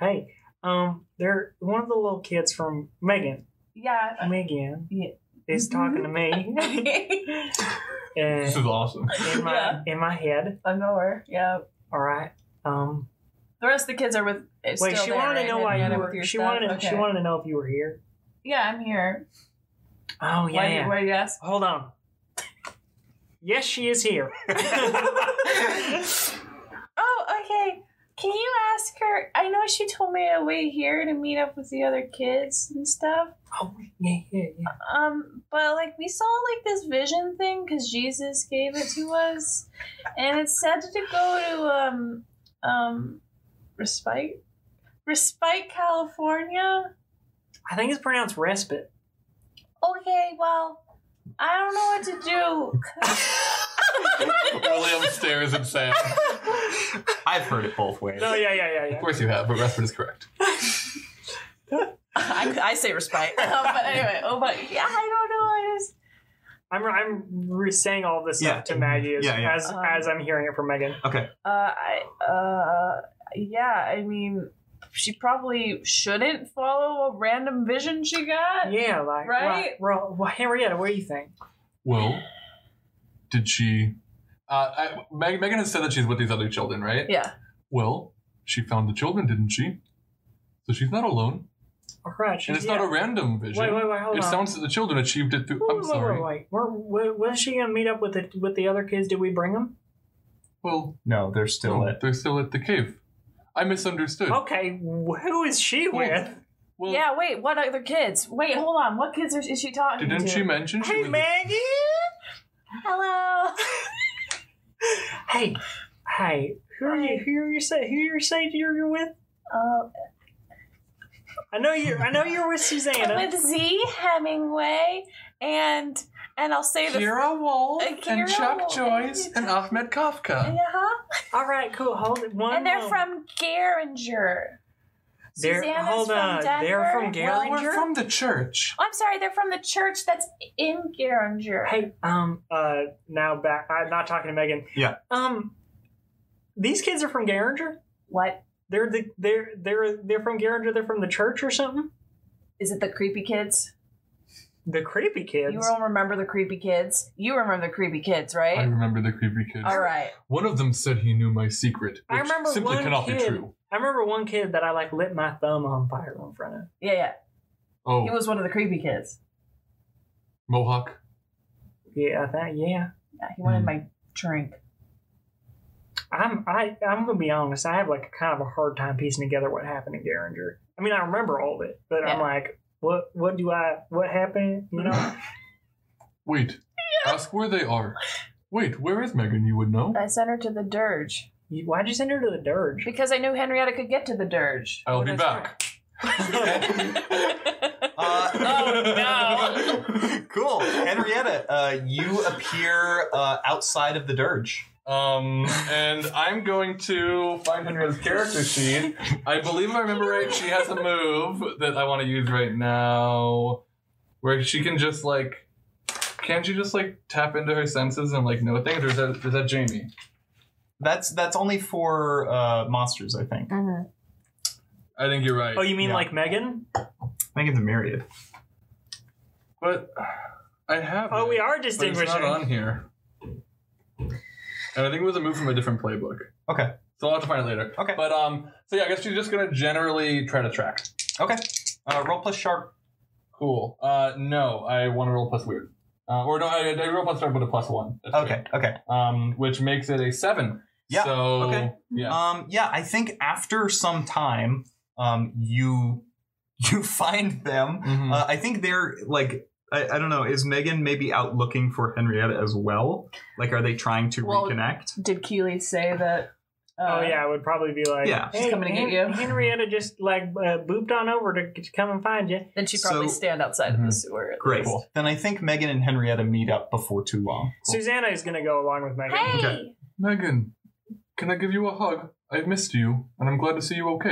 C: Hey.
D: Hey. Um, they're one of the little kids from Megan.
C: Yeah.
D: Megan
C: Yeah.
D: is talking to me.
C: Okay.
B: This
D: and
B: is awesome.
D: in my
C: Yeah.
D: in my head.
C: I'm nowhere. Yeah.
D: All right. Um,
C: The rest of the kids are with.
F: eh,
C: it's
D: wait.
C: still
D: She
C: there,
D: wanted
C: right?
D: to know
C: They're
D: why
C: together
D: you
C: with
D: were.
C: your
D: She
C: stuff?
D: wanted.
C: Okay.
D: She wanted to know if you were here.
C: Yeah, I'm here.
D: Oh yeah.
C: why,
D: yeah.
C: why do you ask?
D: Hold on. Yes, she is here.
F: Oh, okay. Can you ask her? I know she told me to wait here to meet up with the other kids and stuff.
D: Oh yeah, yeah, yeah.
F: Um, but like we saw like this vision thing because Jesus gave it to us, and it said to go to um um respite respite California.
D: I think it's pronounced respite.
F: Okay, well I don't know what to do. 'cause-
B: William stares at Sam.
A: I've heard it both ways.
D: No, yeah, yeah, yeah,
B: Of
D: yeah.
B: course you have, but Respite is correct.
C: I, I say respite.
F: Um, but anyway, oh but yeah, I don't know. I just
D: I'm I'm re- saying all this stuff
A: Yeah.
D: to Maggie as
A: Yeah, yeah.
D: As,
C: Um,
D: as I'm hearing it from Megan.
A: Okay.
C: Uh, I, uh, yeah, I mean, she probably shouldn't follow a random vision she got.
D: Yeah, like
C: Right?
D: Well, well, Henrietta, what do you think?
B: Well, did she. Uh, I, Meg, Megan has said that she's with these other children, right?
C: Yeah.
B: Well, she found the children, didn't she? So she's not alone.
D: All right,
B: And
D: she's,
B: it's
D: yeah.
B: not a random vision.
D: Wait, wait, wait, hold
B: It
D: on.
B: sounds that the children achieved it through.
D: Wait,
B: I'm
D: wait,
B: sorry.
D: Wait, wait, Where, where, when's she gonna meet up with the with the other kids? Did we bring them?
B: Well,
A: No, they're still
B: no,
A: it.
B: they're still at the cave. I misunderstood.
D: Okay, wh- who is she
B: Well,
D: with?
B: Well,
C: yeah, wait, what other kids? Wait, hold on. What kids are, is she talking
B: Didn't
C: to?
B: she mention she
D: Hey,
B: was a-
D: Maggie.
F: hello.
D: Hey, hey, who are you? Who are you say? Who you say you're you're with?
F: Uh,
D: I know you. I know you're with Susanna.
F: with Z Hemingway and and I'll say this.
B: Kira Wolf
F: Uh,
B: and
F: Kira
B: Chuck
F: Wolf.
B: Joyce and Ahmed Kafka?
F: Uh-huh.
D: All right, cool. Hold it. One.
F: And they're
D: moment.
F: from Garinger.
D: Oh. They're-
F: Susanna's
D: hold
F: from
D: on. They're
F: Denver.
D: from
B: Well, we're
D: Garinger.
B: from the church.
F: I'm sorry, they're from the church that's in Garinger.
D: hey, um, uh, now back. I'm not talking to Megan.
A: Yeah.
D: Um, these kids are from Garinger.
C: What?
D: They're the they're they're they're from Garinger. They're from the church or something.
C: Is it the creepy kids?
D: The creepy kids.
C: You don't remember the creepy kids? You remember the creepy kids, right?
B: I remember the creepy kids.
C: All right.
B: One of them said he knew my secret, which
D: I remember
B: simply
D: one
B: cannot be
D: kid-
B: true.
D: I remember one kid that I like lit my thumb on fire in front of.
C: Yeah, yeah.
B: Oh,
C: He was one of the creepy kids.
B: Mohawk.
D: Yeah, that yeah.
C: Yeah, he wanted
B: Hmm.
C: my drink.
D: I'm I I'm gonna be honest. I have like a kind of a hard time piecing together what happened in Garinger. I mean, I remember all of it, but I'm
C: Yeah.
D: like, what what do I what happened? You know?
B: Wait, ask where they are. Wait, where is Megan? You would know.
C: I sent her to the dirge
D: You- Why'd you send her to the dirge?
C: because I knew Henrietta could get to the dirge.
B: I'll be
D: that's
B: back.
A: Uh,
C: Oh,
A: cool. Henrietta, uh, you appear uh, outside of the dirge.
B: Um, and I'm going to find Henrietta's character sheet. I believe if I remember right, she has a move that I want to use right now, where she can just like, can't you just like tap into her senses and like know things, or is that is that Jamie?
A: That's that's only for uh, monsters, I think.
B: I think you're right.
D: Oh, you mean
A: Yeah.
D: like Megan?
A: I think it's a myriad.
B: but I have.
D: Oh,
B: it,
D: we are
B: But it's
D: distinguishing.
B: not on here. And I think it was a move from a different playbook.
A: Okay.
B: So I'll have to find it later.
A: Okay.
B: But um, so yeah, I guess she's just gonna generally try to track.
A: Okay. Uh, roll plus sharp.
B: Cool. Uh, no, I want to roll plus weird. Uh, or no, I, I roll plus start with a plus one. That's
A: Okay, okay.
B: right. Um, which makes it a seven.
A: Yeah,
B: So
A: okay.
B: yeah.
A: Um, yeah, I think after some time, um, you you find them.
B: Mhm.
A: Uh, I think they're like I, I don't know. Is Megan maybe out looking for Henrietta as well? Like, are they trying to
F: Well,
A: reconnect?
F: Did Keely say that? Uh,
D: oh yeah, it would probably be like,
A: Yeah.
D: hey,
F: She's coming to
D: Hen-
F: get you."
D: Henrietta just like uh, booped on over to, to come and find you.
C: Then she probably
A: So-
C: stand outside of
B: Mhm.
C: the sewer. at
A: Great.
C: least.
A: Then I think Megan and Henrietta meet up before too long.
D: Susanna is going to go along with Megan.
F: Hey,
A: Okay.
B: Megan, can I give you a hug? I've missed you, and I'm glad to see you okay.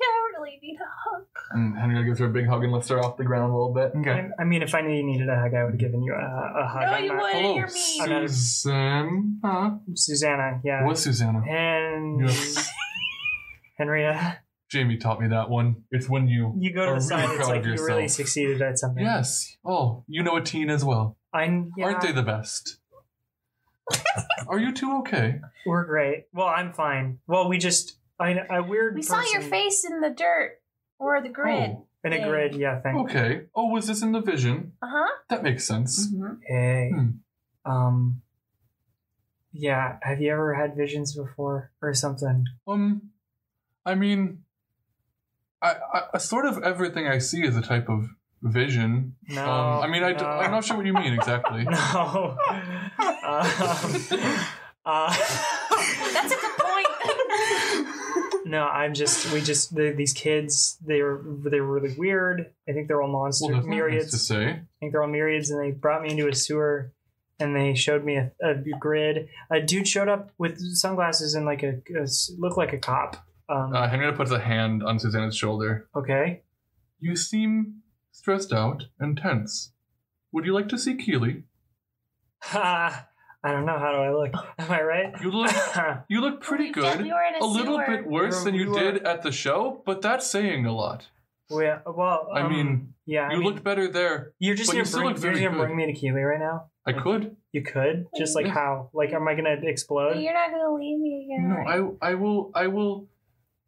F: yeah, I really need a hug.
B: And Henry gives her a big hug and lifts her off the ground a little bit.
A: Okay.
D: I, I mean, if I knew you needed a hug, I would have given you a, a hug.
F: No,
D: I'm
F: you
D: not-
F: wouldn't.
B: Hello,
F: You're mean.
D: I'm not-
B: Susan. Huh?
D: Susanna, yeah.
B: What, Susanna?
D: and
B: Yes.
D: Henrietta,
B: Jamie taught me that one. It's when you.
D: you go to
B: Are really
D: the side. It's
B: proud
D: like
B: of
D: you really
B: yourself.
D: succeeded at something.
B: Yes. Oh, you know a teen as well.
D: I'm. Yeah,
B: Aren't they the best? Are you two okay?
D: We're great. Well, I'm fine. Well, we just I a weird.
F: We saw your
D: person
F: face in the dirt or the grid.
D: in a grid. Yeah, thank.
B: Oh, okay. Oh, was this in the vision?
F: Uh huh.
B: That makes sense.
C: Mhm.
D: Hey.
B: Hmm.
D: Um. Yeah. Have you ever had visions before or something?
B: Um, I mean, I, I, I sort of everything I see is a type of vision.
D: No.
B: um, I mean, I,
D: no.
B: am not sure what you mean exactly.
D: No. um, uh,
F: That's a good point.
D: no, I'm just. We just the, these kids. They're they're really weird. I think they're all monsters,
B: well, that's not nice
D: myriads.
B: to say.
D: I think they're all myriads, and they brought me into a sewer, and they showed me a, a grid. A dude showed up with sunglasses and like a, a s- looked like a cop. Um,
B: Uh, Henrietta puts a hand on Susanna's shoulder.
D: okay,
B: You seem stressed out and tense. Would you like to see Keely?
D: I don't know. How do I look? Am I right?
B: You look, you look pretty
F: Believe that
B: good.
F: we were in a
B: A little
F: sewer.
B: bit worse than you
D: You are-
B: did at the show, but that's saying a lot.
D: well, well,
B: I
D: um,
B: mean,
D: yeah. I
B: You
D: mean,
B: looked better there.
D: You're just
B: but
D: gonna
B: you still
D: bring,
B: look
D: you're
B: very
D: gonna
B: good.
D: bring me to Keeley right now.
B: I could.
D: You could just like
B: Yeah.
D: how? Like, am I gonna explode?
F: You're not gonna leave me again. are you?
B: No, I, I will, I will,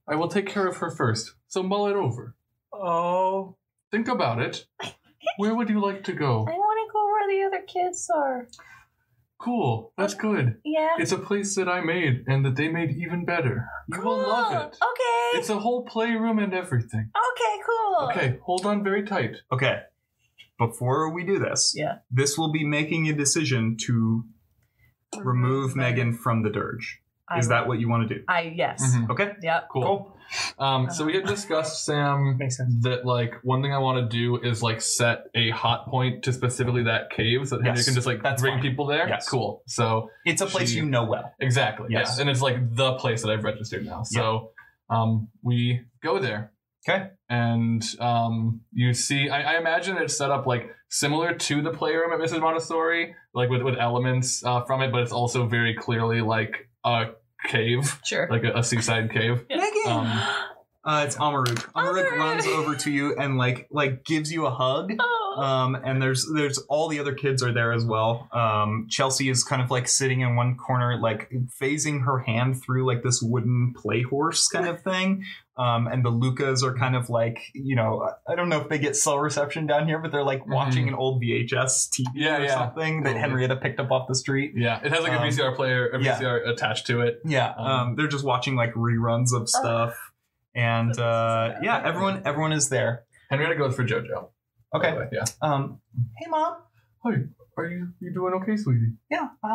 B: I will take care of her first. So mull it over.
D: Oh,
B: Think about it. Where would you like to go?
F: I want to go where the other kids are.
B: Cool. That's good.
F: Yeah.
B: It's a place that I made and that they made even better. You
F: cool.
B: will love it.
F: Okay.
B: It's a whole playroom and everything.
F: okay. Cool.
B: Okay, hold on very tight.
A: Okay. Before we do this,
C: Yeah.
A: this will be making a decision to remove Megan from the dirge.
C: I-
A: Is that what you want to do?
C: I yes.
B: Mhm.
A: Okay.
C: Yep.
B: Cool. Um, so we had discussed, Sam,
D: makes sense.
B: that like one thing I want to do is like set a hot point to specifically that cave so that
A: Yes,
B: you can just like
A: that's
B: bring
A: fine.
B: people there.
A: Yes.
B: Cool. So
A: It's a place
B: She-
A: you know well.
B: exactly.
A: Yes.
B: Yeah. And it's like the place that I've registered now. So um, we go there.
A: Okay.
B: And um, you see, I, I imagine it's set up like similar to the playroom at Mrs. Montessori, like with, with elements uh, from it, but it's also very clearly like a cave,
C: Sure.
B: like a, a seaside cave.
A: Megan.
B: Um,
A: Uh, it's Amaruk. Amaruk
F: Amaruk!
A: runs over to you and like like gives you a hug.
F: Oh.
B: uh,
A: Um, and there's there's all the other kids are there as well. Um, Chelsea is kind of like sitting in one corner, like phasing her hand through like this wooden play horse kind of thing. Um, and the Lucas are kind of like you know I don't know if they get cell reception down here, but they're like watching an old VHS TV
B: Mm-hmm. Yeah,
A: or
B: yeah.
A: something that
B: Totally.
A: Henrietta picked up off the street.
B: yeah, it has like a
A: Um,
B: VCR player, a
A: yeah.
B: VCR attached to it.
A: Yeah,
B: Um,
A: um, they're just watching like reruns of stuff. And uh, yeah, everyone everyone is there.
B: Henrietta goes for JoJo. by the
A: Okay.
B: way, Yeah.
A: Um, hey mom.
B: Hi. Are you you doing okay, sweetie?
A: Yeah, uh,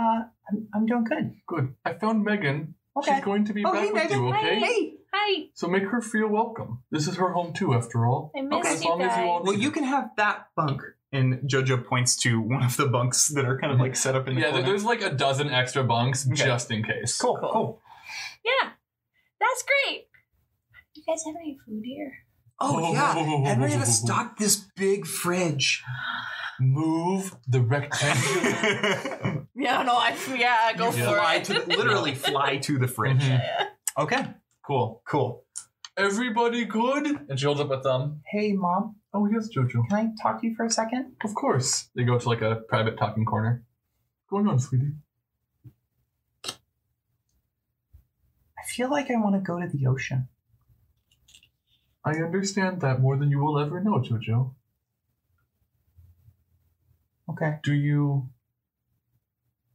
A: I'm, I'm doing good.
B: Good. I found Megan.
A: Okay.
B: She's going to be
A: Oh,
B: back
A: hey,
B: with
A: Megan.
B: you, okay?
A: Hey.
F: Hi.
B: So make her feel welcome. This is her home too, after all.
F: I missed
B: As
F: you
B: long
F: guys.
B: as you all
A: Well, you can have that bunk. And Jojo points to one of the bunks that are kind of like set up in the
B: Yeah, there-
A: corner.
B: there's like a dozen extra bunks
A: Okay.
B: just in case.
A: cool, cool,
F: Yeah. That's great. You guys have any food here?
A: Oh
B: Whoa,
A: yeah,
B: whoa, whoa, whoa, whoa,
A: Henrietta
B: whoa, whoa.
A: stocked this big fridge.
B: Move the rectangular.
A: you
C: Yeah. No. I yeah. Go
B: You
C: for
A: fly
C: it.
A: to literally fly to the fridge.
B: Mhm.
A: Okay,
B: Cool.
A: cool.
B: Everybody good? And she holds up a thumb.
A: Hey mom,
B: Oh yes, Jojo.
A: can I talk to you for a second?
B: Of course. They go to like a private talking corner. What's going on, sweetie?
A: I feel like I want to go to the ocean.
B: I understand that more than you will ever know, Jojo.
A: Okay.
B: do you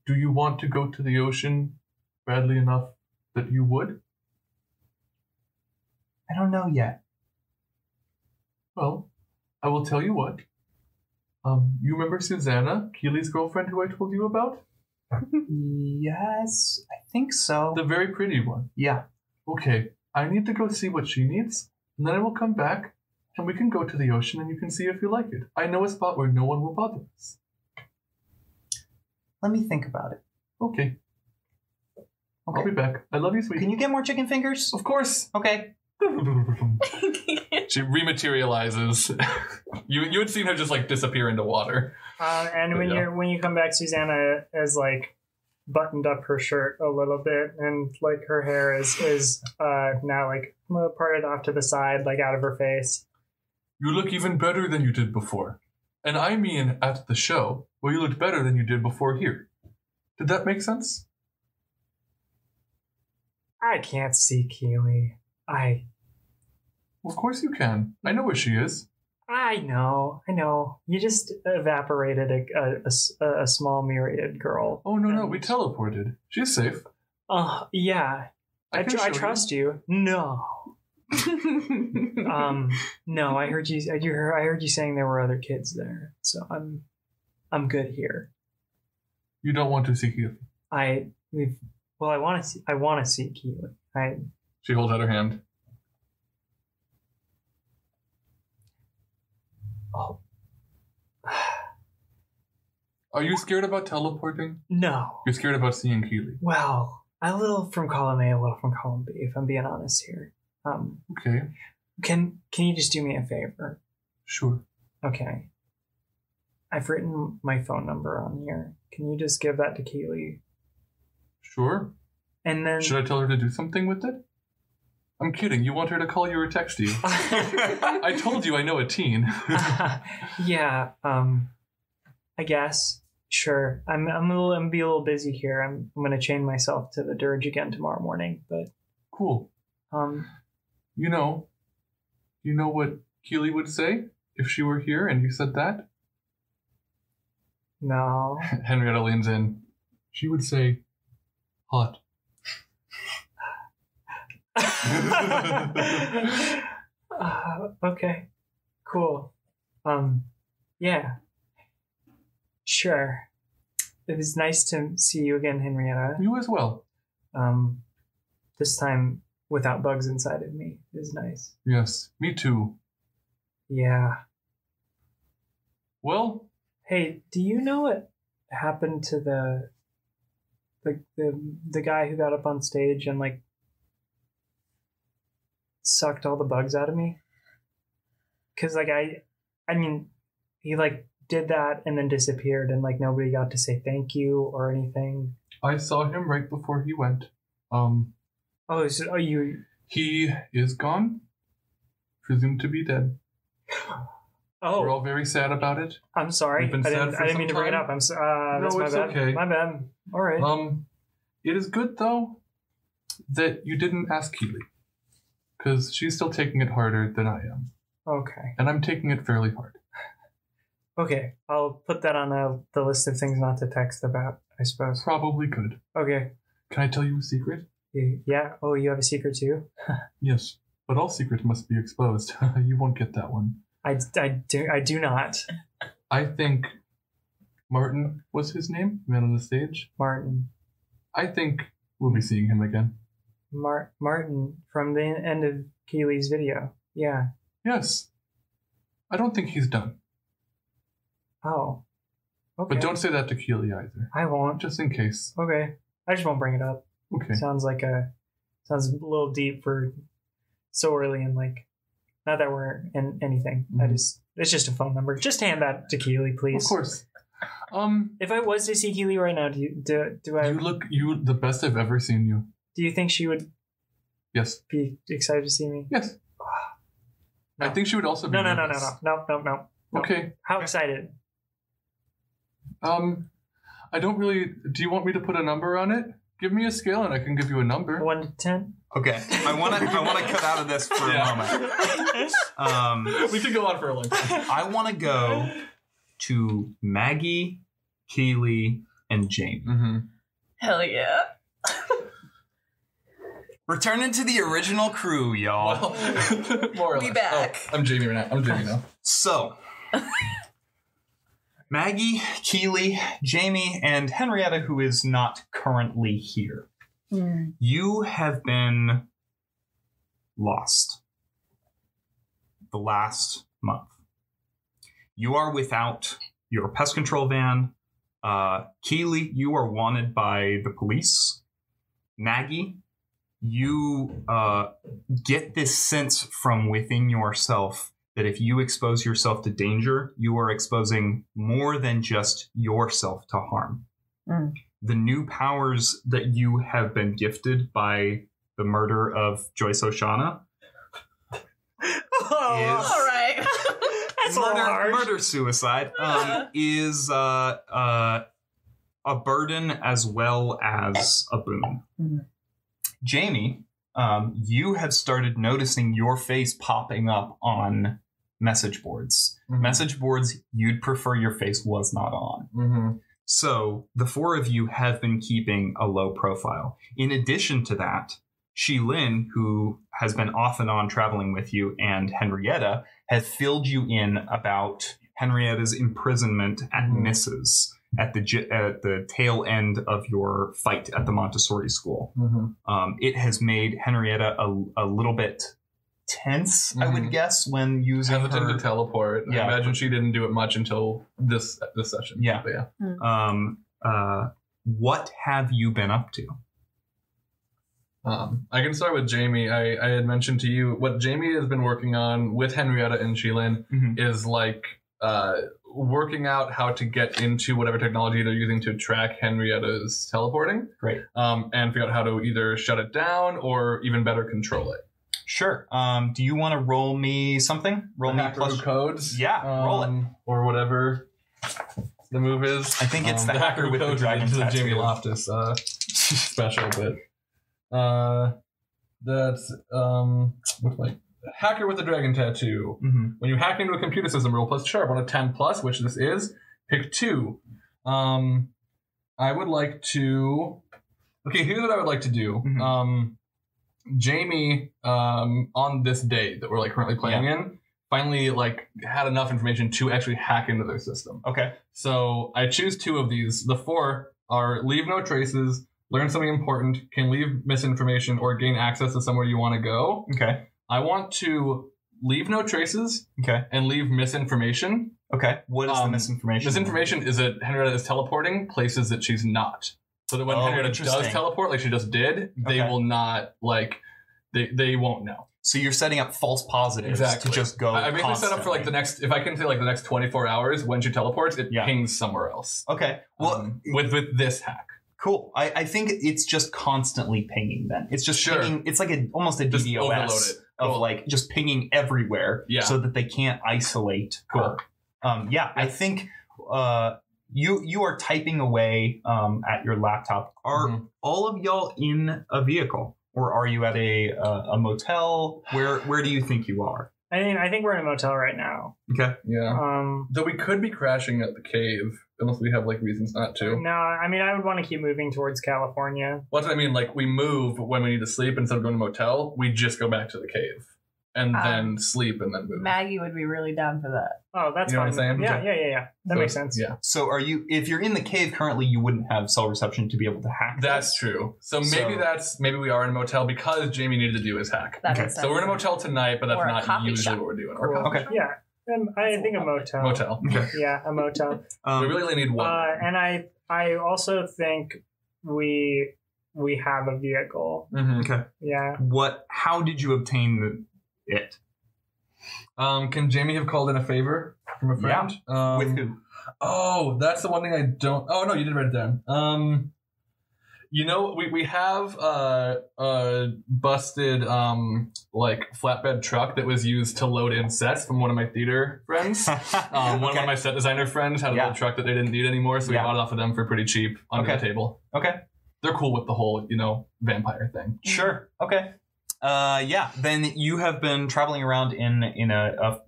B: do you want to go to the ocean badly enough that you would?
A: I don't know yet.
B: Well, I will tell you what. Um, you remember Susanna, Keely's girlfriend who I told you about?
A: yes, I think so.
B: The very pretty one.
A: Oh. yeah.
B: Okay, I need to go see what she needs, and then I will come back, and we can go to the ocean and you can see if you like it. I know a spot where no one will bother us.
A: Let me think about it.
B: Okay,
A: Okay.
B: I'll be back. I love you, sweetie.
A: Can you get more chicken fingers?
B: Of course.
A: Okay.
B: She rematerializes. you you had seen her just like disappear into water.
D: Um, and
B: But
D: when
B: yeah.
D: you're when you come back, Susanna is like buttoned up her shirt a little bit, and like her hair is is uh, now like parted off to the side, like out of her face.
B: You look even better than you did before, and I mean at the show where you looked better than you did before here. Did that make sense?
D: I can't see Keely. I
B: Of course you can. I know where she is.
D: I know, I know. You just evaporated a a- a s- a- a small myriad girl.
B: Oh no no,
D: And-
B: we teleported. She's safe.
D: Uh, yeah, I,
B: can
D: tr- I
B: show you.
D: trust you. No, um, no. I heard you. I you heard, I heard you saying there were other kids there, so I'm I'm good here.
B: You don't want to see Keely.
D: I we've well, I want to see. I want to see Keely. I
B: She holds out her hand.
D: oh
B: Are you scared about teleporting?
D: no.
B: You're scared about seeing Keely.
D: Well, a little from column A, a little from column B. If I'm being honest here, um,
B: Okay,
D: can can you just do me a favor?
B: sure.
D: Okay. I've written my phone number on here. Can you just give that to Keely?
B: Sure.
D: And then
B: Should I tell her to do something with it? I'm kidding. You want her to call you or text you. I told you I know a teen.
D: yeah, um, I guess. Sure. I'm I'm a little, I'm be a little busy here. I'm I'm gonna chain myself to the dirge again tomorrow morning. But
B: cool.
D: um,
B: You know, you know what Keely would say if she were here and you said that?
D: no.
B: Henrietta leans in. She would say, hot.
D: Uh, okay, cool. Um, yeah, sure. It was nice to see you again, Henrietta.
B: You as well.
D: Um, this time without bugs inside of me is nice.
B: Yes, me too.
D: Yeah.
B: Well,
D: Hey, do you know what happened to the the the, the guy who got up on stage and like sucked all the bugs out of me? Cuz like I I mean, he like did that and then disappeared and like nobody got to say thank you or anything.
B: I saw him right before he went. Um,
D: Oh, so oh you
B: he is gone, presumed to be dead. We're
D: Oh,
B: all very sad about it.
D: I'm sorry. I
B: We've been sad
D: didn't,
B: for
D: I didn't mean to
B: some
D: bring it
B: time.
D: up. I'm so,
B: No,
D: uh, that's my
B: it's
D: bad.
B: okay.
D: My bad. All right.
B: Um, it is good though that you didn't ask Keely, because she's still taking it harder than I am,
D: okay.
B: and I'm taking it fairly hard.
D: Okay, I'll put that on the, the list of things not to text about, I suppose.
B: Probably good.
D: Okay.
B: Can I tell you a secret?
D: Y- Yeah. Oh, you have a secret too?
B: Yes, but all secrets must be exposed. you won't get that one.
D: I, I, do, I do not.
B: I think Martin was his name, man on the stage.
D: Martin.
B: I think we'll be seeing him again.
D: Mar- Martin from the end of Keeley's video. Yeah.
B: Yes. I don't think he's done,
D: Oh. Okay.
B: but don't say that to Keely either,
D: I won't.
B: just in case.
D: Okay. I just won't bring it up.
B: Okay.
D: Sounds like a. Sounds a little deep for so early and like. Not that we're in anything. I
B: Mhm.
D: just. It's just a phone number. Just hand that to Keeley,
B: Of
D: please.
B: course. Um,
D: If I was to see Keeley right now, do you, do, do I
B: you look you the best I've ever seen you.
D: do you think she would
B: Yes.
D: be excited to see me?
B: Yes. I
D: No.
B: think she would also be.
D: No, no, no, no,
B: nervous.
D: no, no, no, no. no.
B: Okay.
D: How excited?
B: Um, I don't really. Do you want me to put a number on it? Give me a scale and I can give you a number.
D: One to ten. Oh,
A: Okay. I want to. I want to cut out of this for
B: Yeah.
A: a moment. Um,
B: we could go on for a long time.
A: I want to go to Maggie, Keely, and Jamie.
B: Mm-hmm.
C: Hell yeah.
A: Returning to the original crew, y'all.
B: Well, more or
C: Be
B: less.
C: back.
B: Oh, I'm Jamie now. I'm Jamie now.
A: So, Maggie, Keely, Jamie, and Henrietta, who is not currently here,
B: Mm.
A: you have been lost the last month. You are without your pest control van. Uh, Keely, you are wanted by the police. Maggie, you uh, get this sense from within yourself that if you expose yourself to danger, you are exposing more than just yourself to harm.
C: Mm.
A: The new powers that you have been gifted by the murder of Joyce Oshana
D: Oh,
A: is
C: All right.
D: that's
A: murder,
D: large.
A: murder suicide um, is uh, uh, a burden as well as a boon.
D: Mm-hmm.
C: Mhm.
A: Jamie, um, you have started noticing your face popping up on message boards.
D: Mm-hmm.
B: Mhm.
A: Message boards you'd prefer your face was not on.
B: Mm-hmm.
A: So the four of you have been keeping a low profile. In addition to that, Shi Lin, who has been off and on traveling with you, and Henrietta have filled you in about Henrietta's imprisonment at
B: Mhm.
A: Mrs. at the j- at the tail end of your fight at the Montessori school.
B: Mm-hmm.
A: Um, it has made Henrietta a, a little bit tense, I would
B: Mhm.
A: guess, when using
B: Hesitant
A: her
B: to teleport.
A: Yeah.
B: I imagine she didn't do it much until this this session.
A: Yeah.
B: But yeah.
A: um, uh, what have you been up to?
B: Um, I can start with Jamie. I, I had mentioned to you what Jamie has been working on with Henrietta and Sheelan
A: Mhm.
B: is like uh, working out how to get into whatever technology they're using to track Henrietta's teleporting.
A: Great.
B: Um, and figure out how to either shut it down or even better control it.
A: Sure. Um, do you want to roll me something? Roll me
B: Hacker
A: plus.
B: who codes. Um,
A: Yeah, roll it.
B: Or whatever the move is. Um,
A: I think it's the hacker
B: who
A: with the
B: codes
A: dragon
B: is the Jimmy
A: tattoo.
B: Loftus uh, special, but uh, that's um, what's my hacker with the dragon tattoo.
A: Mhm.
B: When you hack into a computer system, roll plus sharp on a ten plus, which this is. Pick two. Um, I would like to. Okay, here's what I would like to do.
A: Mhm.
B: Um, Jamie, um, on this day that we're like currently playing in, finally like had enough information to actually hack into their system.
A: Okay.
B: So I choose two of these. The four are leave no traces, learn something important, can leave misinformation, or gain access to somewhere you want to go.
A: Okay.
B: I want to leave no traces
A: Okay.
B: and leave misinformation.
A: Okay. What is the
B: Um,
A: misinformation?
B: Misinformation is that Henrietta is teleporting places that she's not. So that when
A: Oh,
B: Henrietta does
A: interesting.
B: teleport, like she just did, they
A: Okay.
B: will not like they they won't know.
A: So you're setting up false positives
B: Exactly.
A: to just go.
B: I, I basically set up for like the
A: Oh, constantly.
B: next if I can say like the next twenty four hours when she teleports, it
A: Yeah.
B: pings somewhere else.
A: Okay. Well,
B: Um, with with this hack.
A: cool. I, I think it's just constantly pinging. Then it's just
B: Sure.
A: pinging. It's like a almost a
B: Just overload
A: DDoS
B: it.
A: of
B: Cool.
A: like just pinging everywhere,
B: Yeah.
A: so that they can't isolate.
B: Cool.
A: her. Um, yeah, I think uh, you you are typing away um, at your laptop. Are
B: Mhm.
A: all of y'all in a vehicle or are you at a uh, a motel where where do you think you are
D: I think I think we're in a motel right now.
A: okay
B: Yeah.
D: Um,
B: Though we could be crashing at the cave unless we have like reasons not to.
D: no, I mean I would want to keep moving towards California.
B: What I mean, like we move when we need to sleep instead of going to motel, we just go back to the cave and
C: Um,
B: then sleep and then move.
C: Maggie would be really down for that.
D: Oh, that's
B: You know
D: fine.
B: what I'm saying?
D: Yeah,
B: Okay.
D: yeah, yeah, yeah. That
B: So,
D: makes sense.
B: Yeah,
A: so are you if you're in the cave currently you wouldn't have cell reception to be able to hack this.
B: that's true. So
A: So-
B: maybe that's maybe we are in a motel because Jamie needed to do his hack.
C: That
A: Okay.
C: makes sense.
B: So we're in a motel tonight, but that's
C: Or a
B: not
C: coffee
B: usually
C: shop.
B: what we're doing. Or
D: Cool.
B: a coffee
A: Okay.
D: Yeah. Um, I think a motel.
B: motel.
A: okay
D: Yeah, a motel.
A: um,
B: we really need one.
D: Uh, and I I also think we we have a vehicle.
B: Mhm.
D: Yeah.
A: what how did you obtain the, it
B: um, can Jamie have called in a favor from a
A: Yeah.
B: friend? Um,
A: with who
B: Oh, that's the one thing I don't. Oh no, you did write it down. Um, you know we we have uh a busted um like flatbed truck that was used to load in sets from one of my theater friends. Um, one
A: Okay.
B: of my set designer friends had a
A: Yeah.
B: little truck that they didn't need anymore, so we
A: Yeah.
B: bought it off of them for pretty cheap under
A: Okay.
B: the table.
A: Okay.
B: They're cool with the whole, you know, vampire thing.
A: Sure. Okay. Uh, yeah. Then you have been traveling around in in a, a,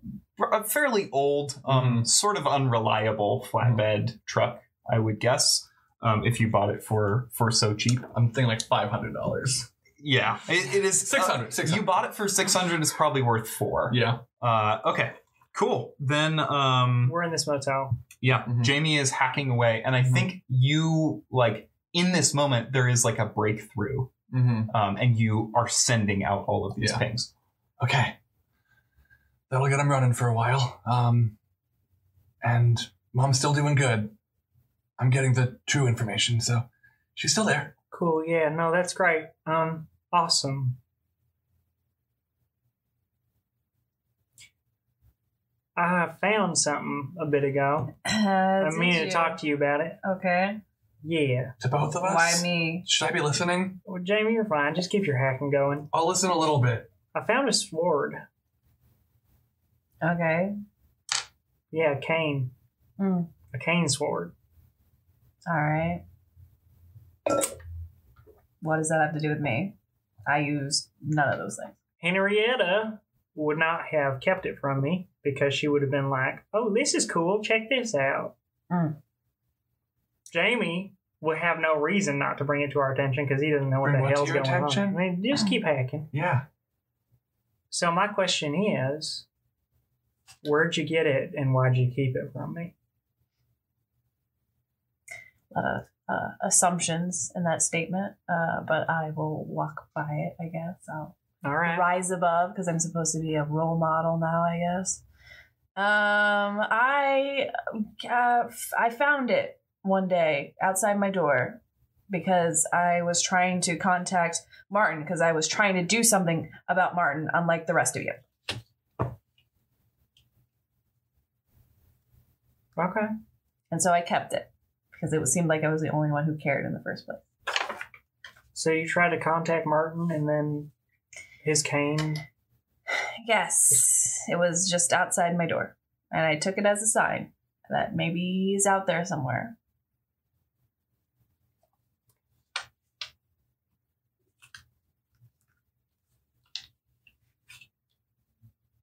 A: a fairly old,
B: Mm-hmm.
A: um, sort of unreliable flatbed truck, I would guess. Um, if you bought it for for so cheap,
B: I'm thinking like five hundred dollars.
A: yeah, it, it is uh,
B: 600, 600.
A: You bought it for six hundred. It's probably worth four.
B: Uh, Yeah.
A: Uh, okay. Cool. Then, um,
D: We're in this motel.
A: yeah,
B: Mhm.
A: Jamie is hacking away, and I
B: Mm-hmm.
A: think you like in this moment there is like a breakthrough,
B: Mm-hmm.
A: um, and you are sending out all of these
B: Yeah.
A: things.
B: Okay. That'll get him running for a while. Um, and mom's still doing good. I'm getting the true information, so she's still there.
D: Cool. Yeah. No, that's great. Um, awesome. I found something a bit ago. I
C: I
D: mean to talk to you about it.
C: Okay.
D: Yeah.
B: To both of us?
C: Why me?
B: Should I be listening?
D: Well, Jamie, you're fine. Just keep your hacking going.
B: I'll listen a little bit.
D: I found a sword.
C: Okay.
D: Yeah, a cane.
C: Hmm.
D: A cane sword.
C: All right. What does that have to do with me? I use none of those things.
D: Henrietta would not have kept it from me because she would have been like, oh, this is cool. Check this out.
C: Mm.
D: Jamie would have no reason not to bring it to our attention because he doesn't know what
B: Bring
D: the
B: what to
D: hell's
B: your
D: going
B: attention?
D: on. I mean, just keep hacking.
B: Yeah.
D: So, my question is where'd you get it and why'd you keep it from me?
C: A lot of uh, assumptions in that statement, uh, but I will walk by it, I guess. I'll
D: All right.
C: rise above because I'm supposed to be a role model now, I guess. Um, I uh, f- I found it one day outside my door because I was trying to contact Martin because I was trying to do something about Martin, unlike the rest of you.
D: Okay.
C: And so I kept it because it seemed like I was the only one who cared in the first place.
D: So, you tried to contact Martin and then his cane.
C: Yes, it was just outside my door, and I took it as a sign that maybe he's out there somewhere.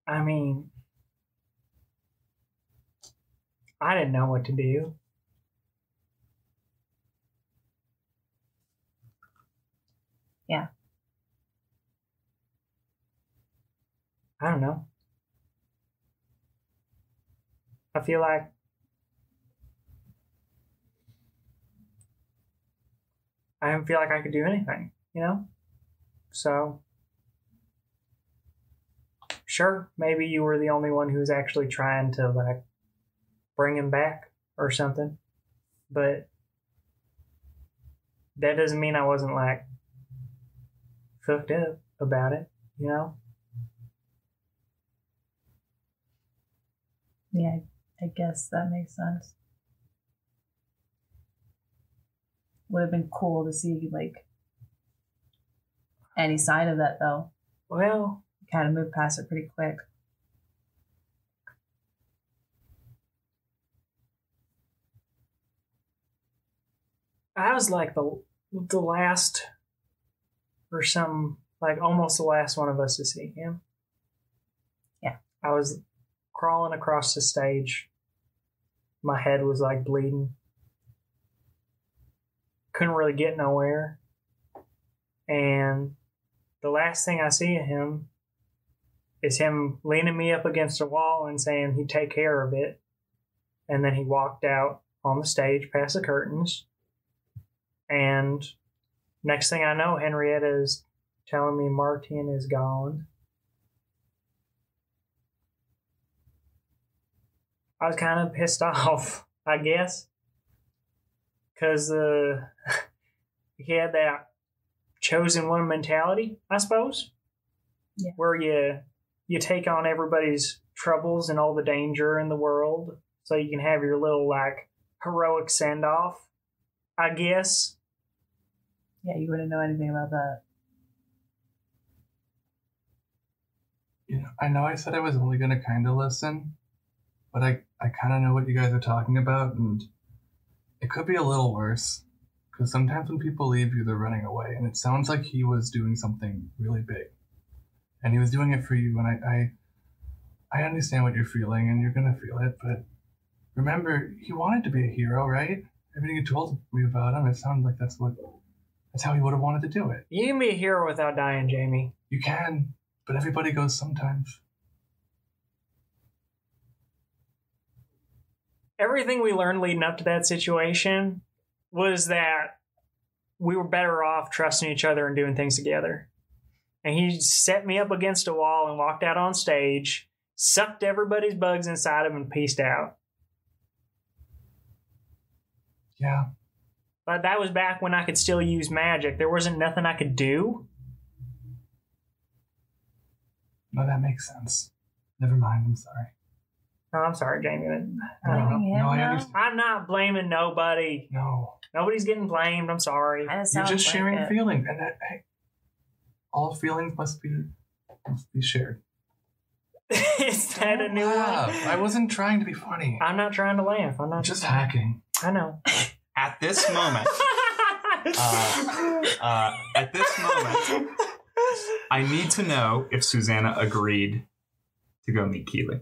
D: I mean, I didn't know what to do.
C: Yeah.
D: I don't know. I feel like I don't feel like I could do anything, you know? So sure, maybe you were the only one who was actually trying to like bring him back or something, but that doesn't mean I wasn't like fucked up about it, you know?
C: Yeah, I guess that makes sense. Would have been cool to see like any sign of that though.
D: Well,
C: Kind of moved past it pretty quick.
D: I was like the the last or some like almost the last one of us to see him.
C: Yeah.
D: I was crawling across the stage. My head was like bleeding. Couldn't really get nowhere. And the last thing I see of him is him leaning me up against a wall and saying he'd take care of it. And then he walked out on the stage past the curtains. And next thing I know, Henrietta is telling me Martin is gone. I was kind of pissed off, I guess, because uh, he had that chosen one mentality, I suppose,
C: Yeah.
D: where you you take on everybody's troubles and all the danger in the world, so you can have your little like heroic send off, I guess.
C: Yeah, you wouldn't know anything about that.
B: You know, I know I said I was only going to kind of listen, but I, I kind of know what you guys are talking about, and it could be a little worse. Because sometimes when people leave you, they're running away, and it sounds like he was doing something really big. And he was doing it for you, and I, I, I understand what you're feeling, and you're going to feel it, but remember, he wanted to be a hero, right? Everything you told me about him, it sounded like that's what That's how he would have wanted to do it.
D: You can be a hero without dying, Jamie.
B: You can, but everybody goes sometimes.
D: Everything we learned leading up to that situation was that we were better off trusting each other and doing things together. And he set me up against a wall and walked out on stage, sucked everybody's bugs inside him, and peaced out.
B: Yeah.
D: But that was back when I could still use magic. There wasn't nothing I could do.
B: No, that makes sense. Never mind. I'm sorry.
D: Oh, I'm sorry, Jamie. but,
B: No,
D: uh,
B: no,
F: Blaming him
B: no, I
F: now?
B: understand.
D: I'm not blaming nobody.
B: No,
D: Nobody's getting blamed. I'm sorry.
F: Kinda
B: you're
F: sounds
B: just
F: like
B: sharing
F: it.
B: feelings, and that hey, all feelings must be must be shared.
D: Is that a new
B: Wow,
D: one?
B: I wasn't trying to be funny.
D: I'm not trying to laugh. I'm not.
B: I'm just hacking.
D: I know.
A: At this moment, Uh, uh, at this moment, I need to know if Susanna agreed to go meet Keely.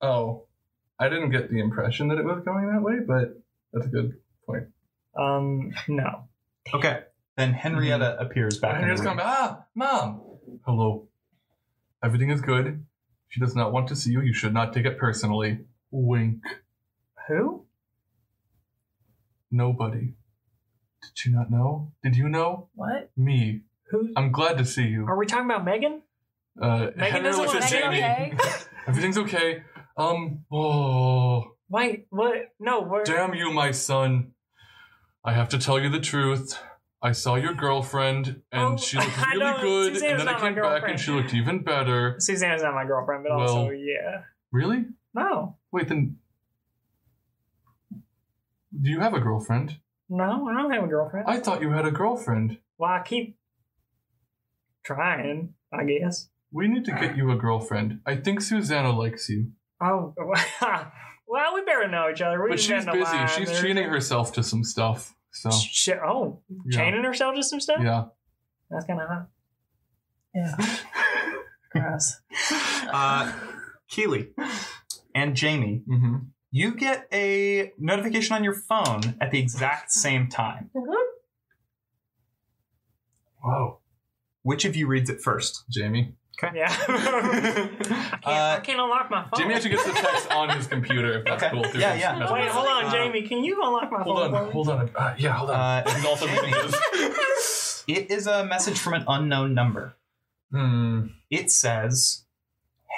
B: Oh, I didn't get the impression that it was going that way, but that's a good point.
D: um, no.
A: Okay. Then Henrietta
B: Mm-hmm.
A: appears back.
B: And
A: in
B: here's
A: the
B: coming.
A: room.
B: back. Ah, mom. Hello. Everything is good. She does not want to see you. You should not take it personally. Wink.
D: Who?
B: Nobody. Did you not know? Did you know?
F: What?
B: Me.
D: Who?
B: I'm glad to see you.
D: Are we talking about Megan?
B: Uh,
D: Megan doesn't
B: looks
D: want
B: at
D: to
F: Megan,
B: Jamie.
F: okay?
B: Everything's okay. Um. Oh,
D: Wait, what? No, we're.
B: damn you, my son. I have to tell you the truth. I saw your girlfriend, and
D: Oh,
B: she looked
D: I
B: really
D: know,
B: good.
D: Suzanne's
B: And then
D: not
B: I
D: my
B: came back,
D: girlfriend.
B: and she looked even better.
D: Susanna's not my girlfriend, but also,
B: Well-
D: yeah.
B: Really?
D: No.
B: Wait, then. Do you have a girlfriend?
D: No, I don't have a girlfriend.
B: I thought you had a girlfriend.
D: well, I keep trying, I guess.
B: We need to get you a girlfriend. I think Susanna likes you,
D: Oh, well, we better know each other. We've
B: but she's
D: been in a
B: busy.
D: line.
B: She's
D: There's-
B: chaining herself to some stuff. So,
D: Sh- oh,
B: yeah.
D: chaining herself to some stuff?
B: Yeah.
D: That's kind of hot.
F: Gross.
A: Uh, Keely and Jamie,
B: Mm-hmm.
A: you get a notification on your phone at the exact same time.
B: Whoa,
A: Which of you reads it first?
B: Jamie.
D: Yeah. I, can't, I
A: Uh,
D: can't unlock my phone.
B: Jimmy actually gets the text on his computer if that's
A: Okay.
B: cool. through
A: Yeah,
B: his
A: yeah.
B: messages.
D: Wait, hold on,
A: Uh,
D: Jamie. Can you unlock my
B: Hold
D: phone?
B: on,
D: for me?
B: hold on. Uh, yeah, hold on.
A: Uh,
B: He's also reading this.
A: it is a message from an unknown number.
B: Hmm.
A: it says,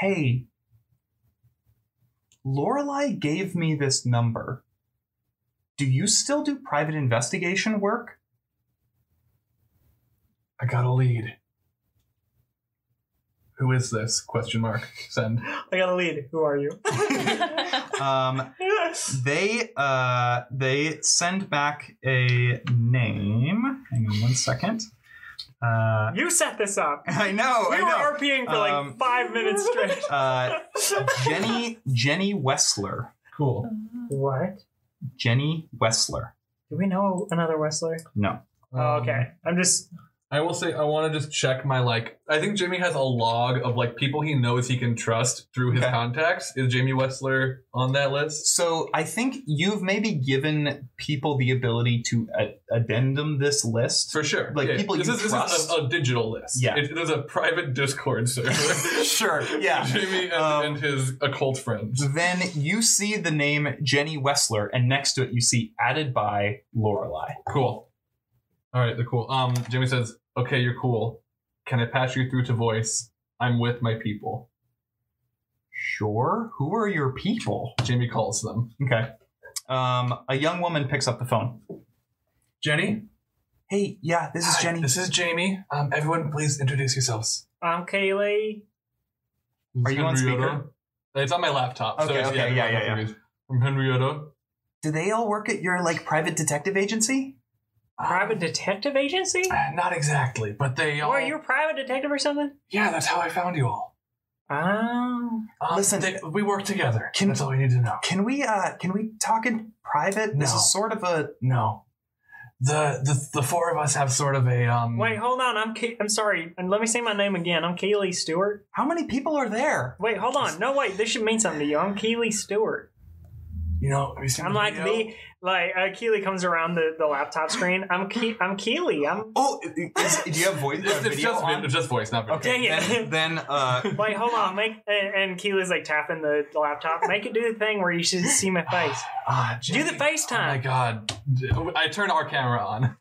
A: "Hey, Lorelai gave me this number. Do you still do private investigation work?
B: I got a lead. Who is this? Question mark. Send.
D: I got a lead. Who are you?
A: Um, they uh, they send back a name. Hang on one second. Uh,
D: you set this up.
A: I know,
D: We
A: Oh, I know.
D: were RPing for
A: Um,
D: like five minutes straight.
A: Uh, Jenny Jenny Wessler.
B: Cool.
D: what?
A: Jenny Wessler.
D: Do we know another Wrestler?
A: No.
D: oh,
B: Um,
D: okay. I'm just.
B: I will say I want to just check my like. I think Jimmy has a log of like people he knows he can trust through his
A: Okay.
B: contacts. Is Jamie Wessler on that list?
A: So I think you've maybe given people the ability to a- addendum this list.
B: For sure.
A: Like, people
B: this
A: you
B: is, This is
A: trust?
B: a, a digital list.
A: Yeah.
B: It, there's a private Discord server.
A: sure, yeah.
B: Jamie and,
A: Um,
B: and his occult friends.
A: Then you see the name Jenny Wessler, and next to it you see added by Lorelei.
B: Cool. All right, they're cool. Um, Jimmy says, "Okay, you're cool. Can I pass you through to voice? I'm with my people."
A: Sure. Who are your people?
B: Jimmy calls them.
A: Okay. Um, a young woman picks up the phone.
B: Jenny,
A: Hey, yeah, this is Jenny.
B: This is Jamie. Um, everyone, please introduce yourselves.
D: I'm Kaylee.
A: Are you on
B: Henrietta.
A: speaker?
B: It's on my laptop. so
A: Okay,
B: it's-
A: okay, yeah, yeah,
B: yeah. From Henrietta.
A: Do they all work at your like private detective agency?
D: Private detective agency?
B: Uh, not exactly, but they all.
D: Or you're a private detective or something?
B: Yeah, that's how I found you all.
D: Oh.
B: Um,
A: Listen-
B: they- we work together.
A: Can-
B: that's all you need to know.
A: Can we uh can we talk in private? This
B: No.
A: is sort of a
B: No, the the the four of us have sort of a um.
D: Wait, hold on. I'm Ke- I'm sorry. And let me say my name again. I'm Keely Stewart.
A: how many people are there?
D: Wait, hold on. No, wait. This should mean something to you. I'm Keely Stewart.
B: You know, have you seen
D: I'm
B: the
D: like
B: video?
D: me, like uh, Keely comes around the, the laptop screen. I'm Ke- I'm Keely. I'm
A: Oh, is, do you have voice uh,
B: It's, it's
A: video
B: just,
A: on?
B: vid- just voice, not video.
A: Okay,
D: Dang
A: then,
D: it.
A: then uh,
D: like, hold on, make and, and Keely's like tapping the laptop. Make it do the thing where you should see my face.
B: Ah,
D: Do the
B: Jamie. Oh my
D: FaceTime.
B: god. I turn our camera on.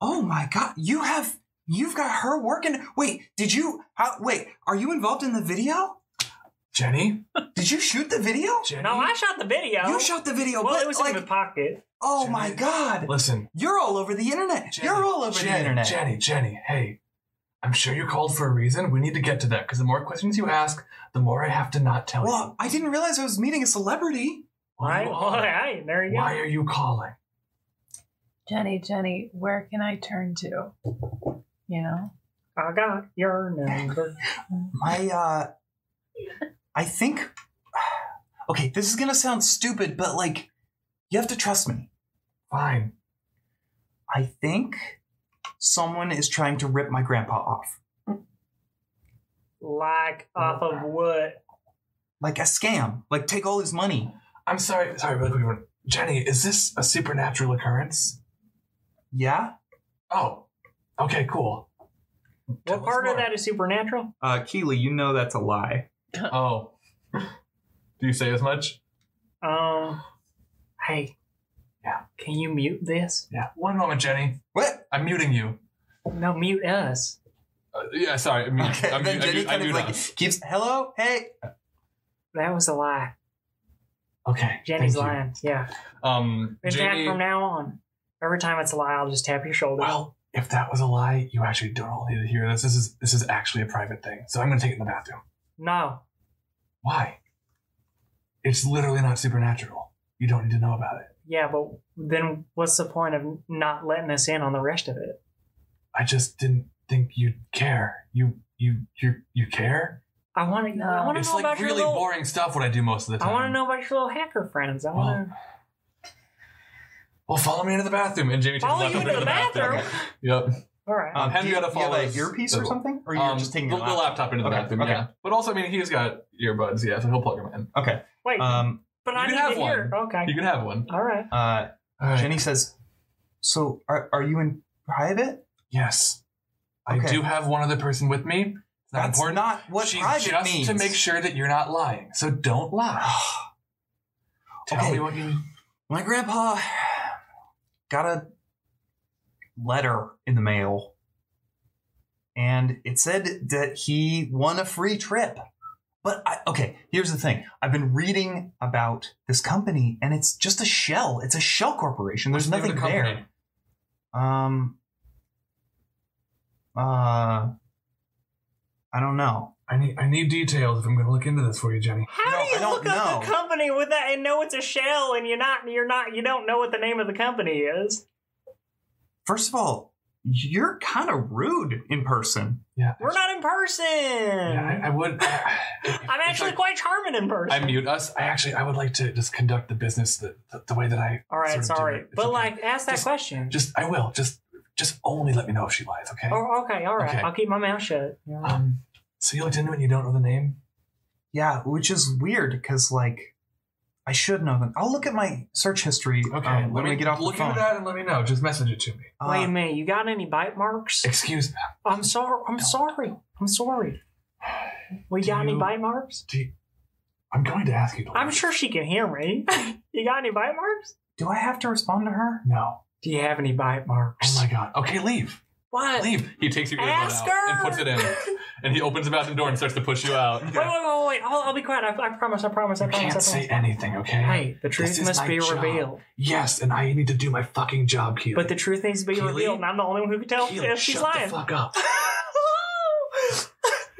A: oh my god, you have you've got her working. Wait, did you? How, wait, are you involved in the video?
B: Jenny?
A: Did you shoot the video?
B: Jenny?
D: no, I shot the video.
A: You shot the video,
D: well,
A: but
D: it was
A: like,
D: in the pocket.
A: oh
B: Jenny.
A: my god,
B: Listen.
A: you're all over the internet.
B: Jenny,
A: you're all over the
B: Jenny,
A: internet.
B: Jenny, Jenny, hey. I'm sure you called for a reason. We need to get to that because the more questions you ask, the more I have to not tell you.
A: Well, I didn't realize I was meeting a celebrity.
B: Well,
D: Right?
B: you
D: Well,
B: are.
D: hey, there you go.
B: Why are you calling?
F: Jenny, Jenny, where can I turn to? You know?
D: I got your number.
A: My, uh, I think. Okay, this is gonna sound stupid, but like, you have to trust me.
B: Fine.
A: I think someone is trying to rip my grandpa off,
D: like off of what?
A: like a scam, like take all his money.
B: I'm sorry. uh, Sorry, really quick. one. Jenny, is this a supernatural occurrence?
A: Yeah.
B: Oh, okay, cool. Tell
D: What
B: us
D: part of
B: more.
D: that is supernatural?
A: Uh, Keely, you know that's a lie.
B: Oh. Do you say as much?
D: Um, hey,
B: Yeah.
D: Can you mute this?
B: Yeah. One moment, Jenny.
A: What?
B: I'm muting you.
D: No, mute us.
B: Uh, yeah, sorry. I mute,
A: Okay.
B: I mute,
A: then
B: I
A: Jenny
B: mute, I
A: kind of
B: mute
A: like
B: us.
A: keeps hello, hey.
D: That was a lie.
B: Okay.
D: Jenny's
B: thank you.
D: lying. Yeah.
B: Um,
D: In fact,
B: Jenny,
D: from now on, every time it's a lie, I'll just tap your shoulder.
B: well, if that was a lie, you actually don't all need to hear this. This is this is actually a private thing. So I'm going to take it in the bathroom.
D: no,
B: Why? It's literally not supernatural. You don't need to know about it.
D: Yeah, but then what's the point of not letting us in on the rest of it?
B: I just didn't think you'd care. You you you you care?
D: I want to.
F: No.
D: I want to
B: It's
D: know
B: like
D: about
B: really
D: your little.
B: boring stuff what I do most of the time. Oh,
D: I want to know about your little hacker friends. I want to.
B: Well, follow me into the bathroom, and Jamie takes
D: Follow
B: a left
D: you
B: up
D: into the
B: Yep.
D: All right.
B: Um,
A: do you, do
B: Henrietta
A: you have
B: follows-
A: a earpiece or
B: Oh.
A: something, or you're
B: Um,
A: just taking
B: the,
A: your
B: the
A: laptop?
B: laptop into the
A: Okay,
B: bathroom.
A: okay.
B: Yeah, but also, I mean, he's got earbuds, yeah, so he'll plug them in.
A: Okay.
D: Wait,
A: Um.
D: but I
B: you
D: need
B: can
D: to
B: have
D: hear. Okay.
B: You can have one.
D: All right.
A: Uh.
B: All right.
A: Jenny says, "So are are you in private?
B: Yes, I
A: Okay.
B: do have one other person with me. It's not
A: That's
B: important.
A: not what
B: She's
A: private
B: just
A: means." Oh,
B: to make sure that you're not lying. So don't lie. Tell
A: Okay.
B: me what you.
A: My grandpa got a letter in the mail, and it said that he won a free trip. But I, okay, here's the thing: I've been reading about this company, and it's just a shell. It's a shell corporation. There's
B: What's the name of
A: nothing
B: the
A: there.
B: company?
A: Um. Uh. I don't know.
B: I need I need details if I'm going to look into this for you, Jenny.
D: How
A: No,
D: do you
A: I don't
D: look up the
A: know.
D: company with that and know it's a shell and you're not you're not you don't know what the name of the company is?
A: First of all, you're kind of rude in person.
B: Yeah,
D: We're not in person.
B: yeah I, I would.
D: I'm actually quite charming in person.
B: I mute us. I actually I would like to just conduct the business the, the, the way that I.
D: All right,
B: sort of do
D: sorry,
B: it. It's
D: but
B: okay.
D: like, ask that
B: Just-
D: question.
B: Just I will. Just just only let me know if she lies, okay?
D: oh, okay, all right.
B: Okay.
D: I'll keep my mouth shut. Yeah.
B: Um so you looked into it and you don't know the name?
A: Yeah, which is weird because like I should know them. I'll look at my search history
B: Okay.
A: um, when
B: let
A: we
B: me
A: get off the
B: look
A: phone.
B: into that and let me know. Just message it to me.
A: Uh,
D: Wait a minute, you got any bite marks?
B: Excuse me.
D: I'm sorry. I'm sorry. I'm sorry. We
B: Do
D: got any
B: you-
D: bite marks?
B: Do you, I'm going to ask you to
D: I'm
B: leave.
D: sure she can hear me. you got any bite marks?
A: do I have to respond to her?
B: No.
D: Do you have any bite marks?
B: Oh my god. Okay, leave.
D: What? Wait,
B: Leave. He takes your earbud
D: Ask
B: out
D: her.
B: and puts it in. And he opens the bathroom door and starts to push you out.
D: wait, wait, wait, wait. I'll, I'll be quiet. I, I promise. I promise. I
B: You
D: promise.
B: can't
D: I
B: say
D: promise.
B: anything, okay?
D: Hey, the
B: This
D: truth
B: is
D: must
B: my
D: be
B: job.
D: revealed.
B: Yes, and I need to do my fucking job, Keely.
D: But the truth needs to be
B: Keely?
D: revealed, and I'm the only one who can tell
B: Keely,
D: if she's
B: shut
D: lying.
B: the fuck up.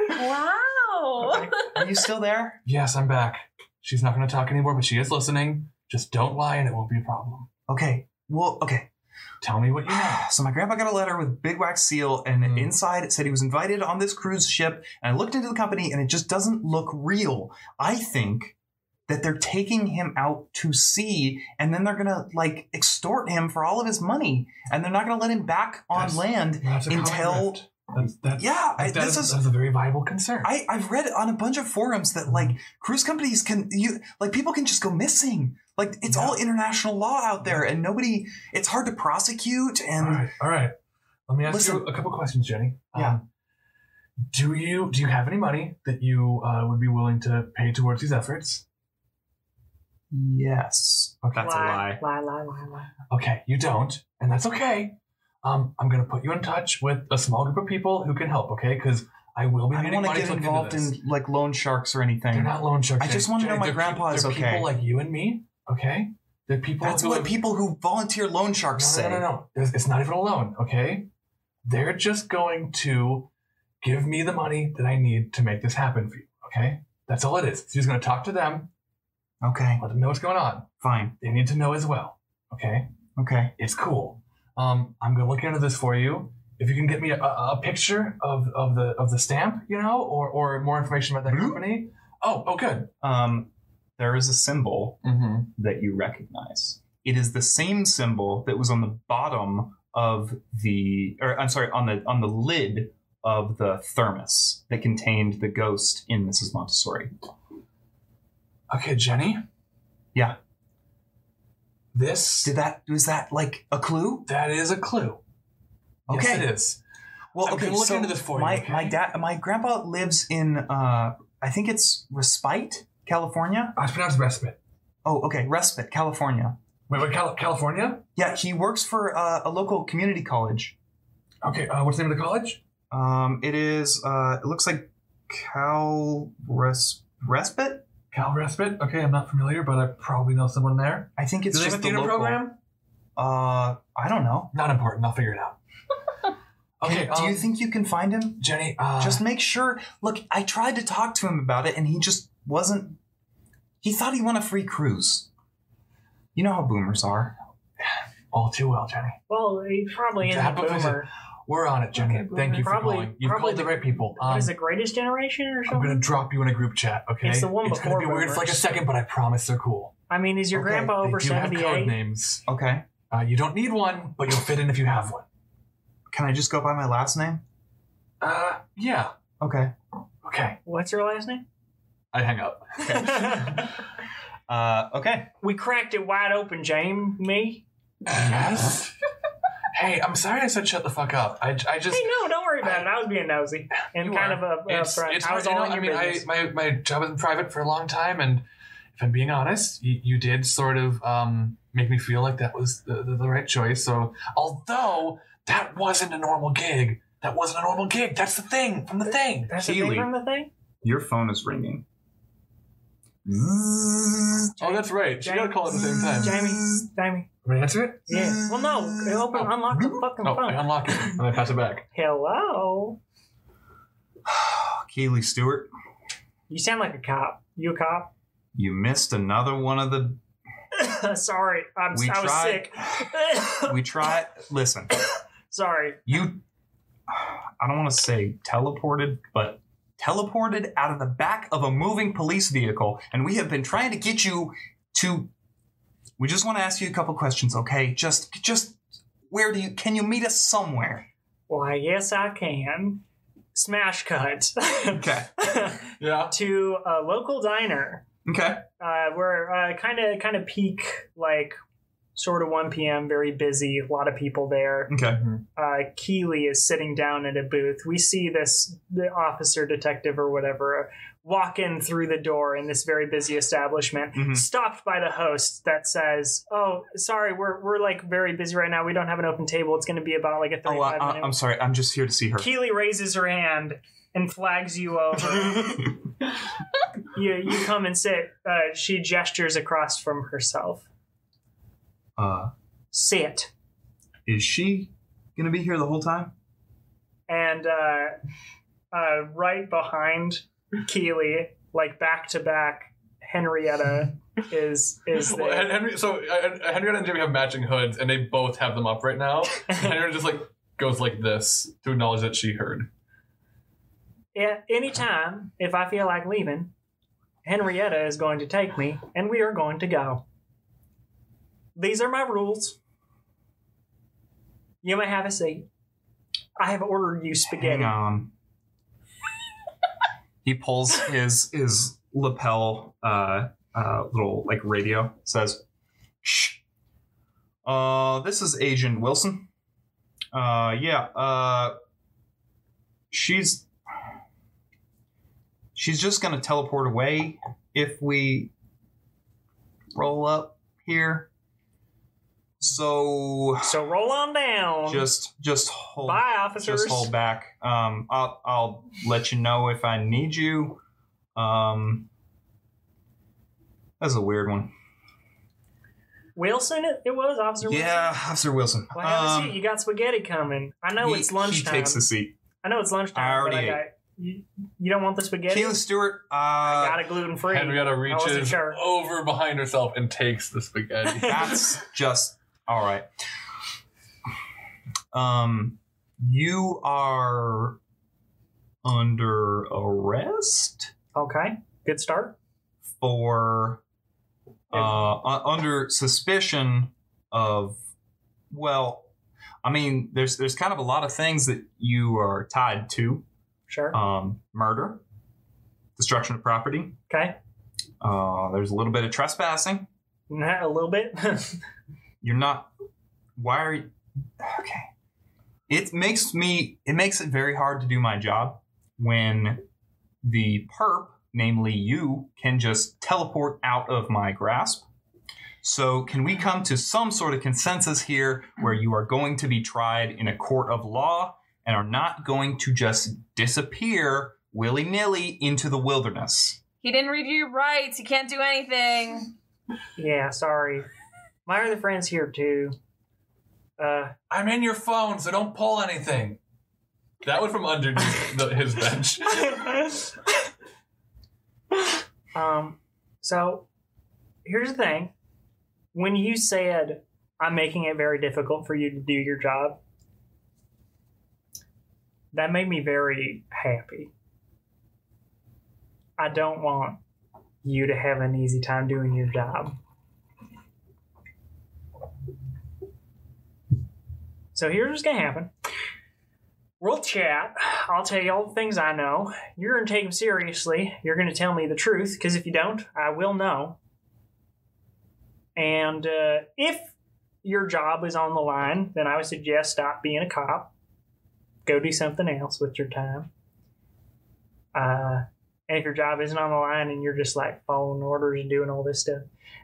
F: Wow.
D: Okay.
A: Are you still there?
B: Yes, I'm back. She's not going to talk anymore, but she is listening. Just don't lie and it won't be a problem.
A: Okay. Well, okay.
B: Tell me what you know.
A: So my grandpa got a letter with big wax seal, and
B: Hmm.
A: inside it said he was invited on this cruise ship. And I looked into the company, and it just doesn't look real. I think that they're taking him out to sea, and then they're gonna like extort him for all of his money, and they're not gonna let him back on
B: That's-
A: land
B: That's a common
A: Until-
B: rift.
F: That's, that's,
A: Yeah, I,
F: that
A: this
F: is,
A: is.
F: that's a very viable concern.
A: I, I've read on a bunch of forums that
F: Mm-hmm.
A: like cruise companies can you like people can just go missing. Like it's all international law out there, and nobody. It's hard to prosecute,
F: all
A: and
F: right, all right. Let me ask you
A: Listen.
F: a couple questions, Jenny.
A: Yeah.
F: Um, do you do you have any money that you uh, would be willing to pay towards these efforts?
A: yes, okay,
G: That's a lie.
D: Lie, lie, lie, lie.
F: Okay, you don't, and that's okay. Um, I'm gonna put you in touch with a small group of people who can help. Okay, because I will be
A: I don't
F: needing
A: want
F: money
A: to get
F: to look
A: involved
F: into this.
A: in like loan sharks or
F: They're
A: anything.
F: not loan sharks.
A: I just
F: Jay.
A: wanna know
F: Jay,
A: my
F: they're
A: grandpa
F: peop-
A: is
F: they're
A: okay.
F: People like you and me. Okay, they're people.
A: That's
F: who
A: what
F: have-
A: people who volunteer loan
F: No,
A: sharks
F: no,
A: say.
F: no, no, no. There's- It's not even a loan. Okay, they're just going to give me the money that I need to make this happen for you. Okay, that's all it is. So you're just gonna talk to them,
A: Okay,
F: let them know what's going on.
A: fine.
F: They need to know as well. Okay.
A: Okay,
F: it's cool. Um, I'm gonna look into this for you. If you can get me a, a a picture of, of the of the stamp, you know, or, or more information about that
A: Bloop.
F: company. Oh, oh, good.
A: um, there is a symbol
F: Mm-hmm.
A: that you recognize. It is the same symbol that was on the bottom of the, or I'm sorry, on the on the lid of the thermos that contained the ghost in Mrs. Montessori.
F: Okay, Jenny.
A: Yeah.
F: This
A: Did that was that like a clue?
F: that is a clue.
A: Okay.
F: Yes, it is.
A: Well,
F: I'm
A: okay.
F: gonna look
A: so
F: into this for you,
A: my
F: okay?
A: my dad, my grandpa lives in, uh, I think it's Respite, California.
F: I pronounced respite.
A: Oh, okay, Respite, California.
F: Wait, wait, Cal- California?
A: Yeah, he works for uh, a local community college.
F: Okay. Uh, what's the name of the college?
A: Um, it is. Uh, it looks like Cal Res- Respite.
F: Cal Respite. Okay, I'm not familiar, but I probably know someone there.
A: I think it's
F: Do they have
A: just the
F: a theater
A: local-
F: program?
A: Uh, I don't know.
F: Not important. I'll figure it out. okay.
A: Can- do you
F: um,
A: think you can find him?
F: Jenny? Uh,
A: just make sure. Look, I tried to talk to him about it, and he just wasn't. He thought he won a free cruise. You know how boomers are.
F: all too well, Jenny.
D: Well, he probably is
F: Yeah,
D: a
F: but is
D: boomer.
F: We're on it, Jenny.
B: Okay,
F: Thank you for
D: probably-
F: calling. You
D: probably
F: called the right people.
D: what
F: Um,
D: is the greatest generation or
F: I'm
D: something?
F: gonna drop you in a group chat, okay?
D: It's the one
F: gonna
D: before
F: be weird for like a
D: boomers.
F: second, but I promise they're cool.
D: I mean, is your
A: Okay,
D: grandpa
F: they
D: over
F: do have code
D: 78?
F: names.
A: Okay.
F: Uh, you don't need one, but you'll fit in if you have one.
A: Can I just go by my last name?
F: Uh, yeah.
A: Okay.
F: Okay.
D: What's your last name?
F: I hang up.
A: Uh, okay.
D: We cracked it wide open, James. Me?
F: yes. hey, I'm sorry I said shut the fuck up. I, I just.
D: Hey, no, don't worry about
F: I-
D: it. I was being nosy and
F: You
D: kind
F: are.
D: of a, a
F: it's,
D: front.
F: it's
D: I was
F: hard, you
D: all
F: know,
D: in your
F: I mean,
D: business.
F: I, my, my job was in private for a long time, and if I'm being honest, you, you did sort of um, make me feel like that was the, the, the right choice. So, although that wasn't a normal gig, that wasn't a normal gig. That's the thing from the thing.
D: That's the thing
A: Keely.
D: from the thing.
A: Your phone is ringing.
F: Oh, that's right.
D: She gotta
F: call
D: it at the same
F: time.
D: Jamie, Jamie.
F: I'm gonna answer it.
D: Yeah. Well, no. Open, unlock the fucking
F: Oh, I
D: phone.
F: unlock it and I pass it back.
D: Hello.
A: Keely Stewart,
D: You sound like a cop. You a cop?
A: you missed another one of the.
D: Sorry, I'm,
A: We
D: I was
A: tried.
D: sick.
A: We try. Listen,
D: Sorry.
A: you i don't want to say teleported but teleported out of the back of a moving police vehicle and we have been trying to get you to we just want to ask you a couple questions okay just just where do you can you meet us somewhere
D: Why, yes, I can. Smash cut.
F: Yeah.
D: to a local diner.
A: okay
D: Uh, we're kind of kind of peak like sort of 1 p.m. Very busy. A lot of people there.
A: okay
D: Uh, Keeley is sitting down at a booth. We see this the officer, detective, or whatever walk in through the door in this very busy establishment.
A: Mhm.
D: Stopped by the host that says, "Oh, sorry, we're we're like very busy right now. We don't have an open table. It's going to be about like a
A: oh I,
D: thirty-five
A: I,
D: minute."
A: i'm sorry i'm just here to see her
D: Keely raises her hand and flags you over. you you come and sit. Uh, she gestures across from herself.
A: uh,
D: Sit.
A: is she gonna be here the whole time
D: And uh, uh, right behind Keely, like back to back, Henrietta is is
F: Well, Hen-
D: there.
F: Henry, so uh, uh, Henrietta and Jimmy have matching hoods, and they both have them up right now. And Henrietta just like goes like this to acknowledge that she heard.
D: Yeah, anytime if I feel like leaving, Henrietta is going to take me, and we are going to go. These are my rules. You may have a seat. I have ordered you spaghetti.
A: Hang on. he pulls his his lapel uh, uh, little like radio. Says, "Shh. Uh, this is Agent Wilson. Uh, yeah. Uh, she's she's just gonna teleport away if we roll up here. So
D: So roll on down.
A: just just hold
D: Bye, officers.
A: just hold back. Um, I'll I'll let you know if I need you. Um, that's a weird one.
D: Wilson, it, it was Officer
A: Yeah,
D: Wilson.
A: Officer Wilson.
D: Well, have a
A: Um,
D: seat. You got spaghetti coming. I know
A: he-
D: it's lunchtime.
A: He takes a seat.
D: I know it's lunchtime.
A: I already
D: but
A: ate.
D: I got, you, you don't want the spaghetti?
A: Keila Stewart. Uh,
D: I got it gluten free.
B: Henrietta
D: wasn't
B: reaches
D: sure.
B: over behind herself and takes the spaghetti.
A: that's just all right. Um, you are under arrest.
D: Okay. Good start.
A: for uh, u- under suspicion of well i mean there's there's kind of a lot of things that you are tied to
D: Sure.
A: um, murder destruction of property
D: okay.
A: uh, there's a little bit of trespassing
D: Not a little bit.
A: you're not why are you okay it makes me it makes it very hard to do my job when the perp namely you can just teleport out of my grasp so can we come to some sort of consensus here where you are going to be tried in a court of law and are not going to just disappear willy-nilly into the wilderness
F: He didn't read you your rights. He can't do anything.
D: yeah, sorry. My other friend's here too. Uh,
B: I'm in your phone, so don't pull anything. That one from underneath the, his bench.
D: um, so here's the thing. When you said, I'm making it very difficult for you to do your job, that made me very happy. I don't want you to have an easy time doing your job. So here's what's going to happen. We'll chat. I'll tell you all the things I know. You're going to take them seriously. You're going to tell me the truth, because if you don't, I will know. And uh, if your job is on the line, then I would suggest stop being a cop. Go do something else with your time. Uh, and if your job isn't on the line and you're just like following orders and doing all this stuff,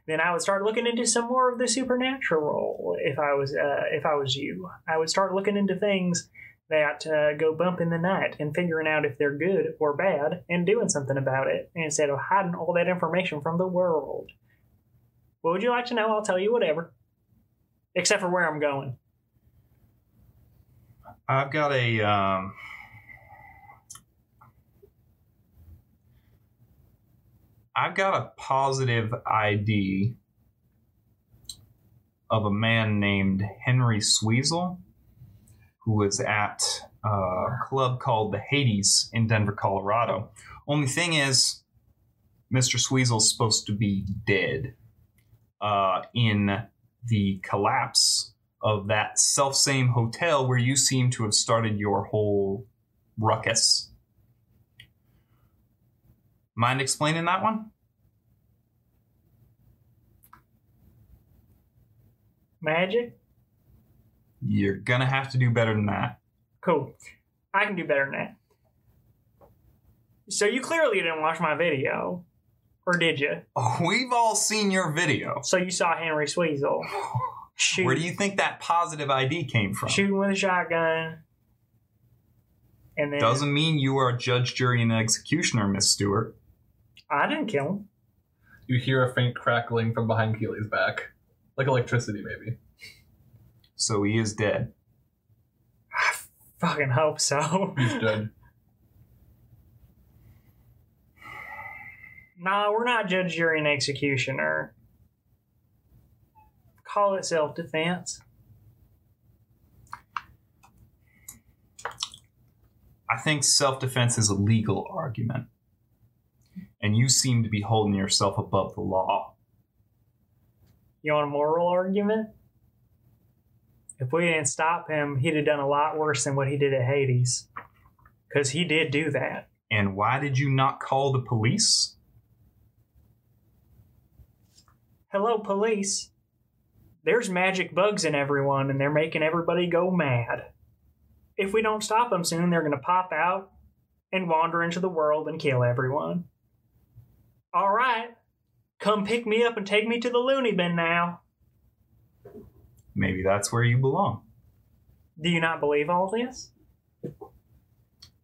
D: then I would start looking into some more of the supernatural. If I was uh, if I was you, I would start looking into things that uh, go bump in the night and figuring out if they're good or bad and doing something about it instead of hiding all that information from the world. What would you like to know? I'll tell you whatever. Except for where I'm going.
A: I've got a um I've got a positive ID of a man named Henry Sweezel who was at a club called the Hades in Denver, Colorado. Only thing is Mr. Sweezel's supposed to be dead uh, in the collapse of that self same hotel where you seem to have started your whole ruckus. Mind explaining that one?
D: Magic?
A: You're gonna have to do better than that.
D: Cool. I can do better than that. So you clearly didn't watch my video. Or did you?
A: Oh, we've all seen your video.
D: So you saw Henry Sweezel shoot,
A: Where do you think that positive ID came from?
D: shooting with a shotgun. And then
A: Doesn't mean you are a judge, jury, and executioner, Miss Stewart.
D: I didn't kill him.
B: You hear a faint crackling from behind Keely's back. Like electricity, maybe.
A: So he is dead.
D: I fucking hope so.
B: He's dead.
D: nah, we're not judge, jury, and executioner. Call it self defense.
A: I think self defense is a legal argument. And you seem to be holding yourself above the law.
D: You want a moral argument? if we didn't stop him, he'd have done a lot worse than what he did at Hades. Because he did do that.
A: And why did you not call the police?
D: Hello, police. There's magic bugs in everyone, and they're making everybody go mad. If we don't stop them soon, they're going to pop out and wander into the world and kill everyone. All right, come pick me up and take me to the loony bin now.
A: Maybe that's where you belong.
D: Do you not believe all this?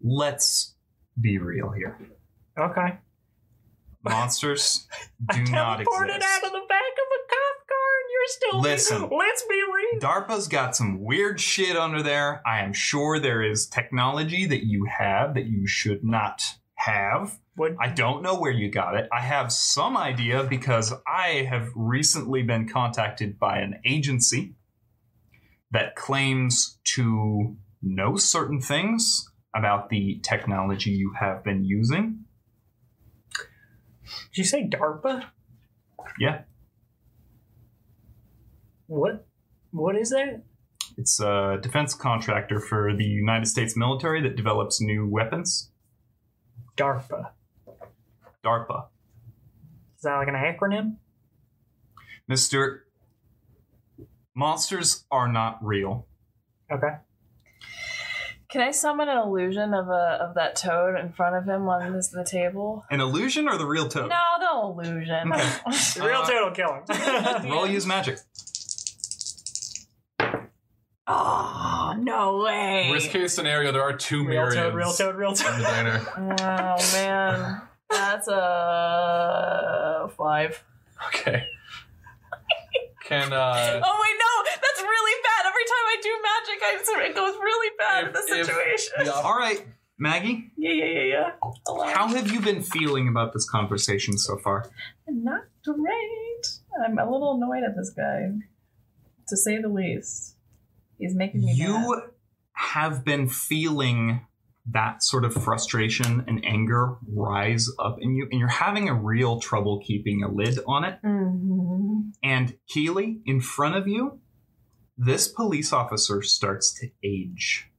A: Let's be real here.
D: Okay.
A: Monsters do not
D: Teleported
A: exist.
D: out of the back of a cop car, and you're still
A: Listen.
D: Let's be real.
A: DARPA's got some weird shit under there. I am sure there is technology that you have that you should not have.
D: Would
A: I don't know where you got it. I have some idea because I have recently been contacted by an agency that claims to know certain things about the technology you have been using.
D: did you say DARPA?
A: Yeah,
D: What? What is that?
A: it's a defense contractor for the United States military that develops new weapons.
D: DARPA.
A: DARPA.
D: Is that like an acronym?
A: Mister, monsters are not real.
D: Okay.
F: Can I summon an illusion of a of that toad in front of him on this the table?
A: An illusion or the real toad?
F: No, no illusion.
D: The real
A: Uh,
D: total killer.
A: Roll use magic.
F: oh no way!
B: Worst case scenario, there are two
D: real
B: myriads.
D: toad, real toad, real
B: in the
D: toad.
B: diner.
F: Oh man, that's a five.
B: Okay. Can uh
F: Oh wait, no, that's really bad. Every time I do magic, I, swear it goes really bad in
B: If-
F: the
B: if-
F: situation.
B: the op-
A: All right, Maggie,
F: yeah, yeah, yeah, yeah. Hello.
A: how have you been feeling about this conversation so far?
F: Not great. I'm a little annoyed at this guy, to say the least. He's making me mad.
A: You have been feeling that sort of frustration and anger rise up in you, and you're having a real trouble keeping a lid on it.
F: Mhm.
A: And Keely, in front of you, this police officer starts to age.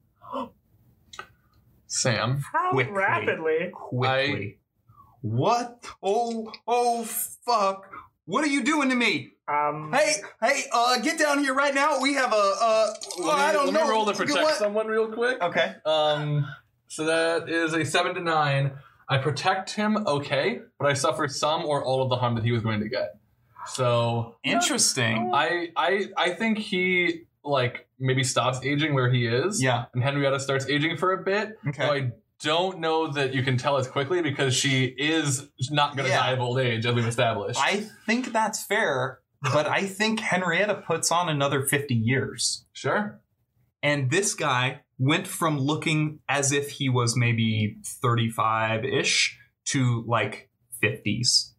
B: Sam?
D: How
A: Quickly.
D: rapidly?
A: quickly. What? Oh, oh, fuck. What are you doing to me?
D: Um,
A: Hey, hey, uh, get down here right now. We have a, uh, well,
B: let me,
A: I don't
B: let
A: know.
B: me roll to
A: You
B: protect
A: what?
B: someone real quick.
A: Okay.
B: Um so that is a seven to nine. I protect him okay, but I suffer some or all of the harm that he was going to get. So
A: Interesting.
B: I I I think he like maybe stops aging where he is.
A: Yeah.
B: And Henrietta starts aging for a bit. So
A: Okay.
B: I don't know that you can tell as quickly because she is not going to
A: Yeah.
B: die of old age, as we've established.
A: I think that's fair, but I think Henrietta puts on another 50 years.
B: sure.
A: And this guy went from looking as if he was maybe 35 ish to like 50s.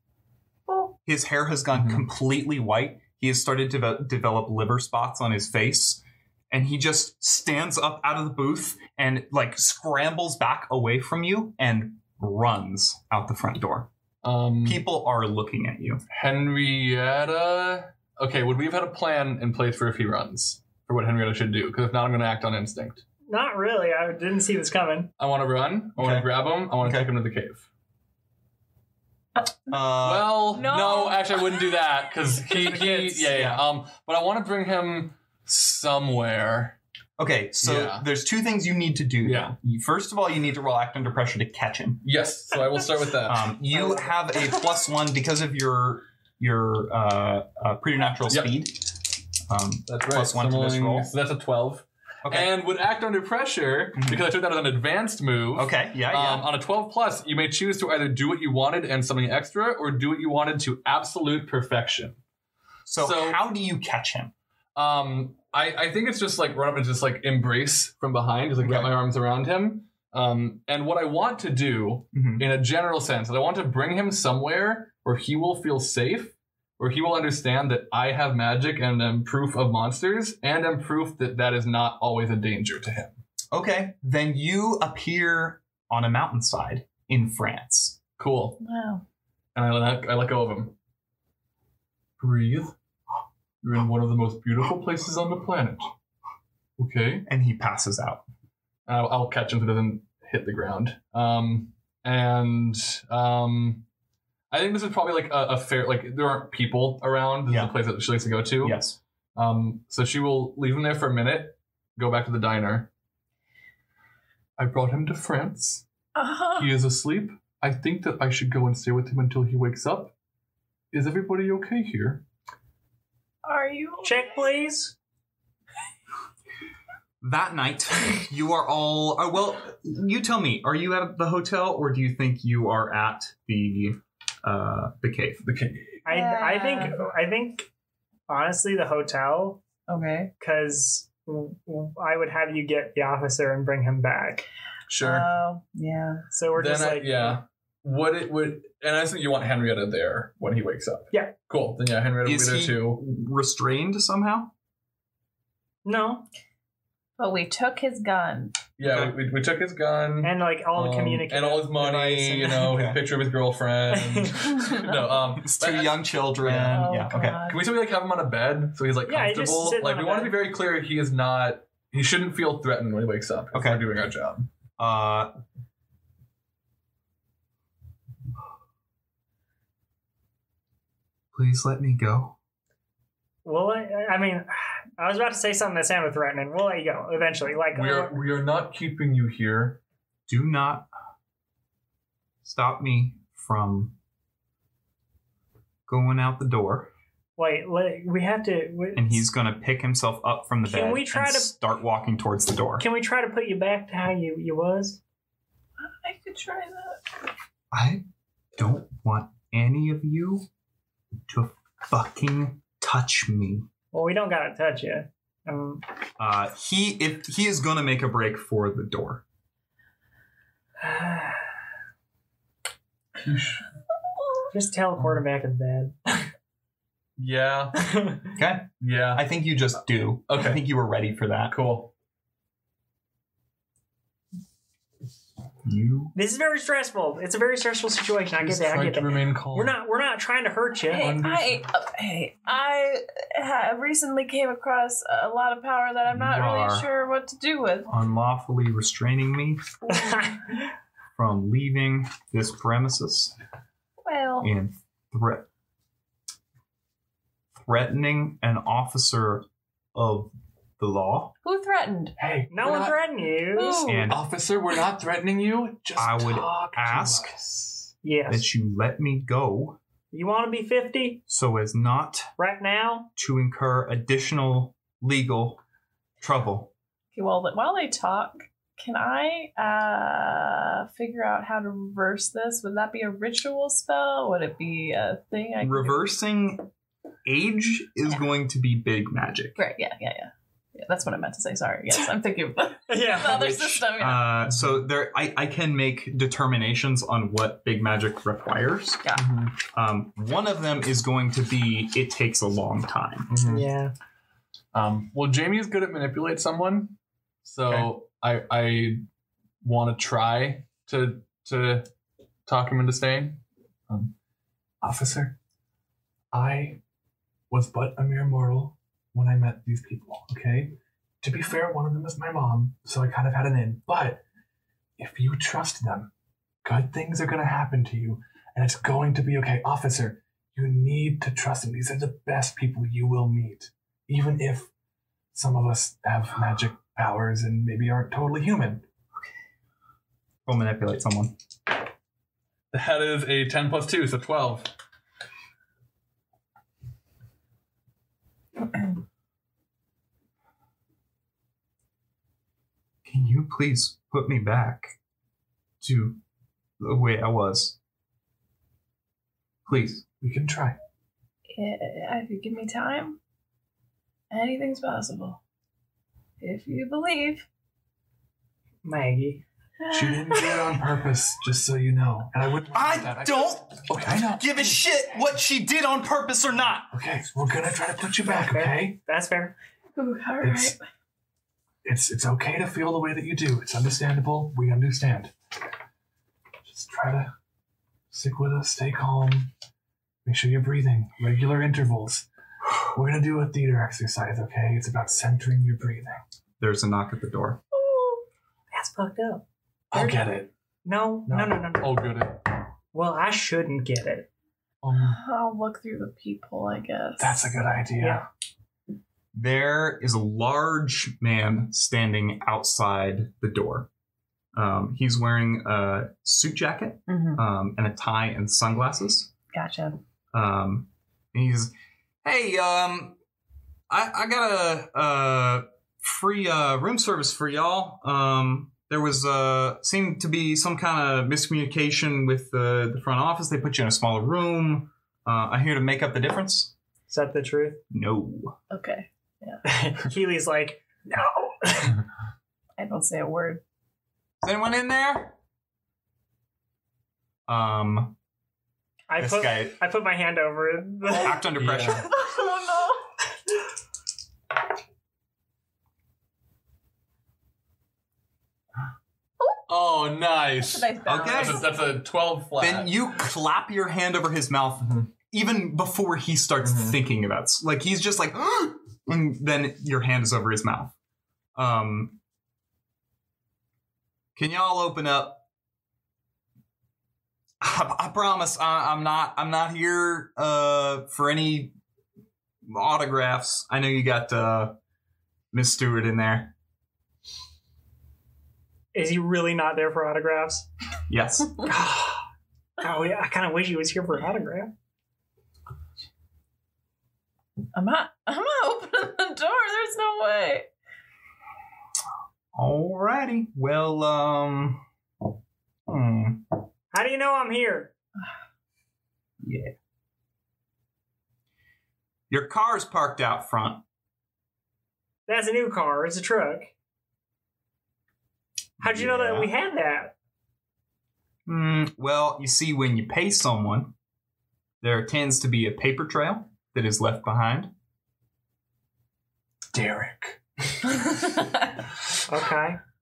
A: His hair has gone
B: Mhm.
A: completely white. He has started to devel- develop liver spots on his face. And he just stands up out of the booth and like scrambles back away from you and runs out the front door.
B: Um,
A: People are looking at you.
B: Henrietta. Okay, would we have had a plan in place for if he runs for what Henrietta should do? Because if not, I'm going to act on instinct.
D: not really. I didn't see this coming.
B: I want to run. I want to
A: Okay.
B: grab him. I want to
A: Okay.
B: take him to the cave.
A: Uh,
B: well, no.
F: no.
B: actually, I wouldn't do that because he, he yeah,
A: Kids.
B: yeah, Um, but I want to bring him somewhere.
A: okay, so
B: Yeah.
A: there's two things you need to do.
B: Yeah.
A: You- First of all, you need to roll act under pressure to catch him.
B: Yes, so I will start with that.
A: Um, you
D: I-
A: have a plus one because of your your uh, uh, preternatural
B: Yep.
A: speed. Um,
B: that's right.
A: plus one to this
B: rolling-
A: roll.
B: So that's a twelve.
A: okay.
B: and would act under pressure
A: Mhm.
B: because I took that as an advanced move.
A: okay. Yeah. Yeah.
B: Um, on a 12 plus, you may choose to either do what you wanted and something extra, or do what you wanted to absolute perfection.
A: so,
B: so-
A: how do you catch him?
B: Um, I, I think it's just like run up and just like embrace from behind, just like
A: Right.
B: got my arms around him. Um, and what I want to do
A: Mhm.
B: in a general sense is I want to bring him somewhere where he will feel safe, where he will understand that I have magic and am proof of monsters, and am proof that that is not always a danger to him.
A: Okay. Then you appear on a mountainside in France.
B: Cool.
F: Wow.
B: and I let, I let go of him. Breathe. You're in one of the most beautiful places on the planet. Okay.
A: and he passes out.
B: I'll, I'll catch him so he doesn't hit the ground. Um, and um, I think this is probably like a, a fair like there aren't people around. This
A: Yeah.
B: is a place that she likes to go to.
A: Yes.
B: Um, so she will leave him there for a minute, go back to the diner. I brought him to France.
F: Uh-huh.
B: He is asleep. I think that I should go and stay with him until he wakes up. Is everybody okay here?
F: Are you
D: Check, please.
A: That night, you are all. Uh, well, you tell me. Are you at the hotel, or do you think you are at the uh, the cave?
B: The king.
D: I I think I think honestly the hotel
C: Okay.
D: because I would have you get the officer and bring him back.
B: Sure.
C: Oh, yeah.
D: So Uh, we're
B: then
D: just
B: I,
D: like
B: yeah. What it would, and I think you want Henrietta there when he wakes up.
D: Yeah.
B: Cool. Then yeah, Henrietta
A: Is
B: will be
A: he
B: there too.
A: restrained somehow?
D: no,
F: But we took his gun.
B: Yeah, we, we, we took his gun
D: and like all the
B: um,
D: communication
B: and all his
D: device
B: money.
D: and-
B: You know, his
A: Okay.
B: picture of his girlfriend. no, um,
A: It's
B: but
A: two
B: I-
A: young children.
F: Oh,
A: uh, Um, Yeah. Okay.
F: God.
B: Can we say we like have him on a bed so he's like
D: Yeah, he just
B: comfortable?
D: sitting
B: like
D: on
B: we
D: a
B: want to be
D: bed.
B: very clear. He is not. He shouldn't feel threatened when he wakes up. if
A: Okay.
B: We're doing our job.
A: Uh, please let me go.
D: Well, I, I mean, I was about to say something that sounded threatening. We'll let you go eventually. Like uh,
B: We are we are not keeping you here.
A: Do not stop me from going out the door.
D: wait, let, we have to. We,
A: And he's gonna pick himself up from the
D: Can
A: bed
D: we try
A: and
D: to-
A: start walking towards the door.
D: Can we try to put you back to how you you was?
F: I could try that.
A: I don't want any of you to fucking touch me.
D: Well, we don't gotta touch you. Um,
A: Uh, he if he is gonna make a break for the door.
D: just teleport him back to bed.
B: Yeah,
A: Okay.
B: yeah.
A: I think you just do.
B: Okay.
A: I think you were ready for that.
B: Cool.
A: You
D: This is very stressful. It's a very stressful situation. I get
B: Just
D: that. I
B: try
D: get
B: to
D: that.
B: remain calm.
D: We're not we're not trying to hurt you.
F: Hey,
B: Wonder-
F: I, uh, hey, I ha- recently came across a lot of power that I'm not
A: You
F: really
A: are.
F: sure what to do with.
A: unlawfully restraining me from leaving this premises
F: Well,
A: and threat threatening an officer of the law.
F: who threatened?
B: Hey,
D: no
B: we're
D: one
B: not-
D: threatened you.
F: Who?
A: And
B: officer. We're not threatening you. Just
A: I would
B: talk to
A: ask-
B: us.
D: Yes.
A: that you let me go
D: You want to be fifty
A: so as not
D: right now?
A: to incur additional legal trouble.
F: Okay, well, th- while they talk, can I uh, figure out how to reverse this? Would that be a ritual spell? Would it be a thing? I could-
A: Reversing age is going to be big magic.
F: Right. Yeah. Yeah. Yeah. Yeah, that's what I meant to say. Sorry. Yes, I'm thinking of the the
D: Yeah.
F: other
A: Which,
F: system. Oh, Yeah.
A: Uh, so there, I, I can make determinations on what big magic requires.
F: Yeah.
A: Um, one of them is going to be it takes a long time.
B: Mhm.
D: Yeah.
B: Um, well, Jamie is good at manipulate someone, so I I want to try to to talk him into staying. Um, officer, I was but a mere mortal when I met these people. Okay, to be fair, one of them is my mom, so I kind of had an in. But if you trust them, good things are going to happen to you, and it's going to be okay. Officer, you need to trust them. These are the best people you will meet even if some of us have magic powers and maybe aren't totally human.
A: We'll manipulate someone.
B: That is a 10 plus 2, so 12.
A: Can you please put me back to the way I was? Please.
B: We can try.
F: Yeah, Eh, if you give me time, anything's possible. If you believe.
D: Maggie.
B: She didn't do it on purpose, just so you know. And I wouldn't. do that. Okay, I know.
A: give a shit what she did on purpose or not.
B: Okay, we're gonna try to put you back. Okay,
D: That's fair.
F: Ooh, all
B: It's-
F: right.
B: it's it's okay to feel the way that you do. It's understandable. We understand. Just try to stick with us. Stay calm. Make sure you're breathing. Regular intervals. We're gonna do a theater exercise. Okay, it's about centering your breathing.
A: There's a knock at the door.
C: Ooh, that's fucked up.
B: I'll get it.
D: No, no, no, no. no.
B: I'll get it.
D: Well, I shouldn't get it.
B: Um,
F: I'll look through the peephole, I guess.
B: that's a good idea.
D: Yeah.
A: There is a large man standing outside the door. Um, he's wearing a suit jacket
C: Mm-hmm.
A: um, and a tie and sunglasses.
C: Gotcha.
A: Um, and he's, hey, um, I, I got a, uh free uh, room service for y'all. Um, there was uh, seemed to be some kind of miscommunication with the, the front office. They put you in a smaller room. Uh, I'm here to make up the difference.
D: Is that the truth?
A: No.
F: Okay.
D: Keely's like, no.
F: I don't say a word.
A: Is anyone in there? Um,
D: I
A: this
D: put
A: guy
D: I put my hand over the.
A: act under pressure.
B: Yeah.
F: oh
B: Oh, nice.
F: no. Nice balance.
A: Okay.
B: That's a, that's a 12 flat.
A: then you clap your hand over his mouth
B: Mhm.
A: even before he starts
B: Mhm.
A: thinking about s- like he's just like and then your hand is over his mouth um can y'all open up i, I promise I, i'm not i'm not here uh for any autographs i know you got uh miss stewart in there
D: Is he really not there for autographs?
A: yes
D: oh, yeah, I kind of wish he was here for an autograph.
F: I'm not I'm not opening the door. There's no way.
A: alrighty well um hmm.
D: How do you know I'm here?
A: Your car's parked out front.
D: That's a new car. It's a truck. How'd you know that we had that?
A: Mm, well, you see, when you pay someone, there tends to be a paper trail that is left behind.
B: Derek.
D: Okay.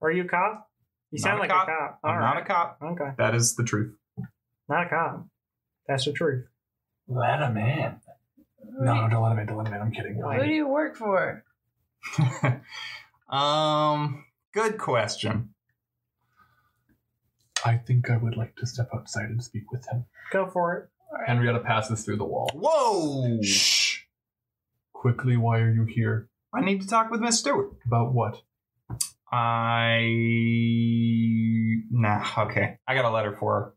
D: Are you a cop? You
A: Not
D: sound
A: a
D: like
A: cop.
D: a cop.
A: I'm
D: All
A: not
D: right.
A: a cop.
D: Okay.
A: That is the truth.
D: Not a cop. That's the truth.
B: Let him in. No, don't let him in. Don't let him in. I'm kidding.
F: Who do you work for?
A: um, good question.
B: I think I would like to step outside and speak with him.
D: Go for
B: Henrietta passes through the wall.
A: Whoa!
B: Shh. Quickly, why are you here?
A: I need to talk with Miss Stewart.
B: About what?
A: I nah. Okay, I got a letter for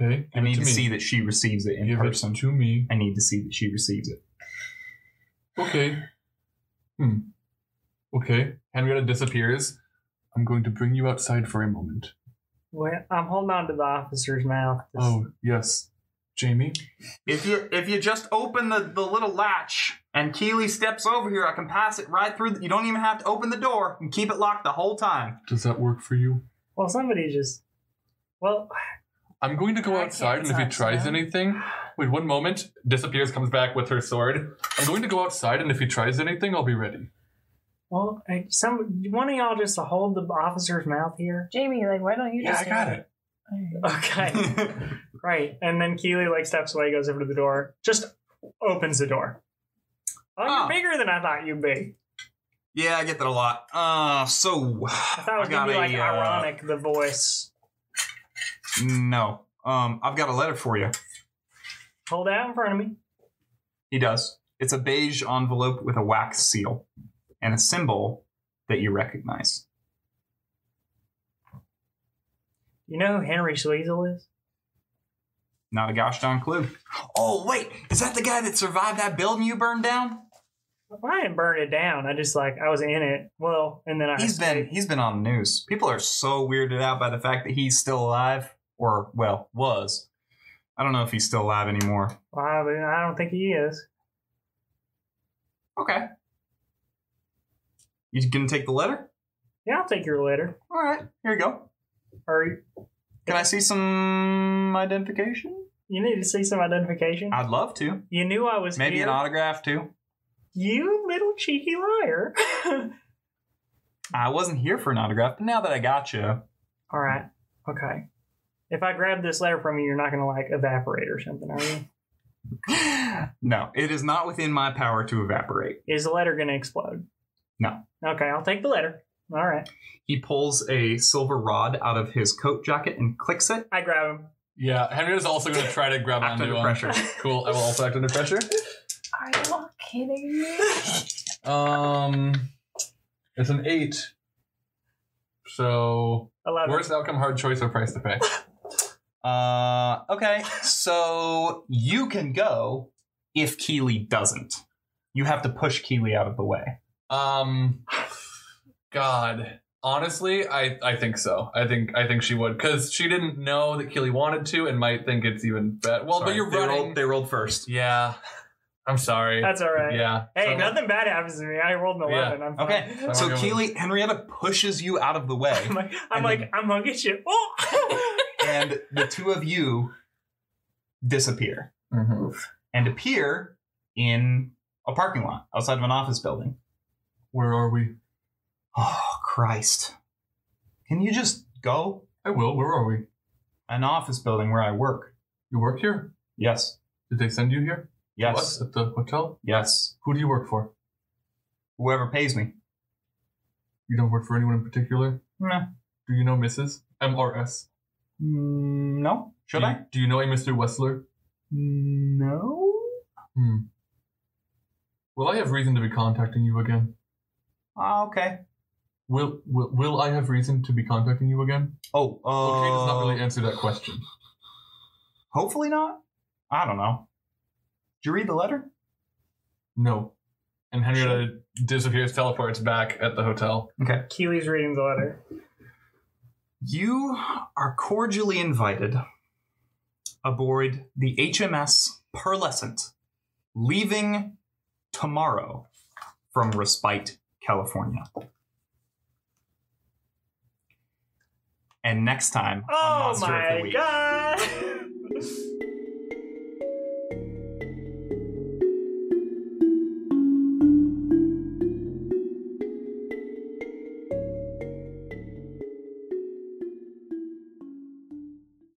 B: Okay.
A: her. I
B: give it
A: need to,
B: me.
A: see that she receives it in
B: Give it
A: person.
B: to me.
A: I need to see that she receives it.
B: Okay. Hmm. Okay. Henrietta disappears. I'm going to bring you outside for a moment.
D: it. Well, I'm holding on to the officer's mouth. Just-
B: Oh, yes. Jamie?
A: If you if you just open the, the little latch and Keely steps over here, I can pass it right through. You don't even have to open the door and keep it locked the whole time.
B: Does that work for you?
D: Well, somebody just. Well,
B: I'm going to go
F: I can't
B: outside, and if he
F: touch
B: tries
F: them.
B: anything, wait one moment, disappears, comes back with her sword. I'm going to go outside, and if he tries anything, I'll be ready.
D: well, I, some one of y'all just to hold the officer's mouth here.
F: Jamie, like why don't you just
B: it.
D: Okay, right. And then Keely like steps away, goes over to the door, just opens the door. Oh,
A: Ah.
D: you're bigger than I thought you'd be.
A: yeah, I get that a lot. Uh, so
D: I thought it was gonna be
A: uh,
D: like ironic the voice.
A: No, um, I've got a letter for you.
D: Hold out in front of me.
A: He does. It's a beige envelope with a wax seal and a symbol that you recognize.
D: You know who Henry Schlezel is?
A: Not a gosh darn clue. Oh wait, is that the guy that survived that building you burned down?
D: Well, I didn't burn it down. I just like I was in it. Well, and then I
A: He's been he's been on the news. People are so weirded out by the fact that he's still alive, or well, was. I don't know if he's still alive anymore.
D: Well, I, I don't think he is.
A: Okay. You gonna take the letter?
D: Yeah, I'll take your letter.
A: All right, here you go.
D: Or
A: Can I see some identification?
D: you need to see some identification.
A: I'd love to.
D: you knew I was
A: Maybe
D: here.
A: an autograph too.
D: You little cheeky liar.
A: I wasn't here for an autograph, but now that I got you,
D: All right. Okay. If I grab this letter from you, you're not going to like evaporate or something, are you?
A: no, it is not within my power to evaporate.
D: Is the letter going to explode?
A: No.
D: Okay, I'll take the letter. All right.
A: He pulls a silver rod out of his coat jacket and clicks it.
D: I grab him.
B: Yeah, Henrietta's also going to try to grab
A: Act
B: onto
A: under
B: him.
A: pressure.
B: Cool. I will also act under pressure.
F: Are you all kidding me?
B: Um, it's an eight. So,
D: Eleven.
B: worst outcome, hard choice, or price to pay.
A: Uh, okay, so you can go if Keeley doesn't. You have to push Keeley out of the way.
B: Um, God, honestly, I I think so. I think I think she would because she didn't know that Keely wanted to and might think it's even better. Well,
A: Sorry,
B: but you're
A: they
B: running.
A: Rolled, they rolled first.
B: yeah, I'm sorry.
D: That's all right.
B: Yeah. So-
D: Hey, nothing bad happens to me. I rolled an
B: Yeah.
D: eleven. I'm fine.
A: Okay,
B: Fine.
A: so
B: Okay.
A: Keeley, Henrietta pushes you out of the way,
D: I'm like, I'm,
A: And
D: like,
A: then-
D: I'm gonna get you. Oh!
A: and the two of you disappear
B: Mhm.
A: and appear in a parking lot outside of an office building.
B: Where are we?
A: Oh, Christ. Can you just go?
B: I will. Where are we?
A: An office building where I work.
B: You work here?
A: Yes.
B: Did they send you here?
A: Yes.
B: What? At the hotel?
A: Yes.
B: Who do you work for?
A: Whoever pays me.
B: You don't work for anyone in particular.
A: No.
B: Do you know Mrs. MRS?
A: Mm, no. Should
B: do
A: I?
B: You, do you know a Mr. Wessler?
A: No.
B: Hmm. Will I have reason to be contacting you again?
A: Ah, okay.
B: Will will, will I have reason to be contacting you again?
A: Oh,
B: Okay,
A: uh,
B: does not really answer that question.
A: hopefully not. I don't know. Did you read the letter?
B: No. And Henrietta disappears, teleports back at the hotel.
D: Keely's reading the letter.
A: You are cordially invited aboard the HMS Pearlescent, leaving tomorrow from Respite, California. And next time on
D: Oh
A: Monster of the
D: my
A: Week.
D: god!